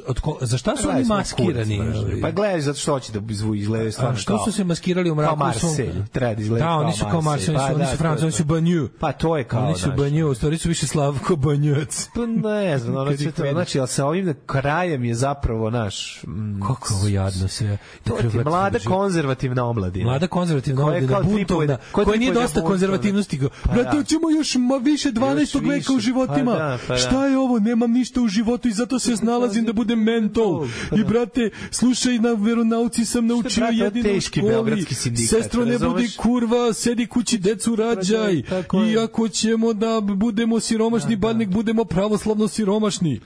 S4: od ko, za šta su
S5: Gledaj,
S4: oni
S5: smo
S4: maskirani?
S5: kurac, mrzio.
S4: ovi?
S5: Pa gledaj, zato što hoće da izvu izgledaju
S4: A
S5: stvarno
S4: Pa što
S5: kao-
S4: su se maskirali u mraku?
S5: Kao
S4: u svom-
S5: Marselj, treba da izgleda
S4: Da,
S5: kao
S4: oni su kao Marselj, oni
S5: Pa
S4: su, oni
S5: da,
S4: su
S5: to
S4: Franci,
S5: je
S4: oni su
S5: to.
S4: Banju.
S5: Pa to je kao,
S4: Oni su
S5: znaš,
S4: Banju, u stvari su više Slavko Banjac.
S5: Pa ne znam, ono
S4: Kad
S5: sve
S4: ih
S5: to,
S4: vidiš.
S5: znači, ali sa ovim krajem je zapravo naš... Mm,
S4: Kako je ovo jadno sve.
S5: to ti je mlada konzervativna omladina.
S4: Mlada konservativna
S5: Koja je
S4: omladina,
S5: kao tri
S4: buntovna,
S5: pojede-
S4: koja
S5: koja tri
S4: nije
S5: pojede
S4: dosta
S5: buntovna.
S4: konzervativnosti. Go.
S5: Pa
S4: Brate,
S5: da.
S4: hoćemo još ma više 12.
S5: Još
S4: veka u
S5: više,
S4: životima.
S5: pa da, pa da.
S4: Šta je ovo? Nemam ništa u životu i zato se snalazim da budem mentol. I brate, slušaj, na veronauci sam naučio
S5: Pa da. brate, ovo je
S4: jedino u
S5: teški
S4: školi.
S5: beogradski sindikat,
S4: Sestro, ne budi
S5: razumeš?
S4: kurva, sedi kući, decu rađaj.
S5: tako je. Da,
S4: I ako ćemo da budemo siromašni, bar nek budemo pravoslavno siromašni.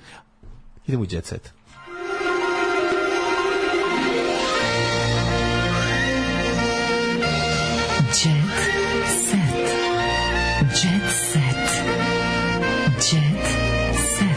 S5: Idemo u jet set.
S3: Jet set. Jet set. Jet set.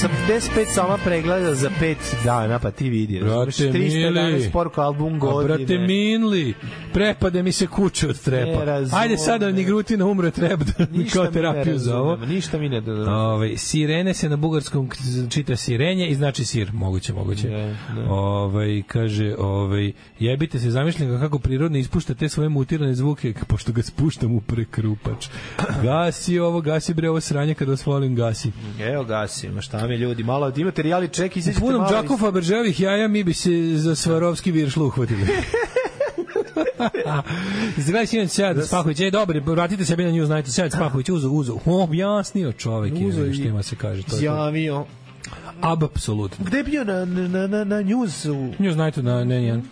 S5: Sa 55 sama pregleda za 5 dana, pa ti vidi. razumeš?
S4: Brate,
S5: 311
S4: mili.
S5: poruka album
S4: A
S5: godine.
S4: brate Minli, prepade mi se kuće od
S5: Ne
S4: trepa.
S5: razumem.
S4: Ajde sada ni grutina umre trep da
S5: Ništa mi
S4: kao
S5: ne
S4: terapiju za ovo.
S5: razumem, Ništa mi ne da.
S4: Ove, sirene se na bugarskom k- čita sirenje i znači sir, moguće, moguće.
S5: Da,
S4: Ove, kaže, ove, jebite se, zamišljam ga kako prirodno ispušta te svoje mutirane zvuke, k- pošto ga spuštam u prekrupač. Gasi ovo, gasi bre ovo sranje kad vas volim, gasi.
S5: Evo gasimo, šta mi ljudi, malo imate reali ček,
S4: U
S5: izađete
S4: punom
S5: malo.
S4: džaku Faberževih jaja mi bi se za Svarovski viršlu uhvatili. Izgledaj sinoć Sejad Spahović. Ej, dobro, vratite sebi na nju, znajte, Sejad Spahović, uzo, uzo. O, objasnio čovek,
S5: Da. Uzo
S4: uzo
S5: i-
S4: što ima se kaže. To
S5: iz-
S4: je to.
S5: Javio.
S4: Apsolutno.
S5: Gde je bio na, na, na, na njuzu?
S4: Nju znajte na ne, ne.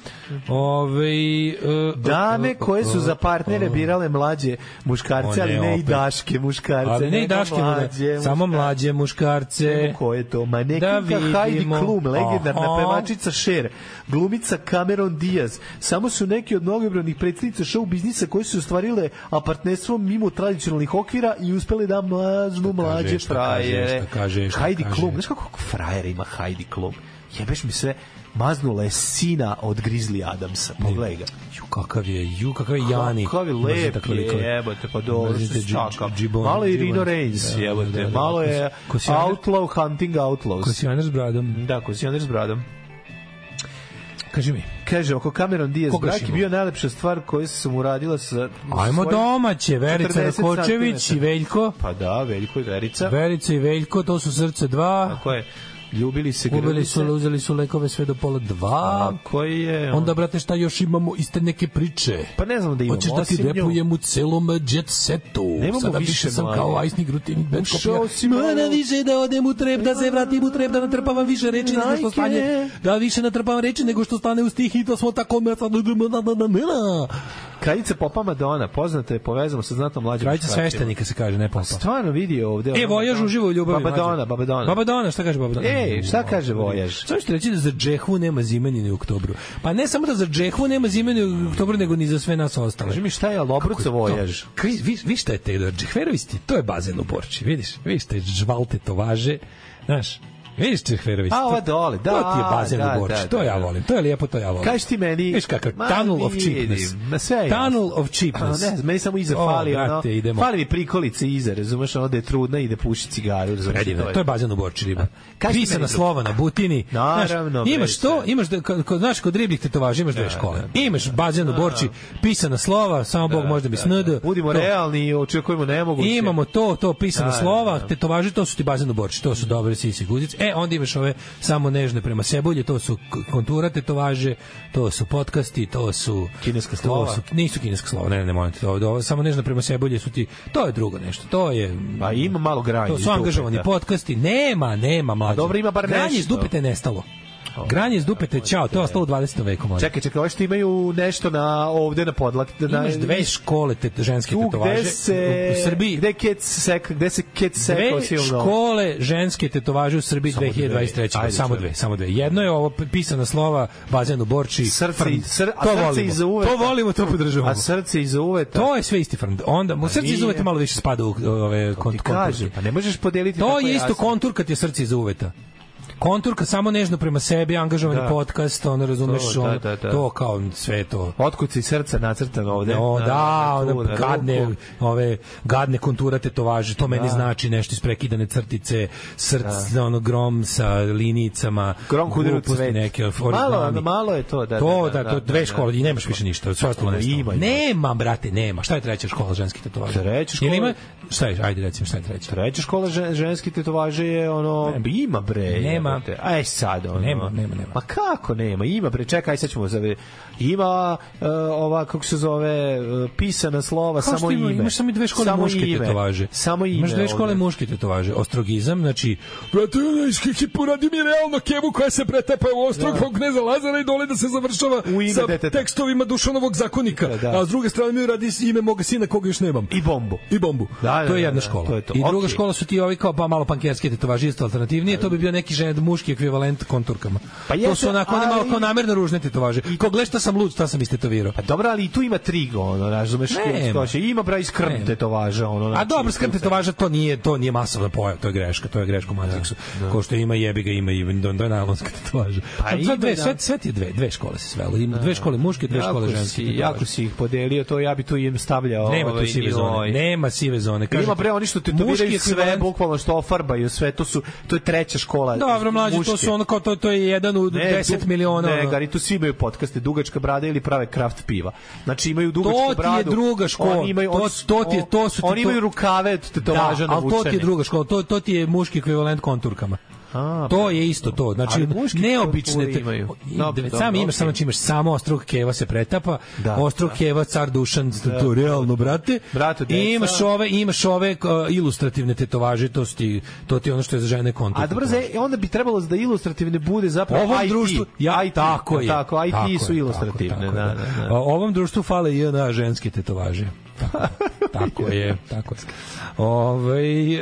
S4: Ove, e,
S5: Dame koje su za partnere
S4: o, o.
S5: birale mlađe muškarce,
S4: O ne,
S5: ali ne i
S4: opet.
S5: daške muškarce.
S4: Ali ne i
S5: nego
S4: daške, mlađe, samo mlađe muškarce.
S5: Ko je to? Ma
S4: Da
S5: nekinka
S4: vidimo.
S5: Heidi Klum, legendarna
S4: Aha.
S5: pevačica Cher, glumica Cameron Diaz. Samo su neki od mnogobrojnih predstavnica show biznisa koji su ostvarile a partnerstvo mimo tradicionalnih okvira i uspele da mlažnu mlađe
S4: šta kaže,
S5: fraje.
S4: šta kaže, šta
S5: Heidi
S4: kaže.
S5: Klum, znaš kako frajer, ima Heidi Klum. Jebeš mi sve, maznula je sina od Grizzly Adamsa. Pogledaj ga.
S4: Ju, kakav je, ju, kakav je Jani.
S5: Kakav je lep, je, jebote, pa dobro, što se čaka. Malo je Rino Reigns, jebote, malo je Outlaw Hunting Outlaws.
S4: Kosijaner s bradom.
S5: Da, kosijaner s bradom.
S4: Kaži mi.
S5: Kaže, oko Cameron Diaz
S4: Koga
S5: brak
S4: si
S5: je bio najlepša stvar koju sam uradila sa...
S4: Ajmo
S5: svojim
S4: domaće, Verica
S5: 40
S4: Rakočević i
S5: centimetara.
S4: Veljko.
S5: Pa da, Veljko i Verica.
S4: Verica i Veljko, to su srce dva.
S5: Tako je. Ljubili se
S4: Ubili
S5: grlili
S4: su,
S5: se.
S4: uzeli su lekove sve do pola dva.
S5: Tako je.
S4: Onda, brate, šta još imamo iste neke priče?
S5: Pa ne znam da imamo.
S4: Hoćeš da ti
S5: osim nju.
S4: repujem u celom jet setu.
S5: Nemamo
S4: Sada
S5: više,
S4: više sam
S5: mlađe.
S4: kao ajsni grutin bad
S5: Ušao
S4: kopija.
S5: si malo.
S4: Moram više da odem u trep, da se vratim u trep, da natrpavam više reči nego što
S5: Najke.
S4: stane. Da više natrpavam reči nego što stane u stih i to smo tako mrtva.
S5: Kraljica popa Madonna, poznata je povezano sa znatom mlađim.
S4: Kraljica
S5: muškarcima.
S4: sveštenika se kaže, ne popa.
S5: Stvarno vidi ovde.
S4: E,
S5: ono,
S4: vojaž
S5: Madonna.
S4: uživa u ljubavi.
S5: Babadona,
S4: mlađe.
S5: babadona.
S4: Babadona, šta kaže babadona?
S5: Ej, šta kaže vojaž?
S4: Samo što reći da za džehvu nema zime ni u oktobru. Pa ne samo da za džehvu nema zime ni u oktobru, nego ni za sve nas ostale.
S5: Kaži mi šta je Lobruca vojaž?
S4: Kri, vi, vi šta je te do džehverovisti, to je bazen u Borči, vidiš? Vidiš te žvalte to važe, znaš? Vidiš Čehverović.
S5: A, ova dole, da,
S4: To ti je bazen
S5: da,
S4: u Borči,
S5: da, da,
S4: to ja
S5: da.
S4: volim, to je lijepo, to ja volim.
S5: Kaži ti meni...
S4: Viš kakav,
S5: Ma,
S4: tunnel of
S5: vidim,
S4: cheapness.
S5: ma sve je jasno.
S4: Tunnel of cheapness.
S5: A, ne, znam, meni samo iza
S4: O,
S5: fali, ono,
S4: brate, idemo.
S5: fali mi prikolice iza, razumeš, ono da je trudna i da puši cigaru, razumeš.
S4: Predivno,
S5: to je-
S4: to je bazen u borči riba.
S5: Kaži ti
S4: Pisana
S5: meni,
S4: slova na butini.
S5: Naravno,
S4: znaš,
S5: bre, Da,
S4: imaš to, imaš da kod kod- znaš kod ribljih tetovaža imaš dve škole. Imaš bazen u borči, pisana slova, samo Bog može da mi snd.
S5: Budimo
S4: To.
S5: realni i očekujemo nemoguće.
S4: Imamo to, to pisano
S5: Da, da,
S4: slova,
S5: da.
S4: tetovaže, to su ti bazeno borči, to su dobre sisi guzice. E, onda imaš ove samo nežne prema sebulje, to su k- kontura tetovaže, to su podcasti, to su...
S5: Kineska
S4: to
S5: slova.
S4: Su, nisu kineska slova, ne, ne, molim te, ovo, ovo, samo nežna prema sebulje su ti... To je drugo nešto, to je...
S5: Pa ima malo granja.
S4: To
S5: iz
S4: su
S5: dupe,
S4: angažovani
S5: da.
S4: podcasti, nema, nema, mlađe.
S5: dobro, ima bar
S4: Granje
S5: nešto.
S4: iz dupete nestalo. Granje iz dupete, ćao, to je ostalo u 20. veku, mlađe.
S5: Čekaj, čekaj, ovo što imaju nešto na ovde na podlak. Na,
S4: Imaš dve škole te, ženske
S5: tu
S4: tetovaže
S5: gde se...
S4: u Srbiji.
S5: Gde kec sek, gde se kec sekao
S4: Dve
S5: silno.
S4: škole ženske tetovaže u Srbiji
S5: Samo dve.
S4: 2023.
S5: Ajde,
S4: samo
S5: čujem.
S4: dve, samo dve. Jedno je ovo pisana slova bazen u Borči.
S5: Srce,
S4: frnd.
S5: sr, a
S4: to
S5: srce
S4: volimo.
S5: iza uveta.
S4: To volimo, to podržavamo.
S5: A srce iza uveta.
S4: To je sve isti frnd. Onda mu srce
S5: nije.
S4: iz uveta malo više spada u ove
S5: Ti
S4: kont,
S5: kažem,
S4: konturke.
S5: pa ne možeš podeliti
S4: To
S5: tako
S4: je isto
S5: jasno.
S4: kontur kad je srce iz uveta. Kontur kad samo nežno prema sebi, angažovani
S5: Da.
S4: podcast, ono razumeš,
S5: To, da,
S4: ono,
S5: da, da.
S4: to kao sve to.
S5: Otkuci srca nacrtano ovde.
S4: No,
S5: Na-
S4: da,
S5: na- tu,
S4: ona
S5: na
S4: gadne,
S5: ruku.
S4: ove gadne kontura tetovaže, to
S5: Da.
S4: meni znači nešto iz prekidane crtice, srce, ono grom sa linijicama,
S5: Grom kudir u
S4: gluposti
S5: cvet.
S4: neke
S5: Malo,
S4: origami.
S5: malo je to, da,
S4: to,
S5: da, da,
S4: to
S5: da,
S4: dve
S5: da,
S4: škole i nemaš više ništa, sve ostalo
S5: Ima,
S4: nestalo.
S5: ima.
S4: Nema, brate, nema. Šta je treća škola ženskih tetovaža?
S5: Treća škola-
S4: Ili ima, šta je, ajde recimo, šta je treća?
S5: Treća škola žen, ženski tetovaže je ono nema. ima bre.
S4: Nema.
S5: jebote. Aj sad ono.
S4: Nema, nema, nema.
S5: Ma kako nema? Ima bre, čekaj, sad ćemo za ima e, ova kako se zove e, pisana slova
S4: Kao
S5: samo
S4: što ima,
S5: ime.
S4: Imaš samo i dve škole muške
S5: ime.
S4: tetovaže.
S5: Samo ime.
S4: Imaš dve
S5: ovde.
S4: škole muške tetovaže. Ostrogizam, znači, brate, onaj škiki poradi mi realno kevu koja se pretepa u ostrog da. kneza Lazara i dole da se završava
S5: U ime
S4: sa
S5: deteta.
S4: tekstovima Dušanovog zakonika.
S5: Da, da.
S4: A s druge strane mi radi ime moga sina koga još nemam.
S5: i bombu.
S4: I bombu.
S5: Da, da,
S4: to je
S5: da,
S4: jedna
S5: da,
S4: škola.
S5: to je to.
S4: I druga
S5: Okej.
S4: škola su ti ovi kao pa malo pankerski tetovaži isto alternativnije, to bi bio neki žen muški ekvivalent konturkama.
S5: Pa
S4: to
S5: jeste,
S4: su onako ali... malo
S5: ali-
S4: kao namerno ružne tetovaže. Kao gle šta sam lud, šta sam istetovirao.
S5: Pa dobro, ali i tu ima trigo, ono, razumeš?
S4: Nema.
S5: što će. Ima bre iskrm
S4: Nema.
S5: tetovaža, ono.
S4: A
S5: znači,
S4: dobro, skrb tetovaža to nije to nije masovna pojava, to je greška, to je greška u
S5: Da,
S4: Matrixu. Ko što ima jebi ga ima i do do nalonska tetovaža.
S5: Pa
S4: Pa
S5: ima,
S4: ima, dve,
S5: da.
S4: sve, sve ti je dve, dve škole se svelo. Ima dve škole muške, dve škole
S5: Jako
S4: ženske.
S5: si,
S4: tetovaže.
S5: jako si ih podelio, to ja bi tu im stavljao.
S4: Nema tu
S5: ovaj,
S4: sive
S5: ovaj.
S4: zone. Nema sive zone.
S5: Kažete,
S4: Kažem
S5: ima
S4: ti,
S5: bre oni što te
S4: muški
S5: dobiraju sve,
S4: ekvivalent-
S5: bukvalno što ofarbaju sve, to su to je treća škola.
S4: Dobro, mlađi, to su ono kao to, to je jedan u 10
S5: du-
S4: miliona.
S5: Ne,
S4: ono.
S5: gari, tu svi imaju podcaste, dugačka brada ili prave kraft piva. Znači imaju dugačku
S4: to ti
S5: bradu.
S4: je druga škola.
S5: Oni imaju,
S4: to,
S5: oni,
S4: to ti je, to su ti
S5: oni
S4: to-
S5: imaju rukave od tetovaža
S4: da, ali to ti
S5: navučene.
S4: je druga škola, to, to ti je muški ekvivalent konturkama.
S5: A,
S4: to je isto to. Znači,
S5: Ali muške
S4: neobične...
S5: konture
S4: Te,
S5: imaju. Dobro,
S4: Dobro,
S5: dobro,
S4: sam
S5: okej.
S4: imaš, samo znači imaš samo ostrog keva se pretapa,
S5: Da,
S4: da, ostrog keva car Dušan, da, to realno, brate.
S5: Brate, deca.
S4: I imaš ove, imaš ove uh, ilustrativne tetovaže, to, su ti, to ti je ono što je za žene kontur.
S5: pa, A dobro, za, onda bi trebalo da ilustrativne bude zapravo
S4: ovom
S5: IT.
S4: društvu ja
S5: IT,
S4: tako
S5: jel
S4: je
S5: Tako, IT
S4: je,
S5: su ilustrativne,
S4: tako je,
S5: da, da, da.
S4: A ovom društvu fale i na ženske tetovaže tako, tako je tako je ovaj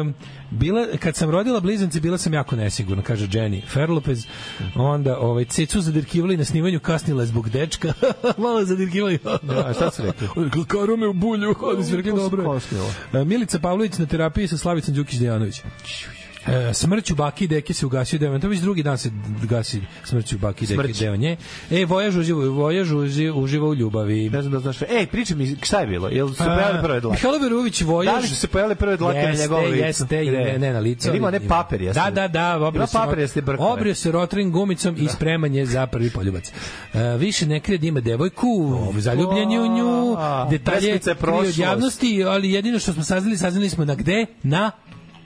S4: em, bila, kad sam rodila blizance, bila sam jako nesigurna, kaže Jenny Ferlopez. Onda, ovaj, cecu zadirkivali na snimanju, kasnila je zbog dečka. Malo je zadirkivali.
S5: Da, A šta su rekli?
S4: Karo me u bulju. Oni su rekli,
S5: To su
S4: dobro. je.
S5: kasnila.
S4: Milica Pavlović na terapiji sa Slavicom Đukić Dejanović. E, smrću baki deke se ugasio Devan. To već drugi dan se gasi smrću baki deke Smrć. Devanje. E, vojaž uživo, vojaž uživo, uživo u ljubavi.
S5: Ne znam da znaš šta. Ej, priča mi šta je bilo. Jel su pojavile prve dlake?
S4: Mihajlo Verović vojaž.
S5: Da li su se pojavile prve dlake
S4: Pa, jeste,
S5: na njegovom licu?
S4: Jeste,
S5: Gde?
S4: ne, ne na licu.
S5: Jel
S4: ali
S5: ima one papir, jeste?
S4: Da, da, da. Obrio
S5: Ima
S4: se,
S5: papir, jeste brkove. Da.
S4: Obrio se rotring gumicom i spreman je za prvi poljubac. E, više ne krije da ima devojku, zaljubljen je u nju,
S5: A,
S4: detalje
S5: Preslica je
S4: krije od
S5: prošlost.
S4: javnosti, ali jedino što smo saznali, saznali smo na gde? Na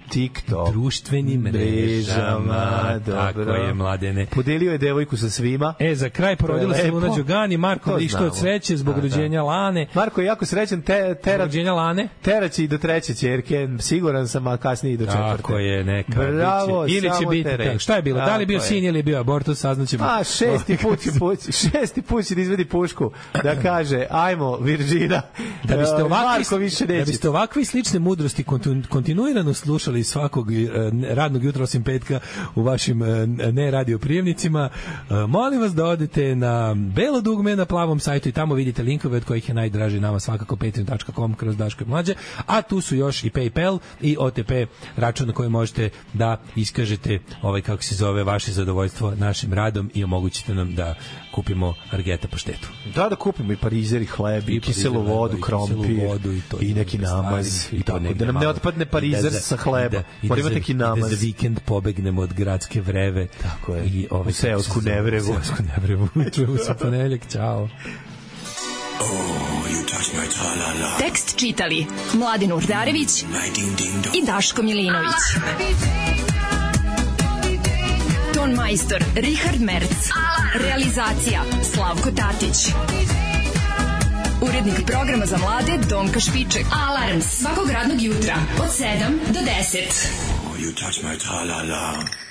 S5: TikTok.
S4: društvenim mrežama. Tako je, mladene.
S5: Podelio je devojku sa svima.
S4: E, za kraj porodila
S5: To je
S4: se Luna
S5: lepo.
S4: Đugani, Marko
S5: To
S4: Lišto
S5: znamo.
S4: od sreće zbog
S5: Da, da.
S4: rođenja Lane.
S5: Marko je jako srećan, te,
S4: Zbog
S5: tera,
S4: Rođenja Lane.
S5: teraće i do treće ćerke, siguran sam, a kasnije i do četvrte.
S4: Tako je, neka.
S5: Bravo,
S4: biće. Ili će
S5: samo
S4: biti
S5: te
S4: tako.
S5: reći.
S4: Šta je bilo? Da li je bio
S5: Tako
S4: sin ili je bio abortus, saznaćemo.
S5: A, šesti put, će pući, šesti put će da izvedi pušku, da kaže, ajmo, Virđina,
S4: Da biste
S5: E,
S4: ovakvi,
S5: Marko više neće.
S4: da biste ovakve i slične mudrosti kontu- kontinuirano slušali svakog e, radnog jutra osim petka u vašim e, ne radio prijemnicima, e, molim vas da odete na belo dugme na plavom sajtu i tamo vidite linkove od kojih je najdraži nama svakako patreon.com kroz Daško i Mlađe, a tu su još i PayPal i OTP račun na koji možete da iskažete ovaj kako se zove vaše zadovoljstvo našim radom i omogućite nam da kupimo argeta paštetu.
S5: Da, da kupimo i parizer i hleb, i,
S4: I
S5: kiselu
S4: parizer,
S5: vodu,
S4: i
S5: krompir,
S4: kiselu vodu, i to, i neke
S5: neki namaz,
S4: stvari,
S5: i
S4: i to
S5: tako,
S4: negde
S5: da nam ne
S4: malo.
S5: otpadne
S4: I da
S5: parizer
S4: za-
S5: sa
S4: i da-
S5: hleba,
S4: i da
S5: mora
S4: za-
S5: imati neki
S4: i da
S5: namaz.
S4: za vikend pobegnemo od gradske vreve.
S5: Tako je.
S4: I ove,
S5: U seosku
S4: kako se zove,
S5: nevrevu.
S4: U seosku nevrevu. Čujemo se u ponedeljak. Ćao.
S12: Tekst čitali Mladin Urdarević i Daško Milinović. Ton majstor Richard Merc. Realizacija Slavko Tatić. Urednik programa za mlade Donka Špiček. Alarms svakog radnog jutra od 7 do 10.
S8: Oh, you touch my tra-la-la.